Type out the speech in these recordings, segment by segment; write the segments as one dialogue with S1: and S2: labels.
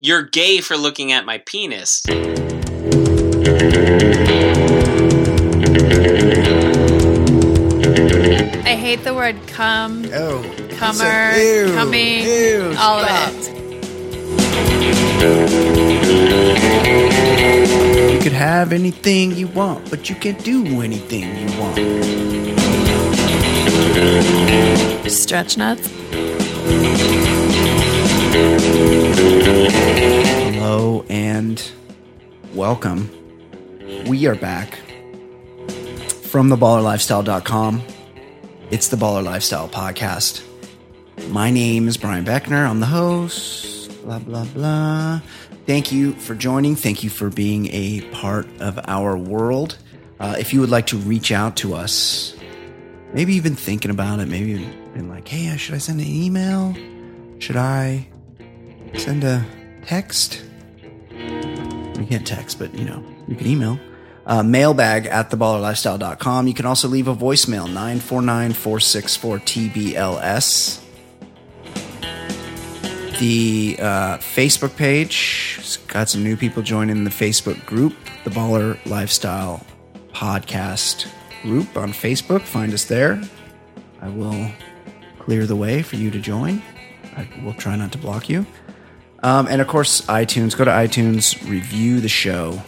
S1: You're gay for looking at my penis.
S2: I hate the word cum,
S3: Oh.
S2: cummer,
S3: Ew,
S2: coming,
S3: ew,
S2: all
S3: stop.
S2: of it.
S3: You could have anything you want, but you can't do anything you want.
S2: Stretch nuts.
S3: Hello and welcome. We are back from theballerlifestyle.com. It's the Baller Lifestyle Podcast. My name is Brian Beckner. I'm the host. Blah, blah, blah. Thank you for joining. Thank you for being a part of our world. Uh, if you would like to reach out to us, maybe you've been thinking about it, maybe you've been like, hey, should I send an email? Should I send a text? You can't text, but you know, you can email. Uh, mailbag at theballerlifestyle.com. You can also leave a voicemail, 949 464 TBLS. The uh, Facebook page it's got some new people joining the Facebook group, the Baller Lifestyle Podcast group on Facebook. Find us there. I will clear the way for you to join. I will try not to block you. Um, and of course, iTunes. Go to iTunes, review the show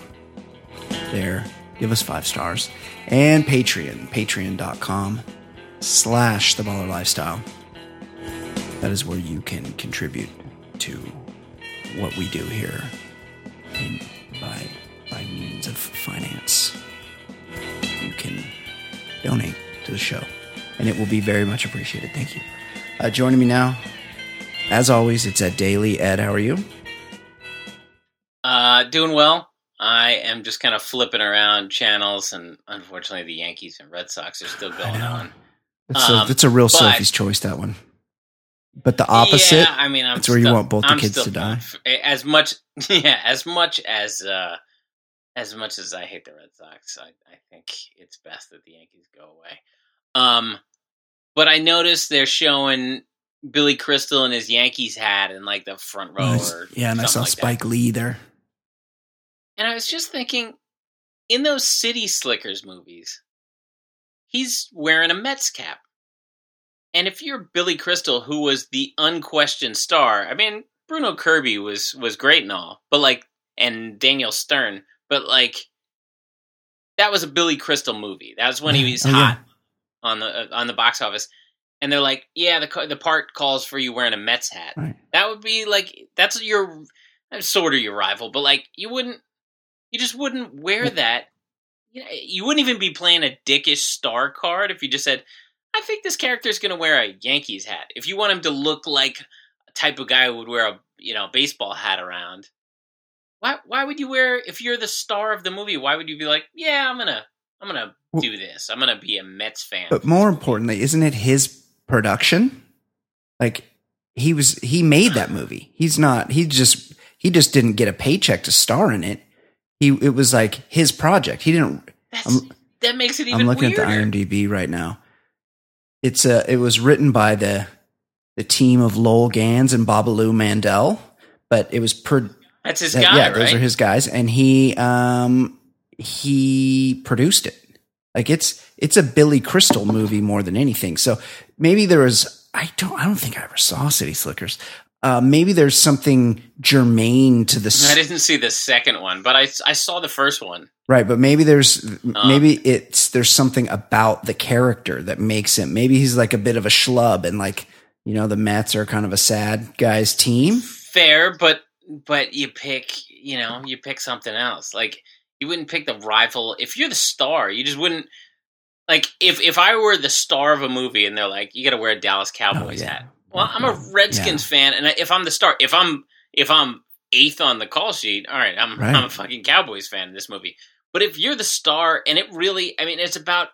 S3: there. Give us five stars. And Patreon, patreon.com slash the baller lifestyle. That is where you can contribute to what we do here in, by, by means of finance. You can donate to the show, and it will be very much appreciated. Thank you. Uh, joining me now, as always, it's at Daily. Ed, how are you?
S1: Uh, doing well. I am just kind of flipping around channels, and unfortunately, the Yankees and Red Sox are still going
S3: know.
S1: on.
S3: It's,
S1: Um,
S3: a, it's a real
S1: but-
S3: Sophie's choice, that one. But the opposite,
S1: Yeah, I mean, I'm
S3: That's where you
S1: still-
S3: want both the
S1: I'm
S3: kids
S1: still- eh,
S3: to die.
S1: As much, yeah, as much as uh, as much as I hate the Red Sox, I, I think it's best that the Yankees go away. Um, but I noticed they're showing Billy Crystal in his Yankees hat in like the front row.
S3: Nice.
S1: or
S3: yeah, and I
S1: something
S3: saw
S1: like that.
S3: Spike Lee there.
S1: And I was just thinking, in those City Slickers movies, he's wearing a Mets cap. And if you're Billy Crystal, who was the unquestioned star, I mean, Bruno Kirby was was great and all, but like, and Daniel Stern, but like, that was a Billy Crystal movie. That was when he was
S3: Oh, yeah.
S1: hot on the uh, on the box office. And they're like, yeah, the ca- the part calls for you wearing a Mets hat.
S3: Right.
S1: That would be like that's your that's sort of your rival, but like you wouldn't you just wouldn't wear that. You, know, you wouldn't even be playing a dickish star card if you just said, "I think this character is going to wear a Yankees hat." If you want him to look like a type of guy who would wear a you know baseball hat around, why why would you wear if you're the star of the movie? Why would you be like, "Yeah, I'm gonna I'm gonna
S3: Well-
S1: do this. I'm gonna be a Mets fan."
S3: But more importantly, isn't it his production? Like he was, he made that movie. He's not. He just, he just didn't get a paycheck to star in it. He, it was like his project. He didn't.
S1: That's,
S3: I'm-
S1: that makes it even
S3: I'm looking
S1: weirder.
S3: at the IMDb right now. It's uh it was written by the the team of Lowell Gans and Babalu Mandel, but it was pro-
S1: That's his
S3: that-
S1: guy,
S3: yeah,
S1: right?
S3: those are his guys, and he um he produced it. Like it's it's a Billy Crystal movie more than anything. So maybe there was I don't I don't think I ever saw City Slickers. Uh, maybe there's something germane to
S1: I
S3: the s-
S1: didn't see the second one, but I, I saw the first one.
S3: Right, but maybe there's
S1: Uh.
S3: maybe it's there's something about the character that makes him. Maybe he's like a bit of a schlub, and like you know, the Mets are kind of a sad guys team.
S1: Fair, but but you pick you know you pick something else. Like you wouldn't pick the rival if you're the star. You just wouldn't like if if I were the star of a movie and they're like you got to wear a Dallas Cowboys
S3: Oh, yeah. Mm-hmm.
S1: hat. Well, I'm a Redskins fan, and if I'm the star, if I'm if I'm eighth on the call sheet, all right, I'm
S3: Right.
S1: I'm a fucking Cowboys fan in this movie. But if you're the star, and it really, I mean, it's about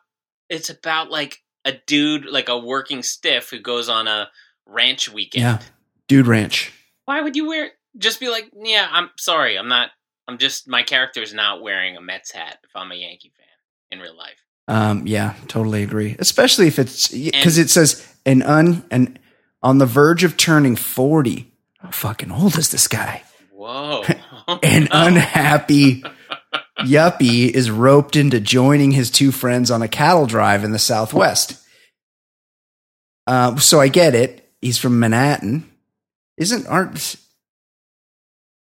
S1: it's about like a dude, like a working stiff who goes on a ranch weekend.
S3: Yeah, dude, ranch.
S1: Why would you wear? Just be like, yeah, I'm sorry, I'm not. I'm just my character's not wearing a Mets hat if I'm a Yankee fan in real life.
S3: Um, yeah, totally agree. Especially if it's because
S1: And-
S3: it says an un and on the verge of turning forty. How fucking old is this guy?
S1: Whoa.
S3: An
S1: Oh.
S3: unhappy yuppie is roped into joining his two friends on a cattle drive in the Southwest. Uh, so I get it. He's from Manhattan. Isn't aren't?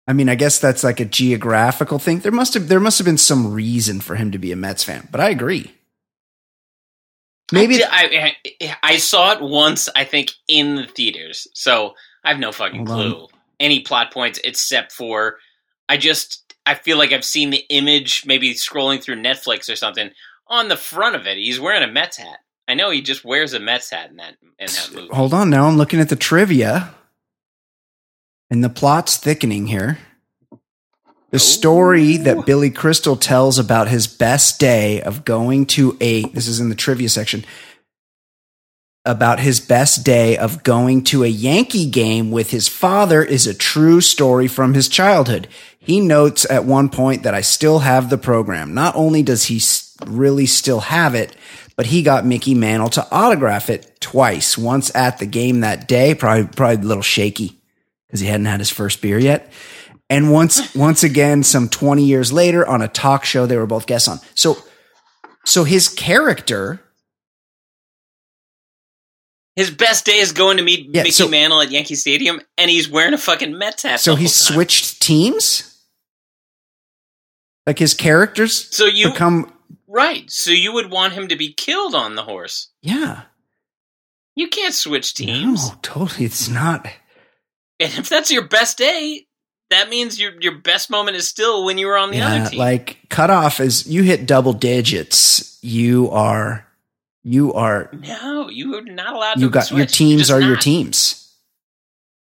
S3: I mean, I guess that's like a geographical thing. There must have there must have been some reason for him to be a Mets fan. But I agree. Maybe
S1: I, I, I saw it once. I think in the theaters, so I have no fucking
S3: Hold on.
S1: clue any plot points except for I just I feel like I've seen the image maybe scrolling through Netflix or something on the front of it. He's wearing a Mets hat. I know he just wears a Mets hat in that in that movie.
S3: hold on now i'm looking at the trivia and the plot's thickening here the story that billy crystal tells about his best day of going to a this is in the trivia section about his best day of going to a Yankee game with his father is a true story from his childhood. He notes at one point that I still have the program. Not only does he s- really still have it, but he got Mickey Mantle to autograph it twice. Once at the game that day, probably probably a little shaky because he hadn't had his first beer yet. And once once again, some 20 years later on a talk show they were both guests on. So so his character
S1: His best day is going to meet
S3: Yeah,
S1: Mickey
S3: so-
S1: Mantle at Yankee Stadium, and he's wearing a fucking Mets hat.
S3: So
S1: the
S3: he
S1: whole time.
S3: switched teams? Like his characters
S1: So you
S3: become
S1: right? So you would want him to be killed on the horse?
S3: Yeah.
S1: You can't switch teams.
S3: No, totally. It's not
S1: And if that's your best day, that means your your best moment is still when you were on the
S3: yeah,
S1: other team.
S3: like cutoff is you hit double digits, you are you are
S1: no, you are not allowed to
S3: you got
S1: switch.
S3: your
S1: You're
S3: teams
S1: just
S3: are your
S1: not.
S3: teams.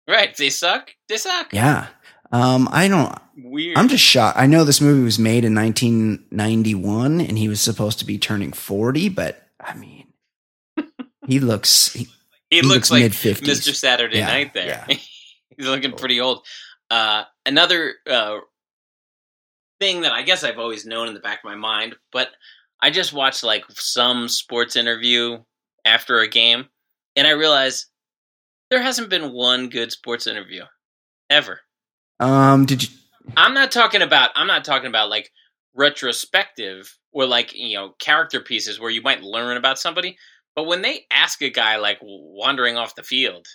S1: Right. They suck. They suck.
S3: Yeah. Um I don't
S1: Weird.
S3: I'm just shocked. I know this movie was made in 1991 and he was supposed to be turning 40, but I mean he looks he,
S1: he,
S3: he
S1: looks,
S3: looks
S1: like
S3: mid-fifties.
S1: Mr. Saturday
S3: Yeah,
S1: night there. He's looking pretty old. Uh, another uh, thing that I guess I've always known in the back of my mind, but I just watched like some sports interview after a game, and I realized there hasn't been one good sports interview ever.
S3: um did you
S1: I'm not talking about I'm not talking about like retrospective or like you know character pieces where you might learn about somebody. But when they ask a guy like wandering off the field,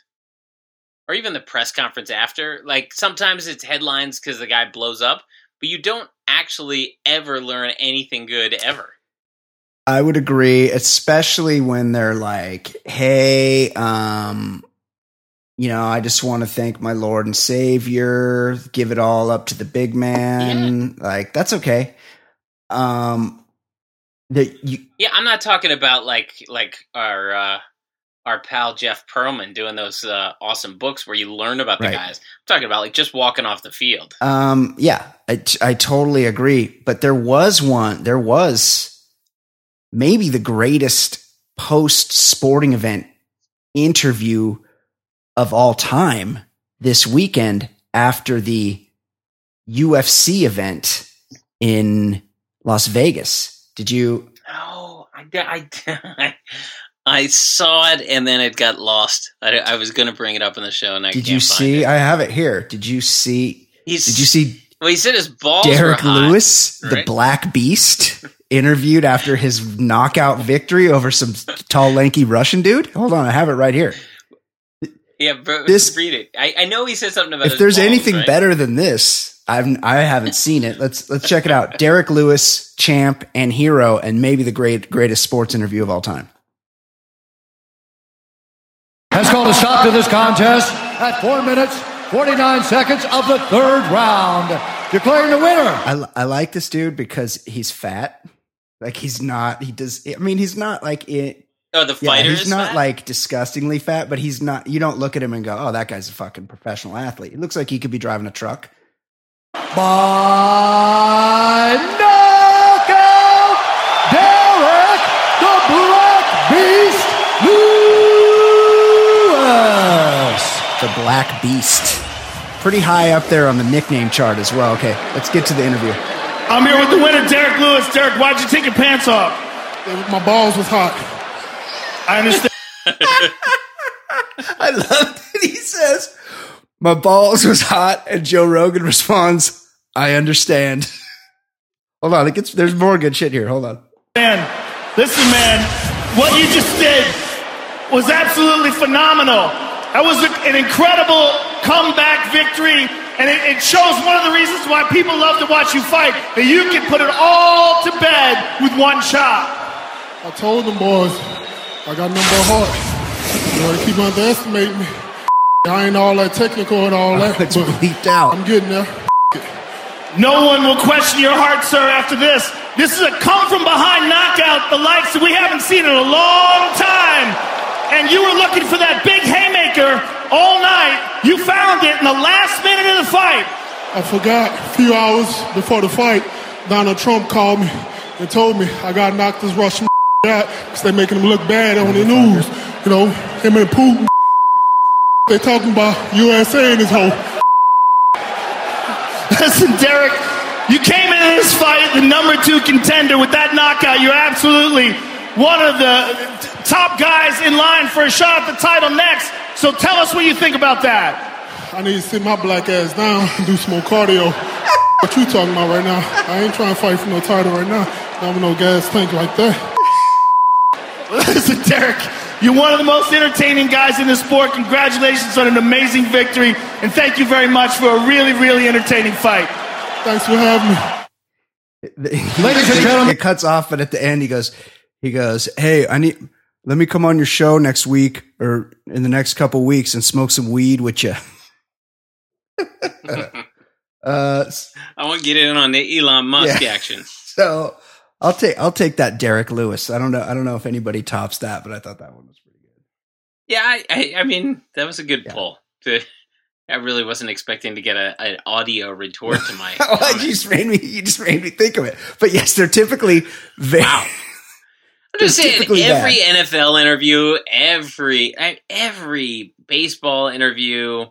S1: or even the press conference after, like sometimes it's headlines because the guy blows up, but you don't actually ever learn anything good ever.
S3: I would agree, especially when they're like, "Hey, um, you know, I just want to thank my Lord and Savior. Give it all up to the big man." Like that's okay. Um, that you,
S1: Yeah, I'm not talking about like like our uh, our pal Jeff Perlman doing those uh, awesome books where you learn about the
S3: Right.
S1: guys. I'm talking about like just walking off the field.
S3: um, yeah, I, t- I totally agree. But there was one. There was maybe the greatest post sporting event interview of all time this weekend after the UFC event in Las Vegas. Did you?
S1: No, Oh, I, d- I, d- I, I saw it and then it got lost. I, I was going to bring it up in the show and I
S3: Did
S1: can't
S3: you
S1: find
S3: see?
S1: It.
S3: I have it here. Did you see?
S1: He's,
S3: Did you see
S1: Well, he said his balls
S3: Derek
S1: were hot.
S3: Lewis, the
S1: right?
S3: Black Beast, interviewed after his knockout victory over some tall, lanky Russian dude? Hold on, I have it right here.
S1: Yeah, bro,
S3: This-
S1: read it. I, I know he said something about.
S3: if
S1: his
S3: there's
S1: balls,
S3: anything
S1: right?
S3: better than this, I've I haven't seen it. Let's let's check it out. Derek Lewis, champ and hero, and maybe the great greatest sports interview of all time.
S4: has called a stop to this contest at 4 minutes 49 seconds of the third round, declaring the winner
S3: I li- I like this dude because he's fat. Like he's not. He does. I mean, he's not like it.
S1: Oh, the
S3: Yeah,
S1: fighter
S3: he's
S1: is
S3: not
S1: fat?
S3: like disgustingly fat, but he's not. You don't look at him and go, "Oh, that guy's a fucking professional athlete." It looks like he could be driving a truck.
S4: by knockout, Derek the Black Beast Lewis.
S3: The Black Beast. Pretty high up there on the nickname chart as well. Okay, let's get to the interview.
S5: I'm here with the winner, Derek Lewis. Derek, why'd you take your pants off?
S4: My balls was hot.
S5: I understand.
S3: I love that he says, My balls was hot, and Joe Rogan responds, I understand. Hold on, it gets there's more good shit here. Hold on.
S5: Man, listen, man, what you just did was absolutely phenomenal. That was a- an incredible comeback victory, and it, it shows one of the reasons why people love to watch you fight that you can put it all to bed with one shot.
S6: I told them boys, I got number heart. You know, they keep underestimating me. I ain't all that technical and all that.
S3: It's
S6: but
S3: bleeped out.
S6: I'm getting there.
S5: No one will question your heart, sir, after this. This is a come from behind knockout, the likes that we haven't seen in a long time. And you were looking for that big haymaker all night. You found it in the last minute of the fight.
S6: I forgot a few hours before the fight, Donald Trump called me and told me I got to knock this Russian out because they making him look bad on the news. You know, him and Putin, they talking about USA and his whole.
S5: Listen, Derek, you came into this fight the number two contender with that knockout. You're absolutely one of the t- top guys in line for a shot at the title next. So tell us what you think about that.
S6: I need to sit my black ass down and do some more cardio. what you talking about right now? I ain't trying to fight for no title right now. Not with no gas tank like that.
S5: Listen, Derek, you're one of the most entertaining guys in the sport. Congratulations on an amazing victory, and thank you very much for a really, really entertaining fight.
S6: Thanks for having me.
S4: Ladies and
S3: It-
S4: gentlemen.
S3: it cuts off, but at the end he goes, he goes, hey, I need, let me come on your show next week or in the next couple weeks and smoke some weed with you. uh,
S1: I want to get in on the Elon Musk
S3: Yeah.
S1: action.
S3: so I'll take I'll take that Derek Lewis. I don't know I don't know if anybody tops that, but I thought that one was pretty good.
S1: Yeah, I, I, I mean that was a good
S3: Yeah.
S1: poll. To- I really wasn't expecting to get a, an audio retort to my.
S3: Oh,
S1: comment.
S3: you just made me you just made me think of it. But yes, they're typically very
S1: I'm just
S3: It's
S1: saying,
S3: typically
S1: every NFL interview, every I- every baseball interview.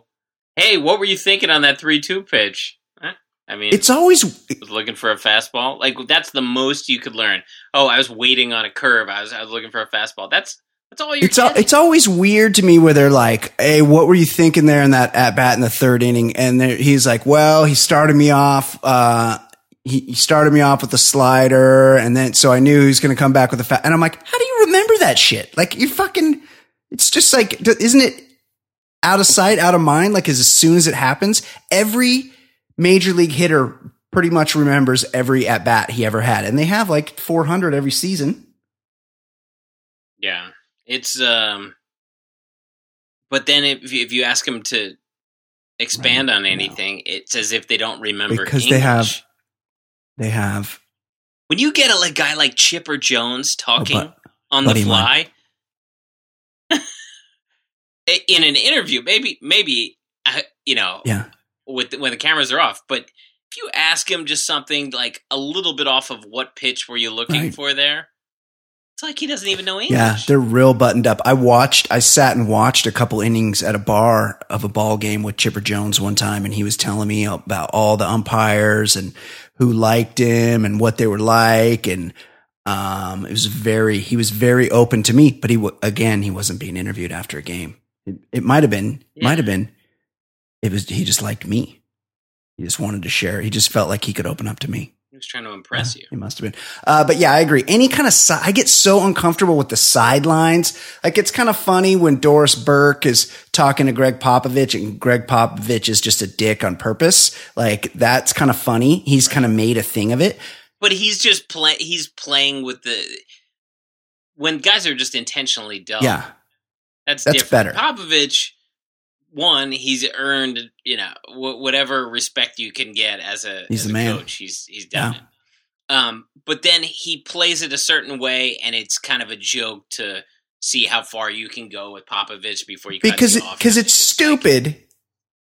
S1: Hey, what were you thinking on that three-two pitch? Huh? I mean,
S3: it's always
S1: was looking for a fastball. Like that's the most you could learn. Oh, I was waiting on a curve. I was I was looking for a fastball. That's that's all you.
S3: it's al- it's always weird to me where they're like, "Hey, what were you thinking there in that at bat in the third inning?" And there, he's like, "Well, he started me off. Uh, he, he started me off with a slider, and then so I knew he was going to come back with a fat." And I'm like, "How do you remember that shit? Like you fucking, it's just like, d- isn't it out of sight, out of mind? Like as, as soon as it happens, every major league hitter." Pretty much remembers every at bat he ever had, and they have like 400 every season.
S1: Yeah, it's um. But then if you, if you ask them to expand on anything, it's as if they don't remember
S3: Because they have-
S1: English.
S3: They have
S1: When you get a like, guy like Chipper Jones talking
S3: Oh, but-
S1: on the
S3: buddy of
S1: fly
S3: mine.
S1: i- in an interview, maybe maybe uh, you know
S3: yeah.
S1: with when the cameras are off. But if you ask him just something like a little bit off of what pitch were you looking
S3: Right.
S1: for there, it's like he doesn't even know English.
S3: Yeah, they're real buttoned up. I watched, I sat and watched a couple innings at a bar of a ball game with Chipper Jones one time, and he was telling me about all the umpires and who liked him and what they were like, and um, it was very, he was very open to me. But he wa- again, he wasn't being interviewed after a game. It, it might have been,
S1: Yeah.
S3: might have been. It was he just liked me. He just wanted to share. He just felt like he could open up to me.
S1: he was trying to impress you.
S3: It must have been. Uh, but yeah, I agree. Any kind of, si- I get so uncomfortable with the sidelines. Like it's kind of funny when Doris Burke is talking to Greg Popovich and Greg Popovich is just a dick on purpose. Like that's kind of funny. He's kind of made a thing of it.
S1: But he's just play. He's playing with the when guys are just intentionally dumb.
S3: Yeah.
S1: that's
S3: that's
S1: different.
S3: better.
S1: Popovich, one, he's earned you know wh- whatever respect you can get as a
S3: He's
S1: as
S3: the
S1: a
S3: man.
S1: coach. He's he's done
S3: Yeah.
S1: it. Um, but then he plays it a certain way, and it's kind of a joke to see how far you can go with Popovich before you cuts
S3: because
S1: you
S3: it,
S1: off.
S3: cause it's stupid.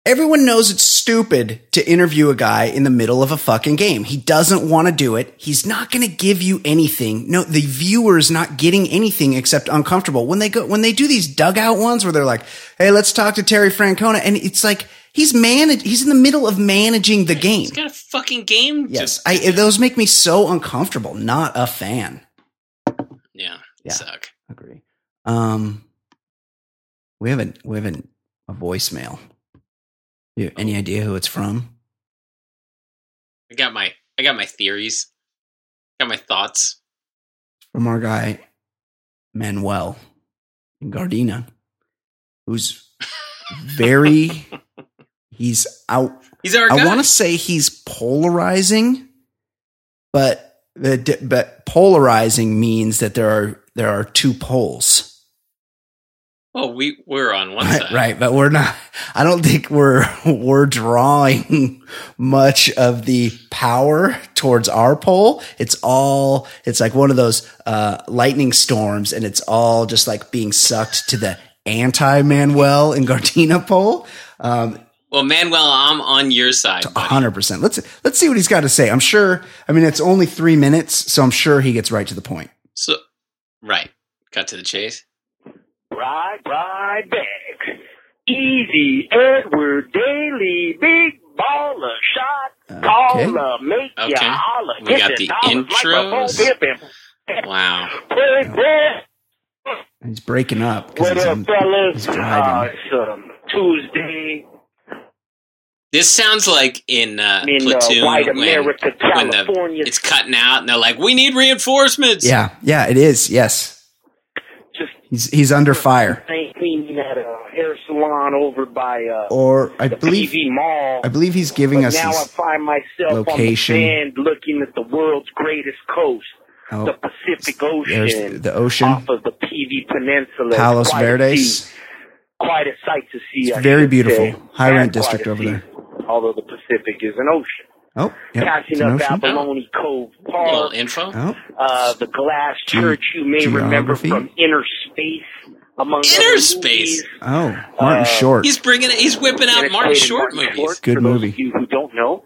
S3: Everyone knows it's stupid to interview a guy in the middle of a fucking game. He doesn't want to do it. He's not going to give you anything. No, the viewer is not getting anything except uncomfortable. When they go, when they do these dugout ones where they're like, Hey, let's talk to Terry Francona. And it's like, he's manage, he's in the middle of managing the game.
S1: He's got a fucking game. to-
S3: Yes. I, those make me so uncomfortable. Not a fan.
S1: yeah,
S3: Yeah.
S1: suck.
S3: Agree. Um, we haven't, we haven't a voicemail. You have any idea who it's from?
S1: I got my I got my theories. Got my thoughts.
S3: From our guy Manuel in Gardena, who's very he's out
S1: He's our
S3: I
S1: guy.
S3: want to say he's polarizing, but the di- but polarizing means that there are there are two poles,
S1: well, we we're on one
S3: right?
S1: side.
S3: Right, but we're not. I don't think we're we're drawing much of the power towards our pole. It's all it's like one of those uh, lightning storms, and it's all just like being sucked to the anti Manuel and Gardena pole. Um,
S1: Well, Manuel, I'm on your side.
S3: A
S1: buddy.
S3: hundred percent. Let's let's see what he's got to say. I'm sure. I mean, it's only three minutes, so I'm sure he gets right to the point.
S1: So, right. Cut to the chase.
S7: Right, right back. Easy Edward Daily, big baller shot, caller, make ya
S1: Okay.
S7: holler.
S1: We got the intros. Wow.
S7: Wow.
S3: He's breaking up because
S7: What
S3: he's,
S7: up,
S3: on- he's
S7: fellas? Uh,
S3: driving.
S7: it's um, Tuesday
S1: This sounds like in uh,
S7: in uh,
S1: Platoon
S7: White
S1: when,
S7: America,
S1: when the,
S7: California.
S1: it's cutting out and they're like, we need reinforcements.
S3: Yeah, yeah, it is. Yes,
S7: Just
S3: he's he's under fire,
S7: ain't cleaning at a hair salon over by uh,
S3: or I
S7: the
S3: believe
S7: PV Mall.
S3: I believe he's giving
S7: But
S3: us.
S7: now I
S3: His,
S7: find myself
S3: location.
S7: on the sand looking at the world's greatest coast,
S3: Oh,
S7: the Pacific
S3: there's
S7: Ocean,
S3: the- the ocean.
S7: off of the PV Peninsula.
S3: Palos
S7: Quite a
S3: Verdes.
S7: sea- Quite a sight to see.
S3: It's
S7: I
S3: very
S7: should
S3: beautiful.
S7: say.
S3: High rent
S7: And quite
S3: district
S7: a
S3: over
S7: sea,
S3: there.
S7: Although the Pacific is an ocean.
S3: Oh, yeah, it's
S7: Passing
S3: an
S7: up
S3: ocean.
S7: Abalone Cove
S1: Little
S7: Park,
S1: info.
S3: Oh,
S7: uh, the glass church you may remember
S3: geography?
S7: from Inner Space. Among other
S1: Inner Space?
S7: movies.
S3: oh,
S7: Uh,
S3: Martin Short.
S1: He's bringing it. He's whipping out
S7: Dedicated
S1: Martin Short
S7: Martin
S1: movies.
S7: Short,
S3: Good
S7: for those
S3: movie.
S7: of you who don't know.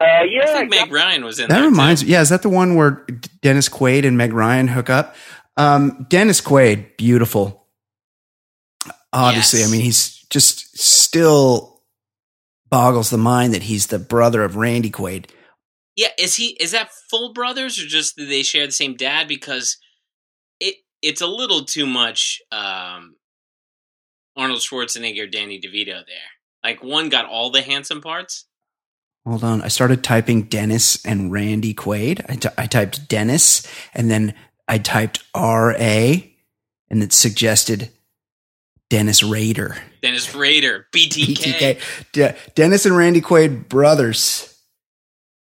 S7: Uh, yeah,
S1: I think
S7: I
S1: Meg Ryan was in
S3: That
S1: there, too.
S3: reminds me. Yeah, is that the one where D- Dennis Quaid and Meg Ryan hook up? Um, Dennis Quaid, beautiful. Obviously,
S1: Yes.
S3: I mean, he's just still boggles the mind that he's the brother of Randy Quaid.
S1: Yeah, is he is that full brothers or just that they share the same dad? Because it it's a little too much um Arnold Schwarzenegger, Danny DeVito there. Like one got all the handsome parts.
S3: Hold on, I started typing Dennis and Randy Quaid. I, ty- I typed Dennis, and then I typed R A, and it suggested Dennis Rader.
S1: Dennis Rader, BTK.
S3: BTK. De- Dennis and Randy Quaid brothers.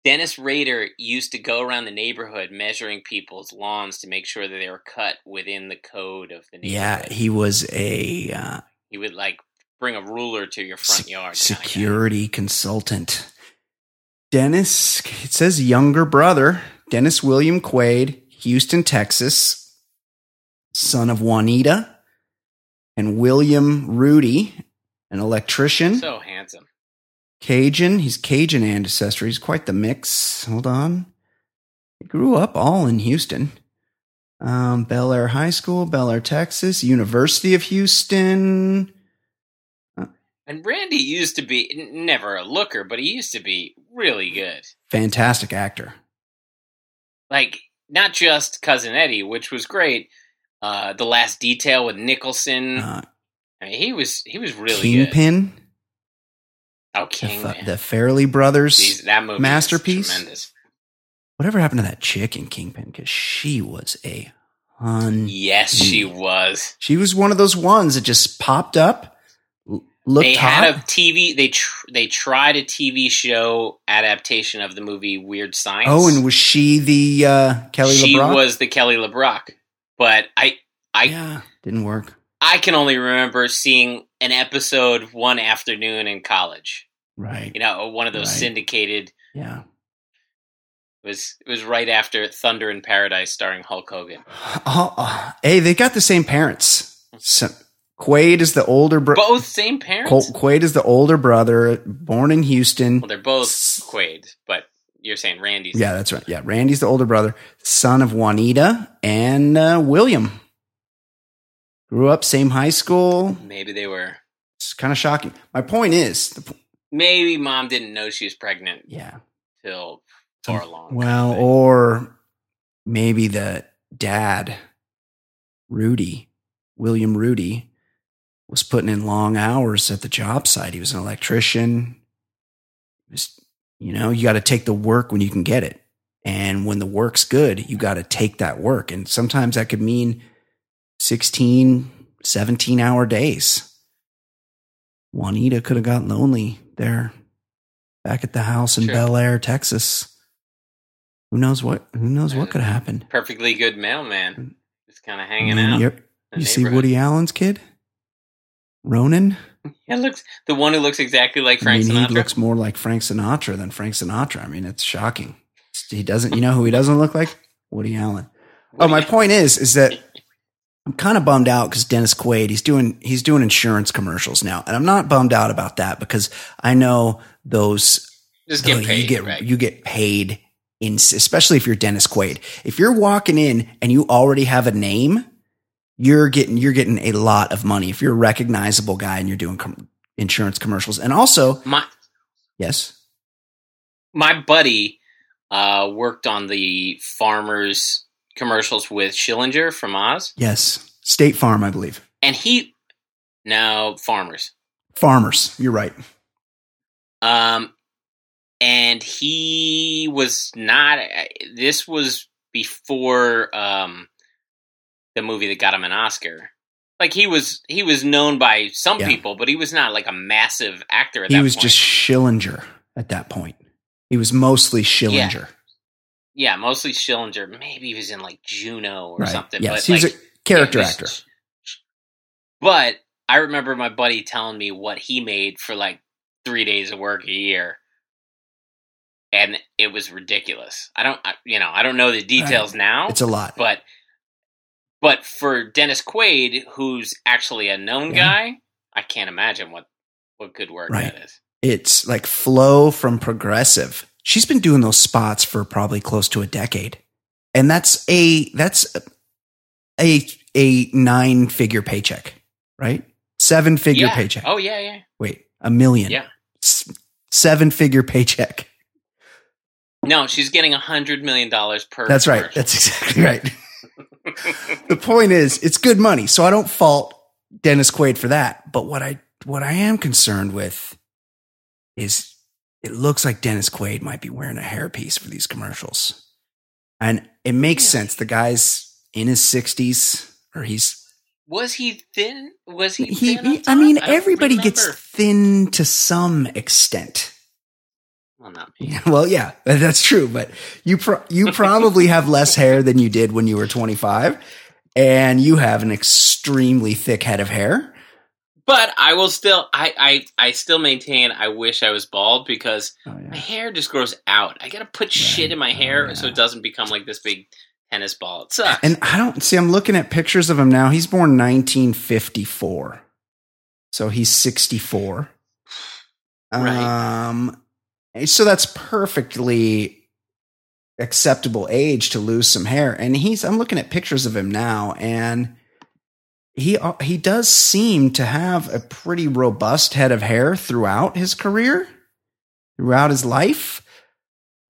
S1: Dennis Rader used to go around the neighborhood measuring people's lawns to make sure that they were cut within the code of the neighborhood.
S3: Yeah, he was a uh,
S1: He would like bring a ruler to your front
S3: Se-
S1: yard. kinda guy.
S3: security consultant. Dennis, it says younger brother, Dennis William Quaid, Houston, Texas, son of Juanita and William Rudy, an electrician,
S1: So handsome.
S3: Cajun. He's Cajun ancestry. He's quite the mix. Hold on. He grew up all in Houston. Um, Bel Air High School, Bel Air, Texas, University of Houston.
S1: And Randy used to be n- never a looker, but he used to be really good.
S3: Fantastic actor.
S1: Like not just Cousin Eddie, which was great. Uh, the last detail with Nicholson,
S3: Uh,
S1: I mean, he was he was Mm, really good.
S3: Kingpin,
S1: Oh,
S3: the,
S1: King,
S3: Fa- the Fairley Brothers.
S1: that movie is
S3: masterpiece.
S1: tremendous.
S3: Whatever happened to that chick in Kingpin? Because she was a hun.
S1: Yes, she
S3: Mm.
S1: was.
S3: She was one of those ones that just popped up, l- looked
S1: they
S3: hot.
S1: had a TV. They tr- they tried a TV show adaptation of the movie Weird Science.
S3: oh, and was she the uh, Kelly
S1: she
S3: LeBrock?
S1: was the Kelly LeBrock. But I I
S3: yeah, didn't work.
S1: I can only remember seeing an episode one afternoon in college.
S3: Right.
S1: You know, uh, one of those
S3: Right.
S1: syndicated
S3: Yeah.
S1: it was it was right after Thunder in Paradise starring Hulk Hogan.
S3: Oh, oh, hey, they got the same parents. So, Quaid is the older brother.
S1: Both same parents.
S3: Quaid is the older brother, born in Houston.
S1: well, they're both Quaid, but you're saying Randy's.
S3: Yeah, that's right. Yeah, Randy's the older brother, son of Juanita and uh, William. Grew up same high school.
S1: Maybe they were.
S3: It's kind of shocking. My point is, the, p-
S1: Maybe mom didn't know she was pregnant
S3: yeah.
S1: till far along.
S3: Mm, Well,
S1: But
S3: or maybe the dad, Rudy, William Rudy, was putting in long hours at the job site. He was an electrician. He was- you know, you got to take the work when you can get it. And when the work's good, you got to take that work. And sometimes that could mean 16, 17 hour days. Juanita could have got lonely there back at the house in
S1: Sure.
S3: Bel Air, Texas. Who knows what who knows what could have happened?
S1: Perfectly good mailman. Just kind of hanging
S3: And
S1: out.
S3: you're-
S1: in
S3: Mm. You
S1: the
S3: see
S1: neighborhood.
S3: Woody Allen's kid? Ronan?
S1: Yeah, looks the one who looks exactly like
S3: I
S1: Frank
S3: mean,
S1: Sinatra.
S3: he looks more like Frank Sinatra than Frank Sinatra. I mean, it's shocking. He doesn't. You know who he doesn't look like? Woody Allen. Oh, my point is, is that I'm kind of bummed out because Dennis Quaid he's doing he's doing insurance commercials now, and I'm not bummed out about that because I know those
S1: just get
S3: though
S1: paid.
S3: Oh, you get
S1: right?
S3: you get paid in especially if you're Dennis Quaid. If you're walking in and you already have a name, you're getting you're getting a lot of money if you're a recognizable guy and you're doing com- insurance commercials. And also,
S1: my
S3: yes,
S1: my buddy uh, worked on the farmers commercials with Schillinger from Oz,
S3: yes, State Farm, I believe.
S1: and he no farmers.
S3: Farmers, you're right.
S1: Um, and he was not. This was before um, the movie that got him an Oscar. Like he was, he was known by some
S3: Yeah.
S1: people, but he was not like a massive actor. At
S3: He
S1: that
S3: was
S1: point.
S3: just Schillinger at that point. He was mostly Schillinger,
S1: yeah, mostly Schillinger. Maybe he was in like Juno or
S3: right?
S1: something. but,
S3: yes, he's
S1: like,
S3: a character
S1: it was-
S3: actor.
S1: But I remember my buddy telling me what he made for like three days of work a year, and it was ridiculous. I don't, I, you know, I don't know the details now,
S3: It's a lot.
S1: but but for Dennis Quaid, who's actually a known
S3: Yeah.
S1: guy, I can't imagine what what good work
S3: Right.
S1: that is.
S3: It's like Flo from Progressive. She's been doing those spots for probably close to a decade. And that's a that's a a nine figure paycheck, right? Seven figure
S1: yeah.
S3: paycheck.
S1: Oh yeah, yeah.
S3: Wait, a million.
S1: Yeah.
S3: S- seven figure paycheck.
S1: No, she's getting a hundred million dollars per.
S3: That's right.
S1: commercial.
S3: That's exactly right. the point is, it's good money, so I don't fault Dennis Quaid for that. But what I what I am concerned with is it looks like Dennis Quaid might be wearing a hairpiece for these commercials, and it makes sense. The guy's in his sixties, or he's
S1: was he thin? Was he?
S3: he.
S1: thin
S3: he-
S1: on
S3: I
S1: top?
S3: mean,
S1: don't
S3: everybody gets
S1: remember.
S3: thin to some extent.
S1: Well, not me.
S3: Yeah, well, yeah, that's true. But you pro- you probably have less hair than you did when you were 25, and you have an extremely thick head of hair.
S1: But I will still, I, I, I still maintain. I wish I was bald because
S3: Oh,
S1: my
S3: yeah.
S1: hair just grows out. I gotta put shit in my hair so it doesn't become like this big tennis ball. It sucks.
S3: Oh, And I don't see. I'm looking at pictures of him now. He's born 1954, so he's 64.
S1: Right.
S3: Um, so that's perfectly acceptable age to lose some hair. And he's. I'm looking at pictures of him now, and he he does seem to have a pretty robust head of hair throughout his career, throughout his life.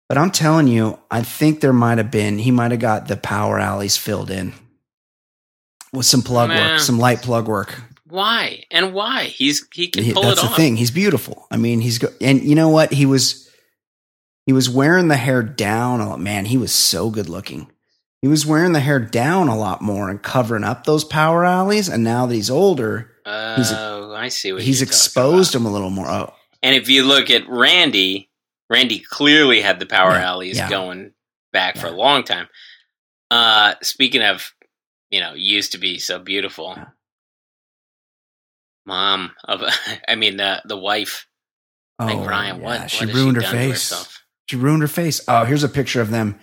S3: But I'm telling you, I think there might have been he might have got the power alleys filled in with some plug
S1: Nah.
S3: work, some light plug work.
S1: why and why? He's he can
S3: He-
S1: pull
S3: that's
S1: it
S3: the
S1: off.
S3: thing. He's beautiful. I mean, he's go- and you know what? He was he was wearing the hair down a lot. Man, he was so good looking. He was wearing the hair down a lot more and covering up those power alleys. And now that he's older, He's-
S1: Oh, I see what
S3: he's
S1: you're talking
S3: exposed
S1: about.
S3: him a little more. Oh,
S1: And if you look at Randy, Randy clearly had the power
S3: Yeah,
S1: alleys
S3: yeah.
S1: going back for
S3: Yeah.
S1: a long time. Uh, speaking of, you know, used to be so beautiful.
S3: Yeah.
S1: Mom of, I mean, uh, the the wife
S3: oh
S1: Like Ryan, what-
S3: yeah,
S1: what
S3: she
S1: has
S3: ruined
S1: she
S3: her
S1: done to
S3: face.
S1: herself?
S3: She ruined her face. Oh, here's a picture of them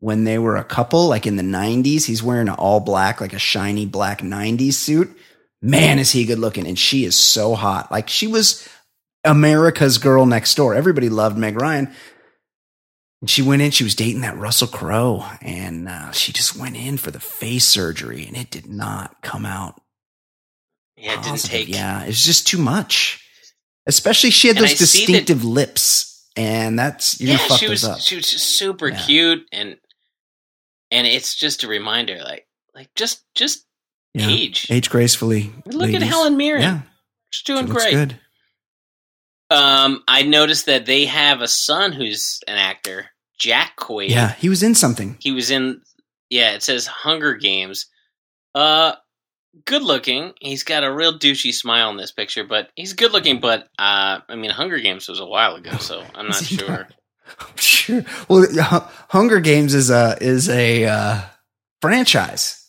S3: when they were a couple, like in the 90s. He's wearing an all black, like a shiny black 90s suit. Man, is he good looking. And she is so hot. Like she was America's girl next door. Everybody loved Meg Ryan. And she went in, she was dating that Russell Crowe. And uh, she just went in for the face surgery and it did not come out.
S1: Yeah, it didn't
S3: positive.
S1: take.
S3: Yeah, it was just too much. Especially she had
S1: And
S3: those
S1: I see that-
S3: distinctive lips. And that's, you're
S1: yeah,
S3: going to fuck
S1: she
S3: those
S1: was
S3: up.
S1: she was just super
S3: Yeah.
S1: cute and and it's just a reminder, like like just just
S3: Yeah.
S1: Age.
S3: Age gracefully.
S1: Look at
S3: ladies.
S1: Helen Mirren.
S3: Yeah.
S1: She's
S3: She
S1: doing
S3: looks
S1: great.
S3: good.
S1: Um, I noticed that they have a son who's an actor, Jack Quaid.
S3: Yeah. He was in something.
S1: he was in. Yeah, it says Hunger Games. Uh, good looking. He's got a real douchey smile in this picture, but he's good looking. But uh, I mean, Hunger Games was a while ago, so I'm not
S3: Is he
S1: sure.
S3: Sure. Well, Hu- Hunger Games is a is a uh, franchise.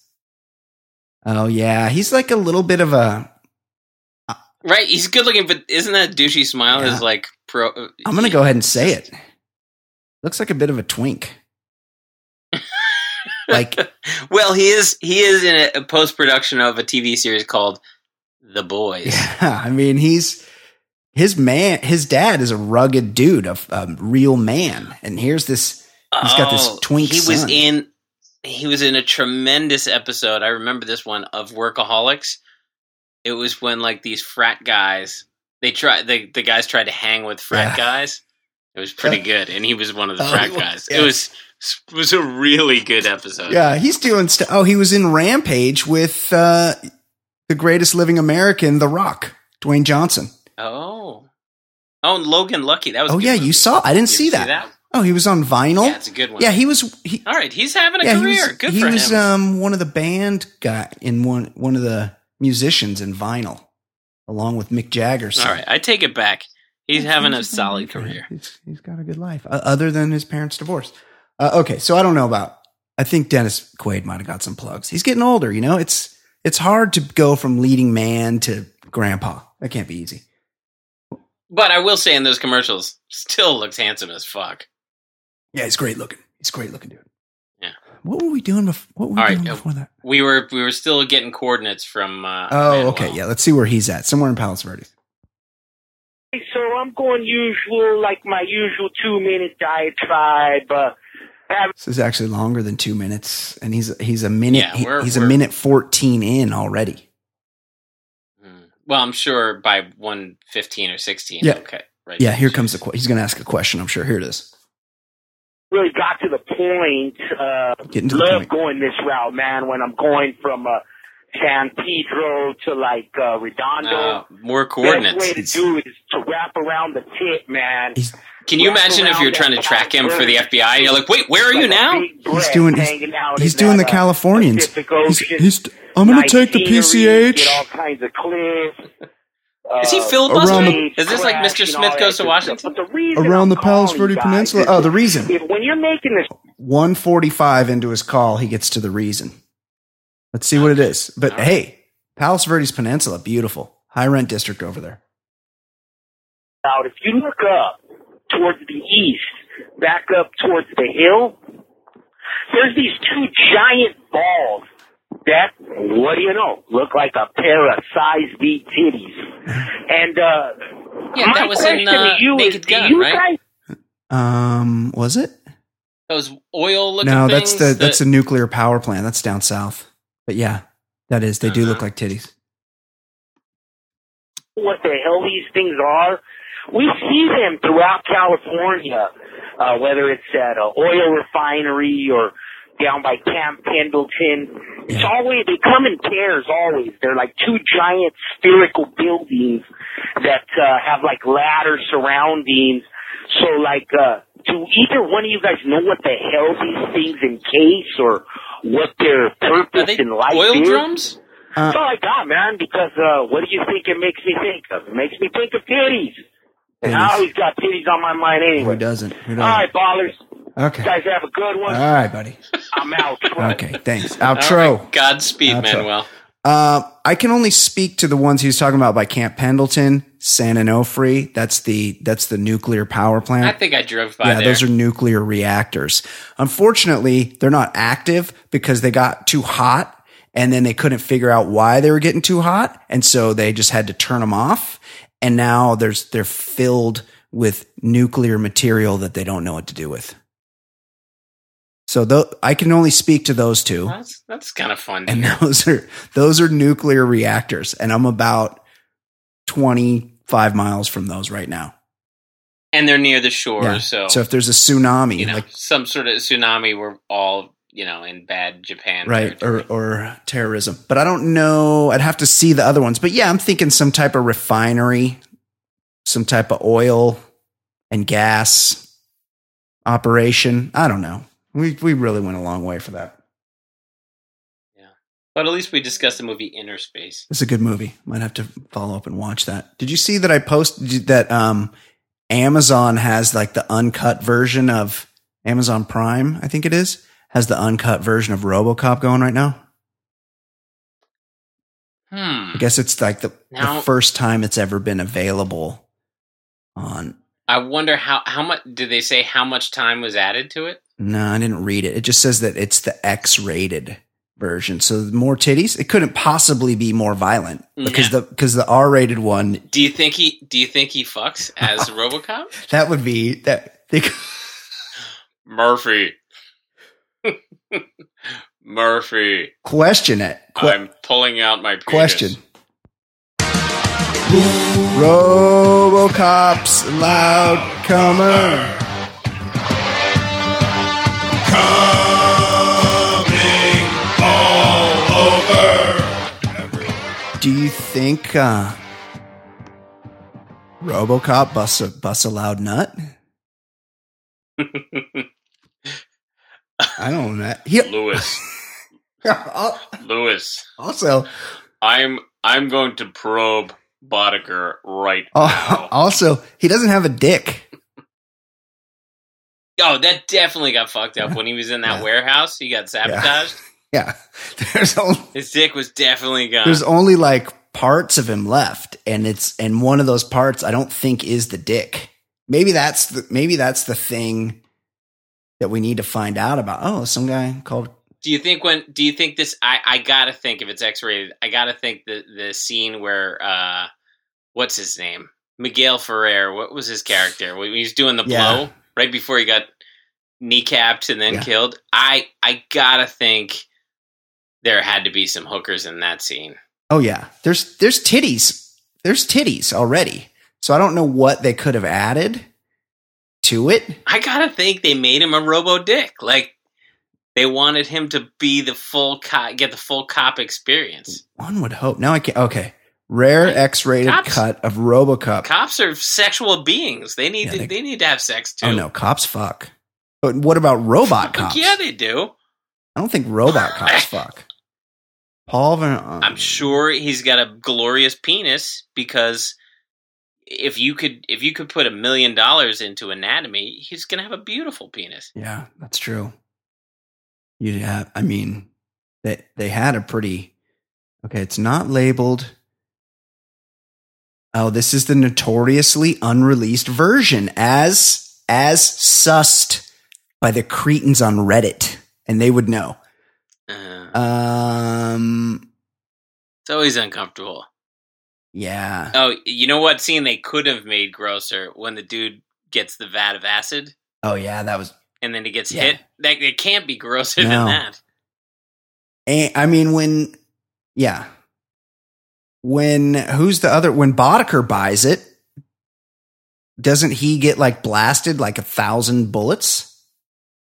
S3: Oh yeah, he's like a little bit of a.
S1: Right, he's good looking, but isn't that douchey smile
S3: Yeah.
S1: is like pro? uh,
S3: I'm gonna go ahead and say it. Looks like a bit of a twink. like
S1: Well, he is. He is in a, post production of a TV series called The Boys.
S3: Yeah, I mean he's his man. His dad is a rugged dude, a, a real man, and here's this. He's got this twink
S1: He was
S3: son.
S1: in. He was in a tremendous episode. I remember this one of Workaholics. It was when like these frat guys. They try the the guys tried to hang with frat
S3: Yeah.
S1: guys. It was pretty good, and he was one of the
S3: Oh,
S1: frat
S3: he was,
S1: guys.
S3: yeah.
S1: It was it was a really good episode.
S3: Yeah, he's doing stuff. Oh, he was in Rampage with uh, the greatest living American, The Rock, Dwayne Johnson.
S1: Oh. Oh, and Logan Lucky. That was. a
S3: Oh
S1: good
S3: yeah,
S1: movie.
S3: you saw. I didn't
S1: You
S3: see, that. Oh, that was on vinyl.
S1: Yeah, it's a good one.
S3: Yeah, he was. He,
S1: All right, he's having a
S3: yeah,
S1: career.
S3: he was,
S1: good
S3: he
S1: for
S3: was
S1: him.
S3: um one of the band guy in one one of the musicians in vinyl, along with Mick Jagger. so-
S1: All right, I take it back. He's having a
S3: just
S1: solid
S3: doing okay.
S1: career.
S3: He's, he's got a good life, uh, other than his parents' divorce. Uh, okay, so I don't know about. I think Dennis Quaid might have got some plugs. He's getting older, you know. It's it's hard to go from leading man to grandpa. That can't be easy.
S1: But I will say in those commercials, still looks handsome as fuck.
S3: Yeah, he's great looking. He's a great looking dude.
S1: Yeah.
S3: What were we doing before? What were we
S1: All right,
S3: doing
S1: uh,
S3: before that?
S1: We were we were still getting coordinates from. Uh,
S3: Oh,
S1: Manuel.
S3: okay. Yeah, let's see where he's at. Somewhere in Palos Verdes.
S7: So I'm going usual, like my usual two minute diatribe. Uh,
S3: This is actually longer than two minutes, and he's he's a minute.
S1: Yeah,
S3: he-
S1: we're-
S3: he's a
S1: we're-
S3: minute fourteen in already.
S1: Mm. Well, I'm sure by one fifteen or sixteen.
S3: Yeah.
S1: Okay. Right.
S3: Yeah, here comes the. que- He's going to ask a question. I'm sure. Here it is.
S7: really got to the point. Uh,
S3: Getting to the
S7: love
S3: point.
S7: going this route, man. When I'm going from uh, San Pedro to like uh,
S1: Uh,
S7: Redondo,
S1: more
S7: best
S1: coordinates.
S7: way to do it is to wrap around the tip, man.
S3: He's
S1: Can you imagine if you're trying to track him for the FBI and you're like, wait, where are you now?
S3: He's doing he's, he's doing
S7: uh,
S3: the Californians. He's, he's I'm going to take the PCH.
S7: All kinds of cliffs.
S1: Is he
S7: uh,
S3: Around
S1: filibustering?
S3: the-
S1: Is this like Mr.
S7: trash and all
S1: Smith
S7: that
S1: goes to
S7: good
S1: Washington?
S7: stuff. But the reason
S3: Around
S7: I'm
S3: the Palos
S7: calling you
S3: Verde
S7: guys
S3: Peninsula?
S7: is
S3: Oh, the reason.
S7: if- when you're making this
S3: 145 into his call, he gets to the reason. Let's see what it is. But hey, Palos Verdes Peninsula, beautiful high rent district over there.
S7: out, if you look up towards the east, back up towards the hill, there's these two giant balls that, what do you know, look like a pair of size V titties. And, uh,
S1: Yeah,
S7: my
S1: that was in,
S7: question
S1: uh,
S7: to you
S1: Naked
S7: is,
S1: Gun,
S7: do you
S1: right?
S7: guys
S3: Um, was it?
S1: Those oil looking
S3: No, that's
S1: things.
S3: the
S1: that-
S3: that's a nuclear power plant. That's down south. But yeah, that is. They do
S1: Uh-huh.
S3: look like titties.
S7: what the hell these things are. We see them throughout California, uh, whether it's at an oil refinery or down by Camp Pendleton. It's always, they come in pairs always. They're like two giant spherical buildings that uh, have like ladder surroundings. So like, uh, do either one of you guys know what the hell these things encase or what their
S1: are
S7: purpose
S1: they
S7: in life
S1: oil
S7: is?
S1: drums?
S3: Uh,
S7: That's all I got, man, because uh, what do you think it makes me think of? It makes me think of titties. And I
S3: Titties.
S7: always got titties on my mind
S3: Who
S7: anyway.
S3: doesn't? Who
S7: All right,
S3: doesn't?
S7: ballers. You
S3: Okay.
S7: guys have a good
S3: All
S7: one.
S3: right, buddy.
S7: I'm out.
S3: Uh, Okay. Thanks.
S1: All
S3: Outro.
S1: right, Godspeed,
S3: Outro.
S1: Manuel.
S3: Uh, I can only speak to the ones he was talking about by Camp Pendleton, San Onofre. That's the that's the nuclear power plant.
S1: I think I drove by
S3: yeah,
S1: there.
S3: those are nuclear reactors. Unfortunately, they're not active because they got too hot and then they couldn't figure out why they were getting too hot, and so they just had to turn them off. And now there's they're filled with nuclear material that they don't know what to do with. So tho- I can only speak to those two
S1: that's that's kind of fun. to
S3: and
S1: hear.
S3: those are those are nuclear reactors and i'm about 25 miles from those right now
S1: and they're near the shore,
S3: Yeah.
S1: so,
S3: if there's a tsunami
S1: you know
S3: like
S1: some sort of tsunami. We're all you know, in bad Japan.
S3: right
S1: territory.
S3: or or terrorism but i don't know i'd have to see the other ones but yeah i'm thinking some type of refinery some type of oil and gas operation i don't know we we really went a long way for that
S1: but at least we discussed the movie Inner Space.
S3: it's a good movie might have to follow up and watch that did you see that i posted that um amazon has like the uncut version of amazon prime i think it is has the uncut version of robocop going right now
S1: Hmm.
S3: I guess it's like the,
S1: Now-
S3: the first time it's ever been available on.
S1: I wonder how how much did they say how much time was added to it?
S3: No, I didn't read it. It just says that it's the X rated version. So more titties. It couldn't possibly be more violent because the because the R rated one
S1: Do you think he do you think he fucks as RoboCop?
S3: that would be that they could-
S1: Murphy. Murphy,
S3: question it. Que-
S1: I'm pulling out my penis.
S3: question. RoboCop's loud comer. Do you think uh, RoboCop busts a, busts a loud nut? I don't know. He,
S1: Lewis,
S3: al-
S1: Lewis,
S3: also,
S1: I'm I'm going to probe Boddicker right
S3: al- Oh, also, he doesn't have a dick.
S1: Oh, that definitely got fucked up when he was in that
S3: Yeah.
S1: warehouse. He got sabotaged.
S3: Yeah, there's only,
S1: His dick was definitely gone.
S3: there's only like parts of him left, and it's and one of those parts I don't think is the dick. Maybe that's the maybe that's the thing that we need to find out about. Oh, some guy called.
S1: do you think when? Do you think this? I I gotta think if it's X rated. I gotta think the the scene where uh, what's his name? Miguel Ferrer. What was his character when he was doing the
S3: Yeah.
S1: blow right before he got kneecapped and then
S3: Yeah.
S1: killed? I I gotta think there had to be some hookers in that scene.
S3: Oh yeah, there's there's titties. There's titties already. So I don't know what they could have added to it.
S1: I gotta think they made him a robo dick. Like they wanted him to be the full cop, get the full cop experience.
S3: One would hope. Now I can't. Okay, rare X-rated
S1: Cops-
S3: cut of RoboCop.
S1: Cops are sexual beings. They need
S3: Yeah,
S1: to,
S3: they-
S1: they, need to have sex too.
S3: oh no, cops fuck. But what about robot cops?
S1: yeah, they do.
S3: I don't think robot cops fuck. Paul um, Van.
S1: I'm sure he's got a glorious penis because if you could if you could put a million dollars into anatomy, he's gonna have a beautiful penis.
S3: Yeah, that's true. You yeah, I mean, they they had a pretty. Okay, it's not labeled. Oh, this is the notoriously unreleased version, as as sussed by the cretins on Reddit, and they would know.
S1: Uh,
S3: Um,
S1: it's always uncomfortable.
S3: yeah.
S1: Oh, you know what scene they could have made grosser when the dude gets the vat of acid.
S3: Oh, yeah. That was.
S1: and then he gets
S3: Yeah.
S1: hit. That it can't be grosser
S3: No.
S1: than that.
S3: eh, I mean, when, yeah, when who's the other? When Boddicker buys it, doesn't he get like blasted like a thousand bullets?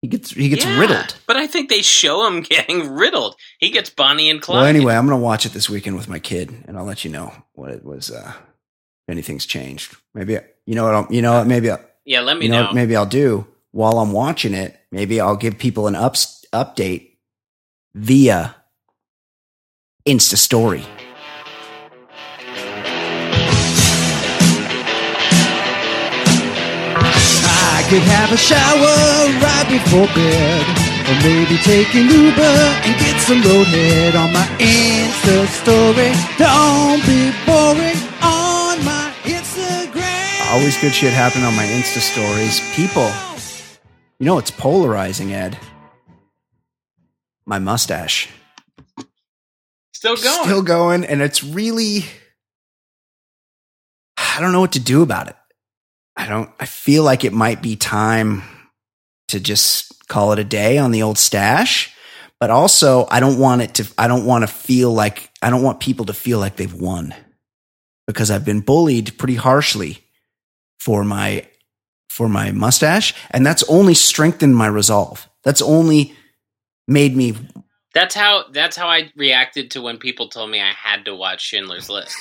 S3: He gets he gets
S1: Yeah,
S3: riddled.
S1: But I think they show him getting riddled. He gets Bonnie and Clyde.
S3: Well, anyway, I'm gonna watch it this weekend with my kid, and I'll let you know what it was. Uh, if anything's changed, maybe you know what? I'll, you know what? Maybe I'll,
S1: yeah, let me
S3: you know,
S1: know.
S3: what maybe I'll do while I'm watching it. Maybe I'll give people an ups, update via Insta story.
S4: I could have a shower right before bed. Or maybe take an Uber and get some loaded on my Insta story. Don't be boring on my Instagram.
S3: Always good shit happening on my Insta stories. People, you know it's polarizing, Ed. My mustache
S1: Still going.
S3: still going, and it's really. I don't know what to do about it. I don't. I feel like it might be time to just call it a day on the old stash, but also I don't want it to. I don't want to feel like I don't want people to feel like they've won because I've been bullied pretty harshly for my for my mustache, and that's only strengthened my resolve. That's only made me
S1: That's how that's how I reacted to when people told me I had to watch Schindler's List.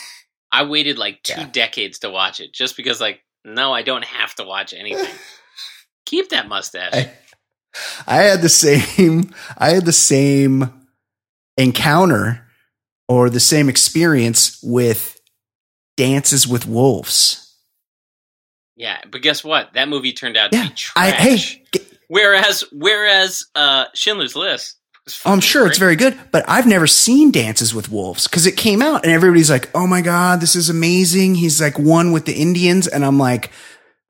S1: I waited like two
S3: Yeah.
S1: decades to watch it just because like no, I don't have to watch anything. Keep that mustache.
S3: I- I had the same I had the same encounter or the same experience with Dances with Wolves.
S1: yeah, but guess what? That movie turned out
S3: Yeah.
S1: to be
S3: I
S1: trash.
S3: hey, g-
S1: Whereas whereas uh Schindler's List was
S3: Oh, I'm sure it's
S1: great.
S3: very good, but I've never seen Dances with Wolves cuz it came out and everybody's like, "Oh my god, this is amazing. He's like one with the Indians." And I'm like,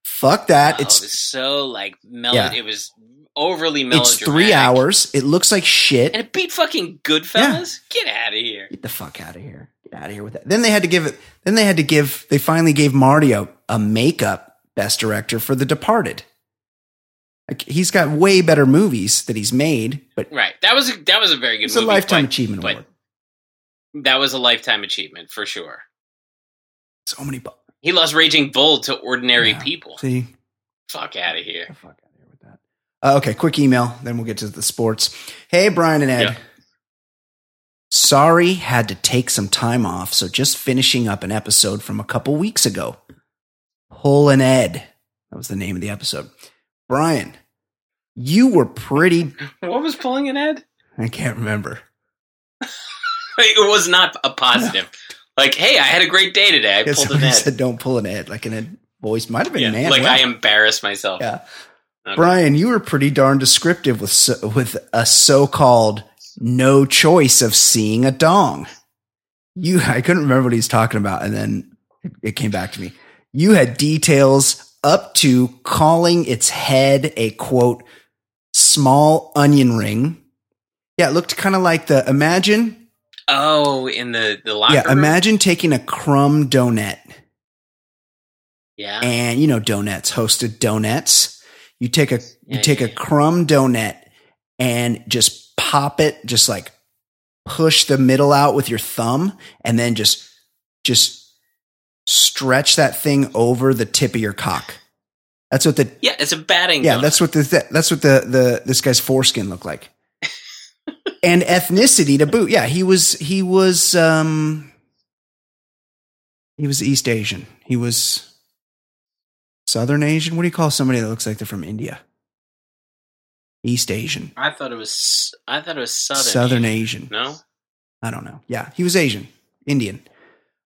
S3: "Fuck that.
S1: Oh,
S3: it's
S1: it was so like mel-
S3: Yeah.
S1: it was overly
S3: it's
S1: melodramatic.
S3: 3 hours. It looks like shit."
S1: And it beat fucking Goodfellas? Get out of here.
S3: get the fuck out of here. Get out of here with that. Then they had to give it. Then they had to give. They finally gave Marty a, a makeup best director for The Departed. Like he's got way better movies that he's made, but
S1: Right. That was a, that was a very good
S3: it's a
S1: movie.
S3: lifetime
S1: but-
S3: achievement
S1: but
S3: award.
S1: That was a lifetime achievement for sure.
S3: So many. bu-
S1: He lost Raging Bull to ordinary
S3: Yeah.
S1: people.
S3: See,
S1: Fuck out of here.
S3: Get the fuck out of here with that. Uh, okay, quick email. Then we'll get to the sports. Hey, Brian and Ed.
S1: Yeah.
S3: Sorry, had to take some time off, so just finishing up an episode from a couple weeks ago. Pull and Ed. That was the name of the episode. Brian, you were pretty.
S1: What was pulling an Ed?
S3: I can't remember.
S1: It was not a positive. Like, hey, I had a great day today. I
S3: Yeah,
S1: pulled an
S3: somebody
S1: Ed.
S3: said, "Don't pull an Ed." Like an Ed voice might have been
S1: Yeah,
S3: man.
S1: like
S3: wow.
S1: I embarrassed myself.
S3: Yeah.
S1: Okay.
S3: Brian, you were pretty darn descriptive with so, with a so-called no choice of seeing a dong. You, I couldn't remember what he's talking about, and then it- it came back to me. You had details up to calling its head a quote small onion ring. Yeah, it looked kind of like the imagine.
S1: Oh, in the the locker
S3: yeah,
S1: room.
S3: imagine taking a crumb donut
S1: yeah.
S3: and you know donuts hosted donuts you take a
S1: Yeah,
S3: you take
S1: yeah,
S3: a
S1: yeah.
S3: crumb donut and just pop it just like push the middle out with your thumb and then just just stretch that thing over the tip of your cock that's what the
S1: yeah, it's a batting.
S3: yeah
S1: donut.
S3: that's what the that- that's what the the this guy's foreskin looked like and ethnicity to boot yeah he was he was um he was east asian he was southern asian what do you call somebody that looks like they're from india east asian
S1: I thought it was. I thought it was southern.
S3: southern asian
S1: No.
S3: I don't know. Yeah, he was Asian, Indian.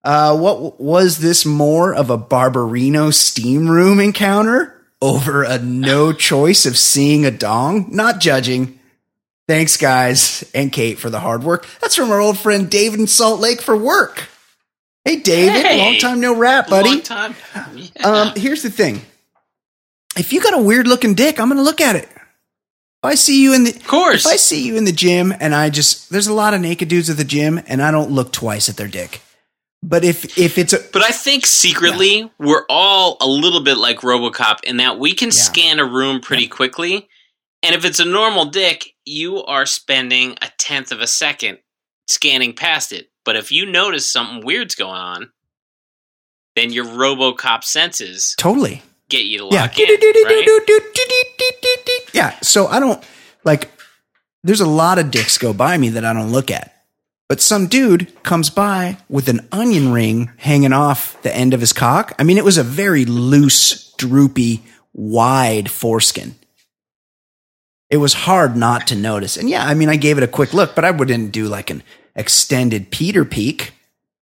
S3: Uh, what w- was this more of a Barbarino steam room encounter over a no choice of seeing a dong? Not judging. Thanks, guys, and Kate for the hard work. That's from our old friend David in Salt Lake for work. Hey, David,
S1: Hey.
S3: long time no rap, buddy.
S1: Long time. Yeah.
S3: Um, here's the thing: if you got a weird looking dick, I'm gonna look at it. If I see you in the
S1: Of course.
S3: if I see you in the gym and I just there's a lot of naked dudes at the gym and I don't look twice at their dick. But if if it's a
S1: But I think secretly we're all a little bit like RoboCop in that we can
S3: Yeah.
S1: scan a room pretty quickly, and if it's a normal dick, you are spending a tenth of a second scanning past it. But if you notice something weird's going on, then your RoboCop senses
S3: totally
S1: get you to
S3: yeah
S1: lock in. Right?
S3: yeah. So I don't like. There's a lot of dicks go by me that I don't look at. But some dude comes by with an onion ring hanging off the end of his cock. I mean, it was a very loose, droopy, wide foreskin. It was hard not to notice. And yeah, I mean, I gave it a quick look, but I wouldn't do like an extended Peter peek.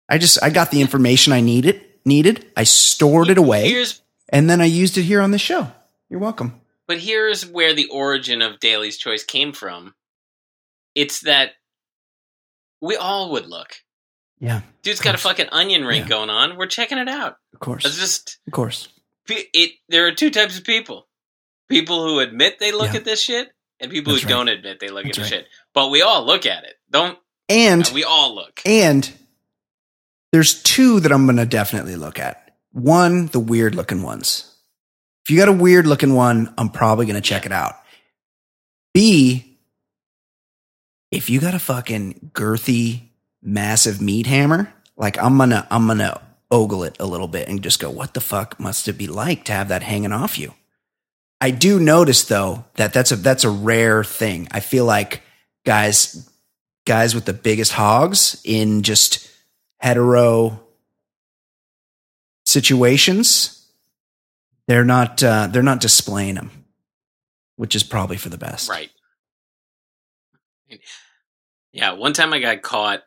S3: I just I got the information I needed. Needed. I stored it away.
S1: Here's,
S3: And then I used it here on the show. You're welcome.
S1: but here's where the origin of Daly's choice came from. It's that we all would look.
S3: Yeah,
S1: Dude's got a fucking onion ring
S3: Yeah.
S1: going on. We're checking it out.
S3: of course.
S1: It's just
S3: of course.
S1: pe- it. There are two types of people: people who admit they look
S3: Yeah.
S1: at this shit, and people
S3: That's
S1: who
S3: right.
S1: don't admit they look
S3: That's
S1: at this
S3: right.
S1: shit. But we all look at it. Don't
S3: And
S1: we all look?
S3: and there's two that I'm going to definitely look at. One, the weird looking ones. If you got a weird looking one, I'm probably going to check it out. B, if you got a fucking girthy, massive meat hammer, like I'm going to I'm going to ogle it a little bit and just go, "What the fuck must it be like to have that hanging off you?" I do notice though that that's a that's a rare thing. I feel like guys guys with the biggest hogs in just hetero situations they're not uh, they're not displaying them which is probably for the best
S1: Right. Yeah, one time I got caught.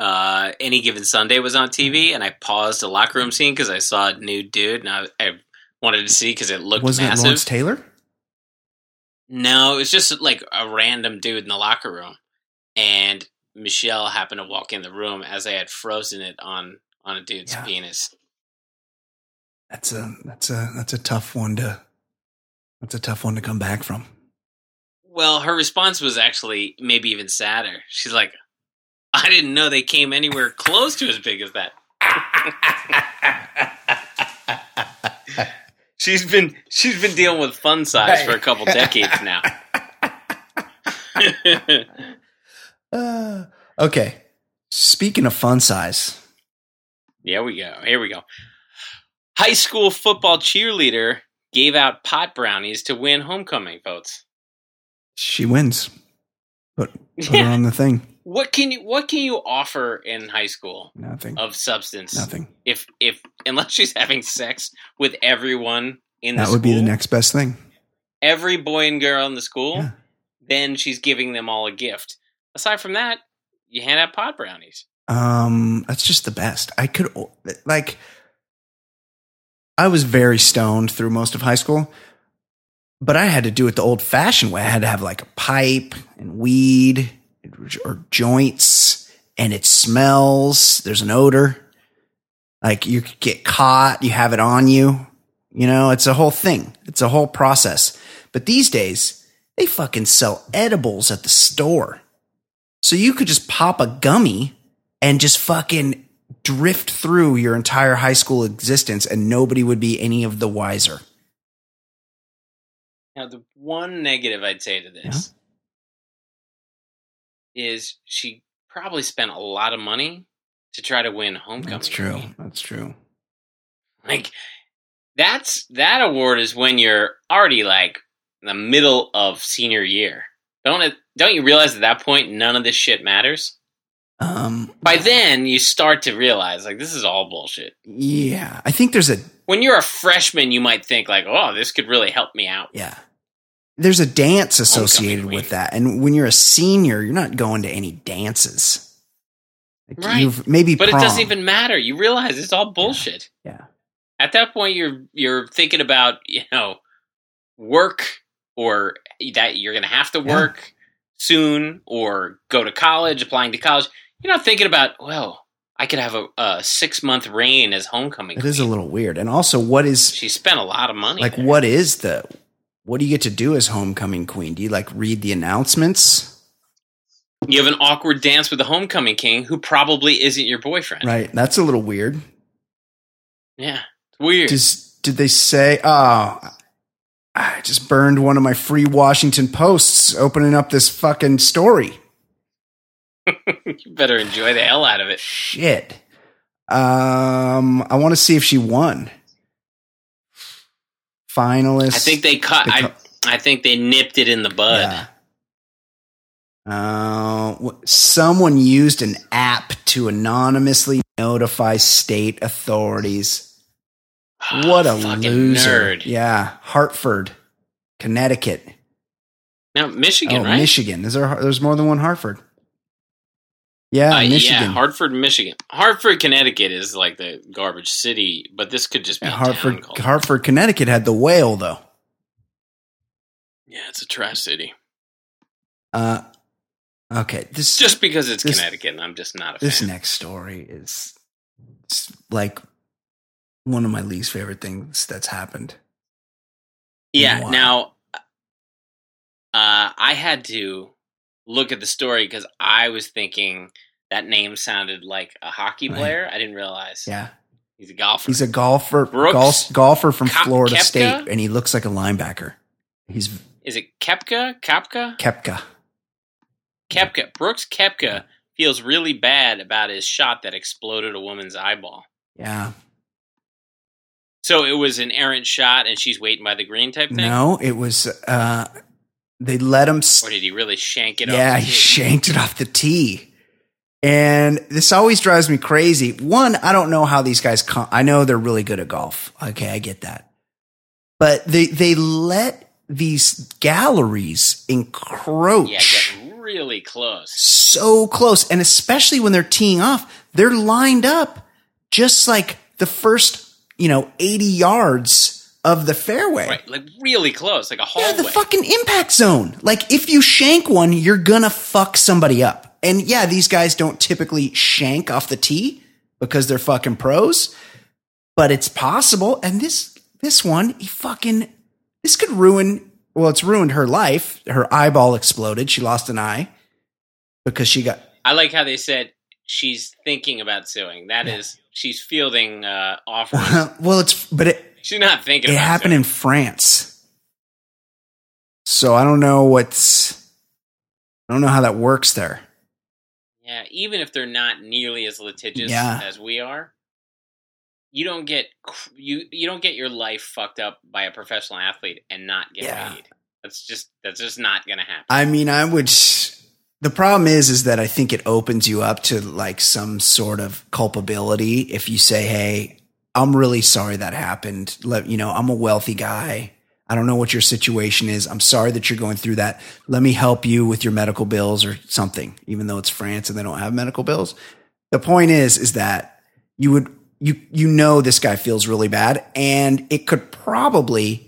S1: Uh, any given Sunday was on
S3: Mm-hmm.
S1: TV, and I paused a locker room scene because I saw a new dude, and I, I wanted to see because it looked
S3: wasn't it
S1: massive.
S3: lawrence taylor
S1: No, it was just like a random dude in the locker room, and Michelle happened to walk in the room as I had frozen it on on a dude's
S3: Yeah.
S1: penis.
S3: that's a that's a that's a tough one to that's a tough one to come back from
S1: Well, her response was actually maybe even sadder. She's like, "I didn't know they came anywhere close to as big as that." she's been she's been dealing with fun size for a couple decades now.
S3: Uh, okay. Speaking of fun size,
S1: Here we go. Here we go. High school football cheerleader gave out pot brownies to win homecoming votes.
S3: she wins. Put, put her on the thing.
S1: What can you what can you offer in high school
S3: Nothing.
S1: of substance?
S3: Nothing.
S1: If if unless she's having sex with everyone in the
S3: That would be the
S1: school,
S3: next best thing.
S1: every boy and girl in the school,
S3: Yeah.
S1: then she's giving them all a gift. Aside from that, you hand out pot brownies.
S3: Um, that's just the best. I could o- like. I was very stoned through most of high school, but I had to do it the old-fashioned way. I had to have like a pipe and weed or joints, and it smells. There's an odor. Like you could get caught. You have it on you. You know, it's a whole thing. It's a whole process. But these days, they fucking sell edibles at the store. So you could just pop a gummy and just fucking drift through your entire high school existence and nobody would be any of the wiser.
S1: Now, the one negative I'd say to this is she probably spent a lot of money to try to win homecoming. game.
S3: That's true.
S1: Like that's that award is when you're already like in the middle of senior year. Don't it, don't you realize at that point none of this shit matters?
S3: Um
S1: By then you start to realize like this is all bullshit.
S3: yeah, I think there's a
S1: When you're a freshman, you might think like, "Oh, this could really help me out."
S3: yeah. There's a dance associated
S1: Homecoming
S3: with
S1: week.
S3: that. And when you're a senior, you're not going to any dances. Like,
S1: Right.
S3: You've maybe
S1: But
S3: prom.
S1: it doesn't even matter. You realize it's all bullshit.
S3: yeah.
S1: At that point, you're you're thinking about you know work or that you're going to have to
S3: Yeah.
S1: work soon or go to college, applying to college. You're not thinking about well, I could have a, a six month reign as homecoming.
S3: It is a
S1: queen."
S3: little weird. And also what is
S1: She spent a lot of money.
S3: like
S1: there.
S3: what is the what do you get to do as homecoming queen? Do you like read the announcements?
S1: You have an awkward dance with the homecoming king, who probably isn't your boyfriend.
S3: Right. That's a little weird.
S1: Yeah, it's weird.
S3: Does did they say? Oh, I just burned one of my free Washington posts opening up this fucking story.
S1: you better enjoy the hell out of it.
S3: Shit. Um, I want to see if she won. Finalist.
S1: I think they cut.
S3: They
S1: I
S3: cut-
S1: I think they nipped it in the bud.
S3: Yeah. Uh, wh- someone used an app to anonymously notify state authorities. What a
S1: Ah, Fucking
S3: loser!
S1: nerd.
S3: Yeah, Hartford, Connecticut.
S1: Now Michigan,
S3: oh,
S1: right?
S3: Michigan. Is there? There's more than one Hartford. Yeah,
S1: Uh,
S3: Michigan.
S1: Yeah, Hartford, Michigan. Hartford, Connecticut is like the garbage city, but this could just be
S3: Yeah,
S1: a
S3: Hartford,
S1: Town called-
S3: Hartford, Connecticut had the whale though.
S1: yeah, it's a trash city.
S3: Uh, okay, this
S1: Just because it's
S3: This-
S1: Connecticut, and I'm just not a
S3: this
S1: fan.
S3: next story is it's like one of my least favorite things that's happened.
S1: Yeah.
S3: Wow.
S1: Now, uh, I had to look at the story because I was thinking that name sounded like a hockey
S3: Right.
S1: player. I didn't realize
S3: Yeah,
S1: he's a golfer.
S3: he's a golfer,
S1: Brooks
S3: golf, golfer from
S1: Ka-
S3: Florida
S1: Koepka?
S3: State, and he looks like a linebacker. He's
S1: is it Kepka? Kapka?
S3: Kepka.
S1: Kepka Brooks Kepka feels really bad about his shot that exploded a woman's eyeball.
S3: Yeah,
S1: So it was an errant shot, and she's waiting by the green type thing.
S3: no, it was uh, They let him
S1: Or did he really shank it
S3: yeah,
S1: off?
S3: he shanked it off the tee. And this always drives me crazy. One, I don't know how these guys come. I know they're really good at golf. Okay, I get that. But they they let these galleries encroach
S1: Yeah, get really close.
S3: so close. And especially when they're teeing off, they're lined up just like the first, you know, 80 yards of the fairway.
S1: Right, like really close, like a
S3: Yeah,
S1: hallway.
S3: the fucking impact zone. Like if you shank one, you're gonna fuck somebody up. And yeah, these guys don't typically shank off the tee because they're fucking pros, but it's possible. And this this one, he fucking this could ruin. Well, it's ruined her life. Her eyeball exploded. She lost an eye because she got
S1: I like how they said she's thinking about suing. That is, she's fielding uh, offers.
S3: well. It's but it
S1: she's not thinking.
S3: it
S1: about
S3: happened
S1: suing.
S3: in France. So I don't know what's I don't know how that works there.
S1: Yeah, even if they're not nearly as litigious
S3: Yeah.
S1: as we are, you don't get cr- you you don't get your life fucked up by a professional athlete and not get
S3: Yeah.
S1: paid. That's just that's just not gonna happen.
S3: I mean, I would. The problem is, is that I think it opens you up to like some sort of culpability if you say, "Hey, I'm really sorry that happened. Let you know, I'm a wealthy guy. I don't know what your situation is. I'm sorry that you're going through that. Let me help you with your medical bills or something, even though it's France and they don't have medical bills." The point is, is that you would you you know this guy feels really bad, and it could probably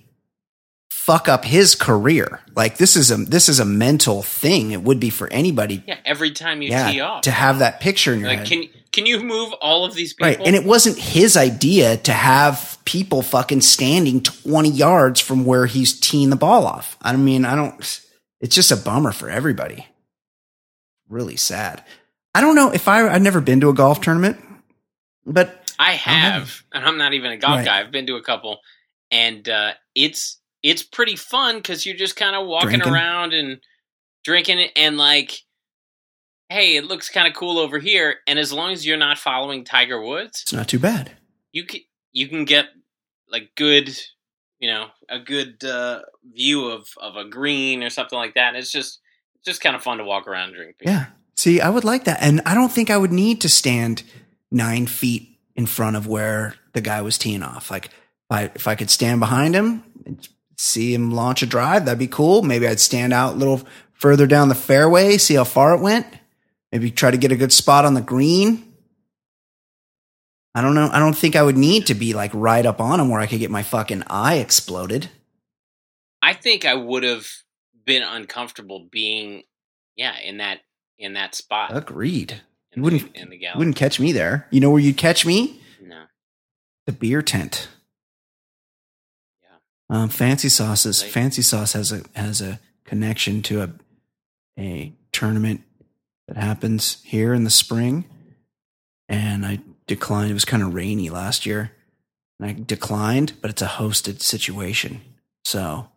S3: fuck up his career. Like this is a this is a mental thing. It would be for anybody.
S1: yeah, every time you tee
S3: Yeah,
S1: off,
S3: to have that picture in your
S1: like
S3: head.
S1: can can you move all of these people?
S3: Right, and it wasn't his idea to have people fucking standing twenty yards from where he's teeing the ball off. I mean, I don't. It's just a bummer for everybody. Really sad. I don't know if I. I've never been to a golf tournament, but
S1: I have, and I'm not even a golf
S3: Right.
S1: guy. I've been to a couple, and uh, it's it's pretty fun because you're just kind of walking
S3: Drinking.
S1: around and drinking it, and like, hey, it looks kind of cool over here. And as long as you're not following Tiger Woods,
S3: it's not too bad.
S1: you can you can get like good, you know, a good uh, view of of a green or something like that. It's just it's just kind of fun to walk around and drink beer.
S3: Yeah. See, I would like that. And I don't think I would need to stand nine feet in front of where the guy was teeing off. Like, if I, if I could stand behind him and see him launch a drive, that'd be cool. Maybe I'd stand out a little further down the fairway, see how far it went. Maybe try to get a good spot on the green. I don't know. I don't think I would need to be like right up on him where I could get my fucking eye exploded.
S1: I think I would have been uncomfortable being, yeah, in that in that spot.
S3: Agreed.
S1: in
S3: You wouldn't-
S1: the, in the gallery.
S3: Wouldn't catch me there. You know where you'd catch me?
S1: no.
S3: the beer tent.
S1: Yeah.
S3: Um, fancy sauces.
S1: Right.
S3: Fancy sauce has a has a connection to a a tournament that happens here in the spring, and I declined. It was kind of rainy last year, and I declined. But it's a hosted situation, so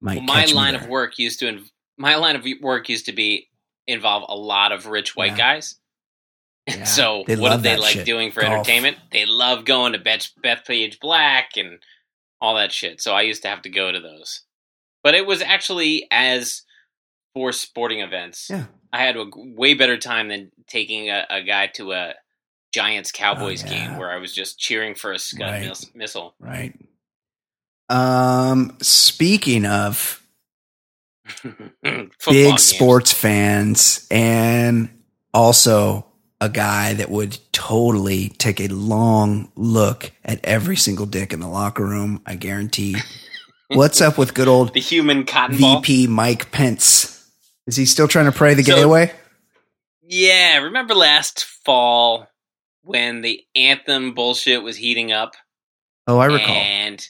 S3: might
S1: Well, my
S3: catch me
S1: line of
S3: there.
S1: work used to inv- my line of work used to be involve a lot of rich white
S3: Yeah.
S1: guys. And
S3: Yeah.
S1: so
S3: They
S1: what
S3: love
S1: do they
S3: that
S1: like
S3: shit.
S1: doing for
S3: Golf.
S1: entertainment? They love going to Beth, Beth Page Black and all that shit. So I used to have to go to those. But it was actually as for sporting events.
S3: Yeah.
S1: I had a g- way better time than taking a, a guy to a Giants Cowboys
S3: Oh, yeah.
S1: game where I was just cheering for a scud
S3: Right.
S1: miss- missile.
S3: Right. Um. Speaking of
S1: Football
S3: big
S1: games.
S3: sports fans and also a guy that would totally take a long look at every single dick in the locker room, I guarantee. What's up with good old
S1: The human cotton ball.
S3: VP Mike Pence? Is he still trying to pray the
S1: So-
S3: gay away?
S1: Yeah, remember last fall when the anthem bullshit was heating up?
S3: Oh, I recall.
S1: And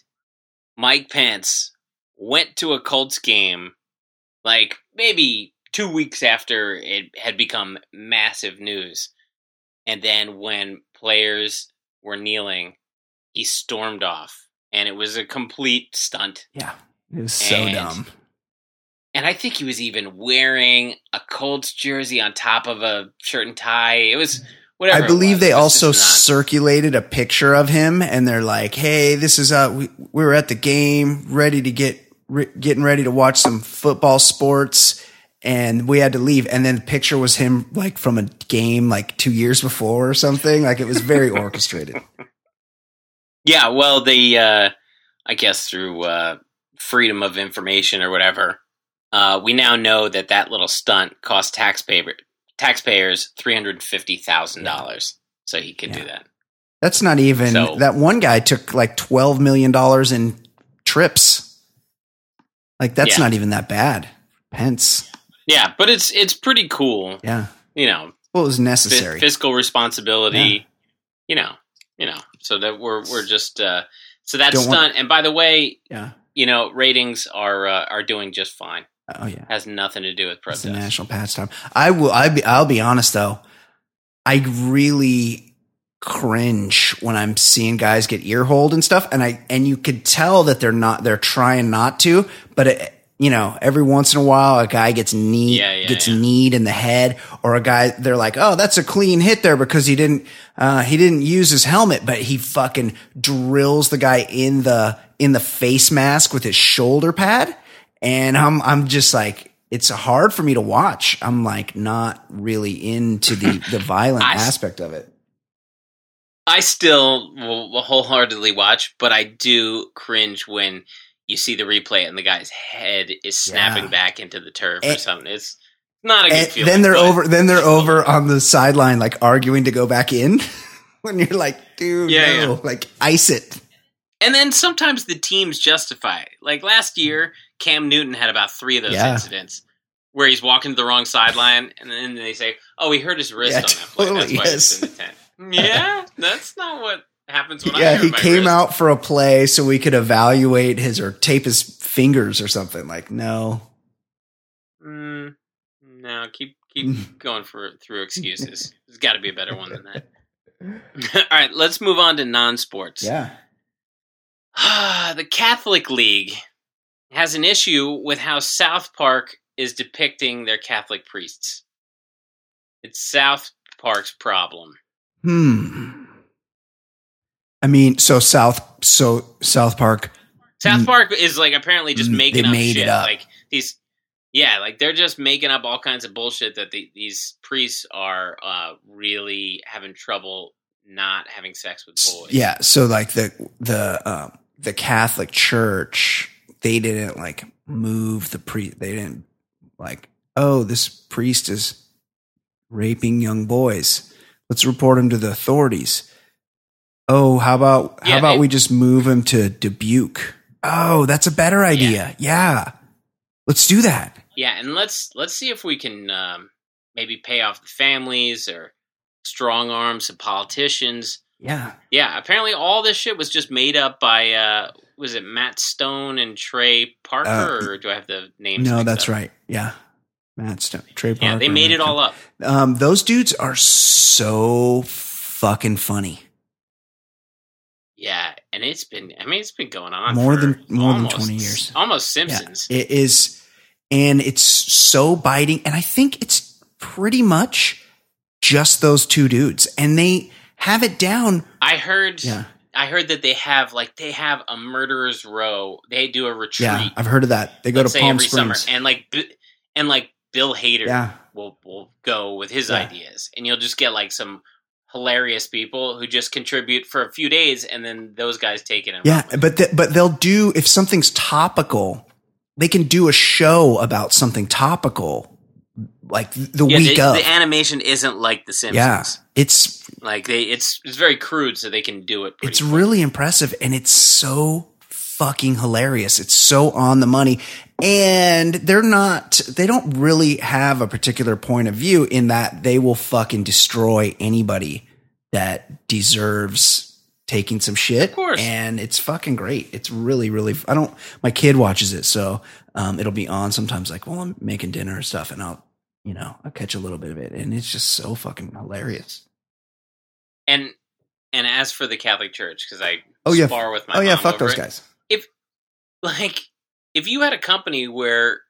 S1: Mike Pence went to a Colts game, like maybe two weeks after it had become massive news. And then when players were kneeling, he stormed off. And it was a complete stunt.
S3: Yeah. It was so
S1: And-
S3: dumb.
S1: And I think he was even wearing a Colts jersey on top of a shirt and tie. It was whatever.
S3: I
S1: it
S3: believe
S1: was,
S3: they
S1: it was
S3: also
S1: just not-
S3: circulated a picture of him, and they're like, "Hey, this is uh, we, we were at the game, ready to get re- getting ready to watch some football sports and we had to leave and then the picture was him like from a game like 2 years before or something like it was very orchestrated
S1: Yeah, well, they, uh, I guess through uh, freedom of information or whatever, uh, we now know that that little stunt cost taxpayer taxpayers three hundred fifty thousand dollars. So he could do that.
S3: that's not even
S1: So-
S3: that one guy took like 12 million dollars in trips like that's
S1: Yeah.
S3: not even that bad pence
S1: Yeah, but it's it's pretty cool,
S3: yeah
S1: you know,
S3: well it was
S1: fi-
S3: necessary
S1: fiscal responsibility. You know, you know, so that we're we're just uh, so that
S3: Don't
S1: stunt.
S3: want-
S1: and by the way,
S3: yeah
S1: you know, ratings are uh, are doing just fine.
S3: oh yeah
S1: Has nothing to do with
S3: It's the
S1: protests.
S3: national patch time. I will. I be, I'll be honest though. I really cringe when I'm seeing guys get ear holed and stuff, and I and you could tell that they're not. They're trying not to, but it, you know, every once in a while, a guy gets knee
S1: Yeah, yeah,
S3: gets
S1: yeah.
S3: kneed in the head, or a guy. They're like, oh, that's a clean hit there because he didn't uh, he didn't use his helmet, but he fucking drills the guy in the in the face mask with his shoulder pad and I'm I'm just like it's hard for me to watch. I'm like not really into the the violent
S1: I s-
S3: aspect of it.
S1: I still will will wholeheartedly watch, but I do cringe when you see the replay and the guy's head is snapping
S3: Yeah.
S1: back into the turf or
S3: And-
S1: something. It's not a good
S3: And
S1: feeling.
S3: then they're
S1: but-
S3: over. Then they're over on the sideline, like arguing to go back in. when you're like, dude,
S1: Yeah,
S3: no, like ice it.
S1: And then sometimes the teams justify it. Like last year, Cam Newton had about three of those
S3: Mm. Yeah.
S1: incidents where he's walking to the wrong sideline, and then they say, "Oh, he hurt his wrist
S3: Yeah,
S1: on that play.
S3: totally,
S1: that's
S3: yes.
S1: why it's in the tent." Yeah, that's not what happens when I
S3: yeah,
S1: hurt
S3: he
S1: my
S3: came
S1: wrist.
S3: out for a play so we could evaluate his or tape his fingers or something. Like, no,
S1: Mm, no, keep keep going for through excuses. There's got to be a better one than that. All right, let's move on to non-sports.
S3: yeah,
S1: the Catholic League has an issue with how South Park is depicting their Catholic priests. It's South Park's problem.
S3: hmm. I mean, so South, so South Park
S1: South
S3: Mm.
S1: Park is like apparently just
S3: Mm,
S1: making
S3: they
S1: up
S3: made
S1: shit.
S3: it up.
S1: Like these, yeah, like they're just making up all kinds of bullshit that the, these priests are uh, really having trouble not having sex with boys.
S3: Yeah, so like the the um, the Catholic Church, they didn't like move the priest. They didn't like, oh, this priest is raping young boys. Let's report him to the authorities. Oh, how about how
S1: Yeah,
S3: about
S1: they-
S3: we just move him to Dubuque? Oh, that's a better idea. Yeah. Let's do that.
S1: yeah, and let's let's see if we can um, maybe pay off the families or strong arms and politicians.
S3: Yeah.
S1: Yeah, apparently all this shit was just made up by uh was it Matt Stone and Trey Parker
S3: Uh,
S1: or do I have the names?
S3: No,
S1: mixed
S3: that's
S1: up?
S3: right. Yeah. Matt Stone, Trey Parker.
S1: Yeah, they made it
S3: Matt
S1: all up.
S3: Um, those dudes are so fucking funny.
S1: Yeah, and it's been I mean it's been going on
S3: More
S1: for
S3: than- more than
S1: almost-
S3: 20 years.
S1: Almost Simpsons.
S3: Yeah, it is, and it's so biting. And I think it's pretty much just those two dudes, and they have it down.
S1: I heard
S3: Yeah,
S1: I heard that they have like they have a murderers row. They do a retreat.
S3: yeah, I've heard of that. They go
S1: let's
S3: to
S1: say,
S3: Palm
S1: every
S3: Springs.
S1: summer and like B- and like Bill Hader
S3: Yeah,
S1: will will go with his
S3: Yeah.
S1: ideas, and you'll just get like some hilarious people who just contribute for a few days, and then those guys take it. And
S3: yeah,
S1: run with it.
S3: but th- but they'll do if something's topical, they can do a show about something topical, like the
S1: Yeah,
S3: week
S1: the,
S3: of.
S1: the animation isn't like The Simpsons.
S3: yeah, it's
S1: like they it's it's very crude, so they can do it. Pretty
S3: It's really impressive and it's so fucking hilarious. It's so on the money. And they're not, they don't really have a particular point of view in that they will fucking destroy anybody that deserves taking some shit. Of
S1: course.
S3: And it's fucking great. It's really, really, I don't, my kid watches it. So um, it'll be on sometimes like, well, I'm making dinner and stuff and I'll, you know, I'll catch a little bit of it. And it's just so fucking hilarious.
S1: and and as for the Catholic Church, because I
S3: Oh, yeah.
S1: spar with my
S3: Oh yeah.
S1: mom
S3: Fuck
S1: over
S3: those
S1: it.
S3: guys.
S1: Like if you had a company where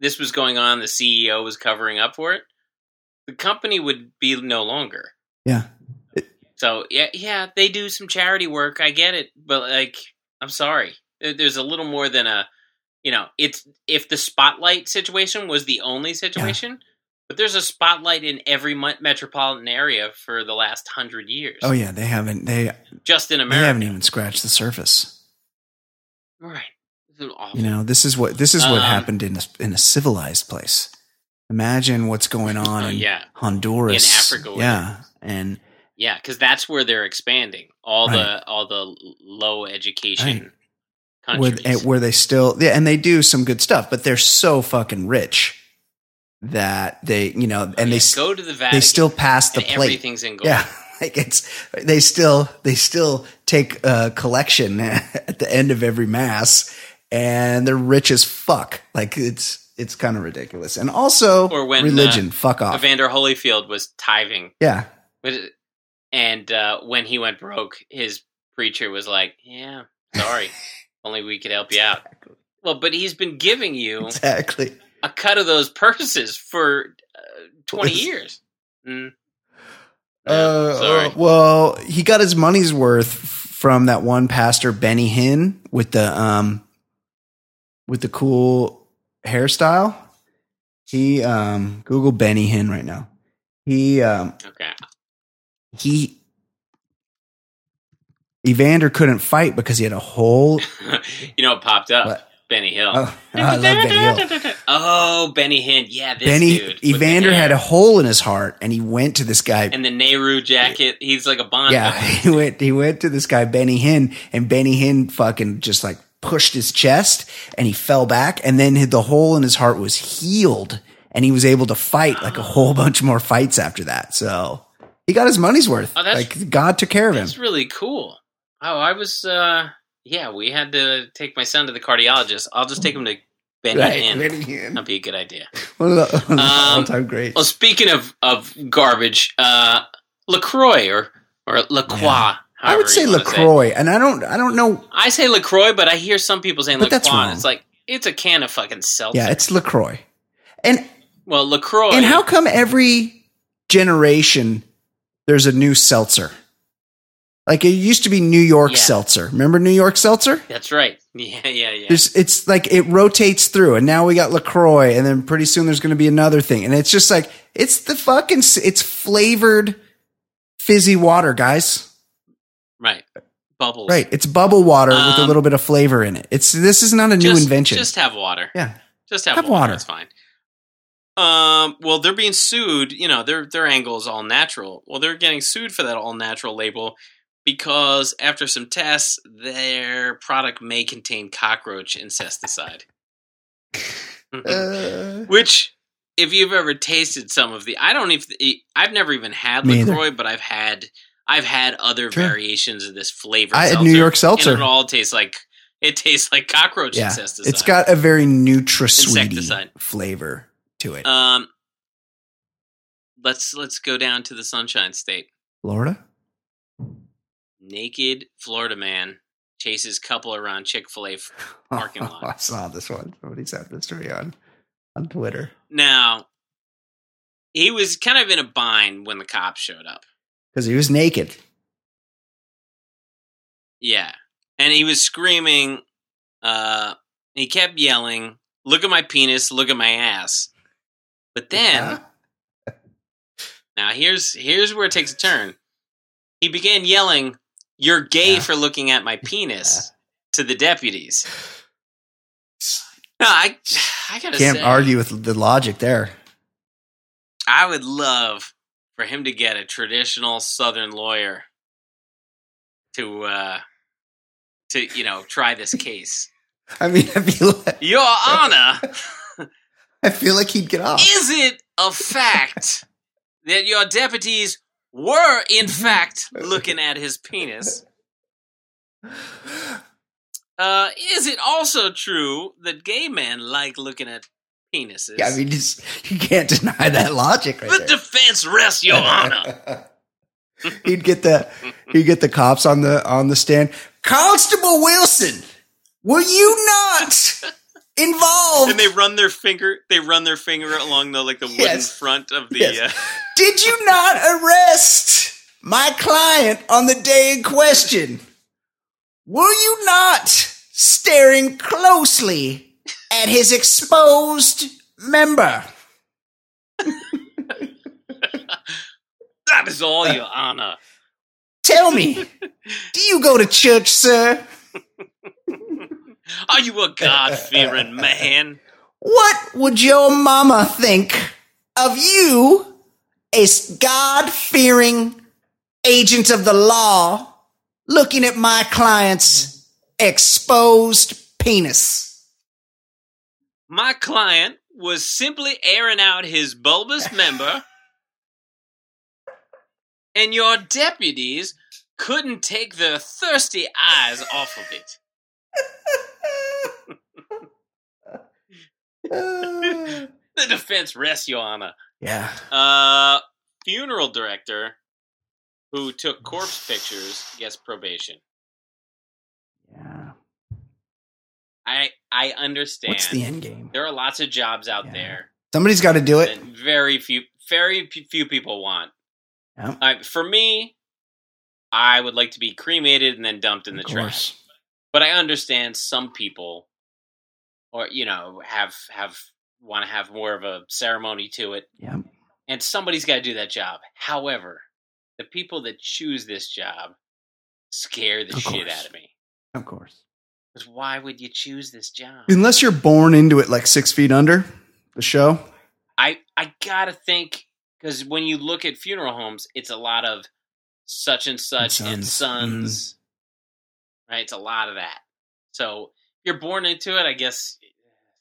S1: this was going on, the CEO was covering up for it, the company would be no longer.
S3: Yeah.
S1: So yeah, yeah, they do some charity work. I get it, but like, I'm sorry, There- there's a little more than a you know, it's if the spotlight situation was the only situation, but there's a spotlight in every mu- metropolitan area for the last hundred years,
S3: Oh yeah, they haven't they
S1: just in
S3: they
S1: America.
S3: haven't even scratched the surface.
S1: Right. This is awful.
S3: You know, this is what this is what
S1: Um,
S3: happened in a, in a civilized place. Imagine what's going on
S1: Oh,
S3: in
S1: yeah.
S3: Honduras,
S1: In Africa, where
S3: Yeah, and
S1: Yeah, because that's where they're expanding all
S3: Right.
S1: the all the low education
S3: where,
S1: countries.
S3: eh, where they still yeah, and they do some good stuff, but they're so fucking rich that they you know, and
S1: Oh,
S3: they
S1: Yeah,
S3: s-
S1: go to the Vatican.
S3: they still pass the
S1: and
S3: plate.
S1: Everything's in gold.
S3: Yeah, like it's they still they still take a collection at the end of every mass, and they're rich as fuck. Like it's it's kind of ridiculous. And also,
S1: Or when, uh,
S3: religion, fuck off.
S1: Evander Holyfield was tithing,
S3: yeah,
S1: but it- and uh, when he went broke, his preacher was like, "Yeah, sorry, only we could help you out." Well, but he's been giving you
S3: exactly.
S1: a cut of those purses for uh, twenty
S3: Listen.
S1: years. Mm. Yeah,
S3: Uh,
S1: sorry.
S3: well, he got his money's worth from that one pastor Benny Hinn with the um with the cool hairstyle. He um Google Benny Hinn right now. He um
S1: okay.
S3: he Evander couldn't fight because he had a whole.
S1: you know, it popped up
S3: What?
S1: Benny Hill.
S3: Oh, I love Benny Hill.
S1: Oh, Benny Hinn. Yeah, this
S3: Benny
S1: dude. with
S3: Evander
S1: the hair.
S3: had a hole in his heart, and he went to this guy.
S1: and the Nehru jacket. He's like a Bond.
S3: yeah,
S1: villain.
S3: he went. He went to this guy Benny Hinn, and Benny Hinn fucking just like pushed his chest, and he fell back, and then hit the hole in his heart was healed, and he was able to fight like a whole bunch more fights after that. So he got his money's worth.
S1: Oh, that's-
S3: like God took care of him.
S1: That's really cool. Oh, I was. uh Yeah, we had to take my son to the cardiologist. I'll just take him to Benny Hinn.
S3: Benny Hinn.
S1: That'd be a good idea.
S3: One of the one of the
S1: Um,
S3: all-time greats.
S1: Well, speaking of of garbage, uh Lacroix or or Lacroix.
S3: Yeah. I
S1: however
S3: would say
S1: you wanna
S3: Lacroix, and I don't, I don't know.
S1: I say Lacroix, but I hear some people saying
S3: But that's
S1: Lacroix. and
S3: wrong.
S1: It's like it's a can of fucking seltzer.
S3: Yeah, it's Lacroix, and
S1: well, Lacroix.
S3: and how come every generation there's a new seltzer? Like it used to be New York
S1: Yeah.
S3: seltzer. Remember New York seltzer?
S1: That's right. Yeah, yeah, yeah.
S3: There's, it's like it rotates through, and now we got Lacroix, and then pretty soon there's going to be another thing, and it's just like it's the fucking s- it's flavored fizzy water, guys.
S1: right. Bubbles.
S3: Right? It's bubble water with a
S1: Um,
S3: little bit of flavor in it. It's this is not a new
S1: Just-
S3: invention.
S1: Just have water.
S3: yeah,
S1: Just have,
S3: Have
S1: water.
S3: water.
S1: That's fine. Um. Well, they're being sued. You know, their their angle is all natural. Well, they're getting sued for that all natural label because after some tests, their product may contain cockroach insecticide. Mm-hmm.
S3: Uh,
S1: Which, if you've ever tasted some of the, I don't if I've never even had
S3: Me either.
S1: Lacroix, but I've had I've had other
S3: Sure.
S1: variations of this flavor.
S3: I had New York seltzer.
S1: And it all tastes like it tastes like cockroach
S3: yeah,
S1: incesticide.
S3: it's got a very NutraSweetie
S1: Insecticide.
S3: flavor to it.
S1: um. Let's let's go down to the Sunshine State.
S3: Florida.
S1: Naked Florida man chases couple around Chick Fil A. Parking lot.
S3: I saw this one. Somebody sent this to me on on Twitter.
S1: Now, he was kind of in a bind when the cops showed up.
S3: Because he was naked.
S1: Yeah. And he was screaming, uh he kept yelling, Look at my penis, look at my ass. But then now here's here's where it takes a turn. He began yelling, You're gay
S3: Yeah.
S1: for looking at my penis to the deputies. No, I I gotta
S3: Can't
S1: say
S3: argue with the logic there.
S1: I would love for him to get a traditional southern lawyer to uh to you know try this case.
S3: I mean, I feel
S1: Your honor
S3: I feel like he'd get off.
S1: Is it a fact that your deputies were, in fact, looking at his penis? Uh, is it also true that gay men like looking at penises?
S3: I mean, just, you can't deny that logic, right
S1: the
S3: there.
S1: defense rests, Your Honor.
S3: he'd get the he'd get the cops on the on the stand. Constable Wilson, were you not involved?
S1: And they run their finger. They run their finger along the like the wooden
S3: Yes.
S1: front of the.
S3: Yes.
S1: Uh,
S3: Did you not arrest my client on the day in question? Were you not staring closely at his exposed member.
S1: That is all, Your Honor.
S3: Tell me, do you go to church, sir?
S1: Are you a God fearing man?
S3: What would your mama think of you, a God fearing agent of the law, looking at my client's exposed penis?
S1: My client was simply airing out his bulbous member, and your deputies couldn't take their thirsty eyes off of it. The defense rests, Your Honor.
S3: yeah.
S1: Uh, funeral director who took corpse pictures gets probation.
S3: Yeah.
S1: I I understand.
S3: What's the end game?
S1: There are lots of jobs out
S3: Yeah.
S1: there
S3: Somebody's got to do it.
S1: that very few very p- few people want.
S3: Yeah.
S1: I- for me, I would like to be cremated and then dumped in the
S3: Of
S1: trash.
S3: course.
S1: But I understand some people, or you know, have have want to have more of a ceremony to it.
S3: Yeah.
S1: and somebody's got to do that job. However, the people that choose this job scare the
S3: Of
S1: shit
S3: course.
S1: out of me.
S3: Of course.
S1: Because why would you choose this job?
S3: Unless you're born into it like six feet under the show.
S1: I I gotta think because when you look at funeral homes, it's a lot of such and such
S3: And
S1: and
S3: sons. Mm-hmm.
S1: sons. Right, it's a lot of that. So if you're born into it. I guess eh,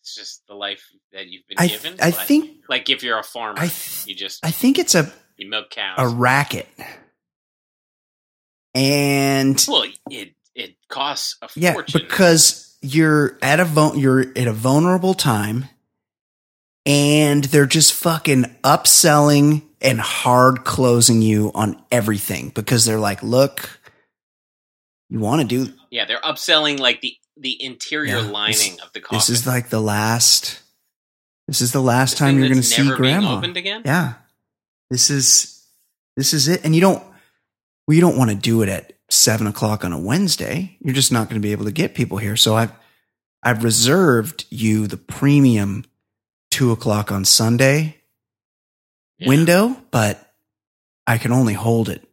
S1: it's just the life that you've been
S3: I,
S1: given.
S3: I
S1: but-
S3: think
S1: like if you're a farmer,
S3: I th-
S1: you just
S3: I think it's a,
S1: you milk cows.
S3: a racket. And
S1: well, it it costs a
S3: yeah,
S1: fortune.
S3: because you're at a vul- you're at a vulnerable time and they're just fucking upselling and hard closing you on everything because they're like, "Look, you want to do
S1: Yeah, they're upselling like the the interior
S3: Yeah, this-
S1: lining of the coffin.
S3: this is like the last this is the last time
S1: thing
S3: you're going to
S1: that's
S3: see
S1: never being
S3: grandma
S1: opened again?
S3: yeah this is this is it and you don't well you don't want to do it at seven o'clock on a wednesday you're just not going to be able to get people here so i've i've reserved you the premium two o'clock on sunday
S1: Yeah.
S3: window but i can only hold it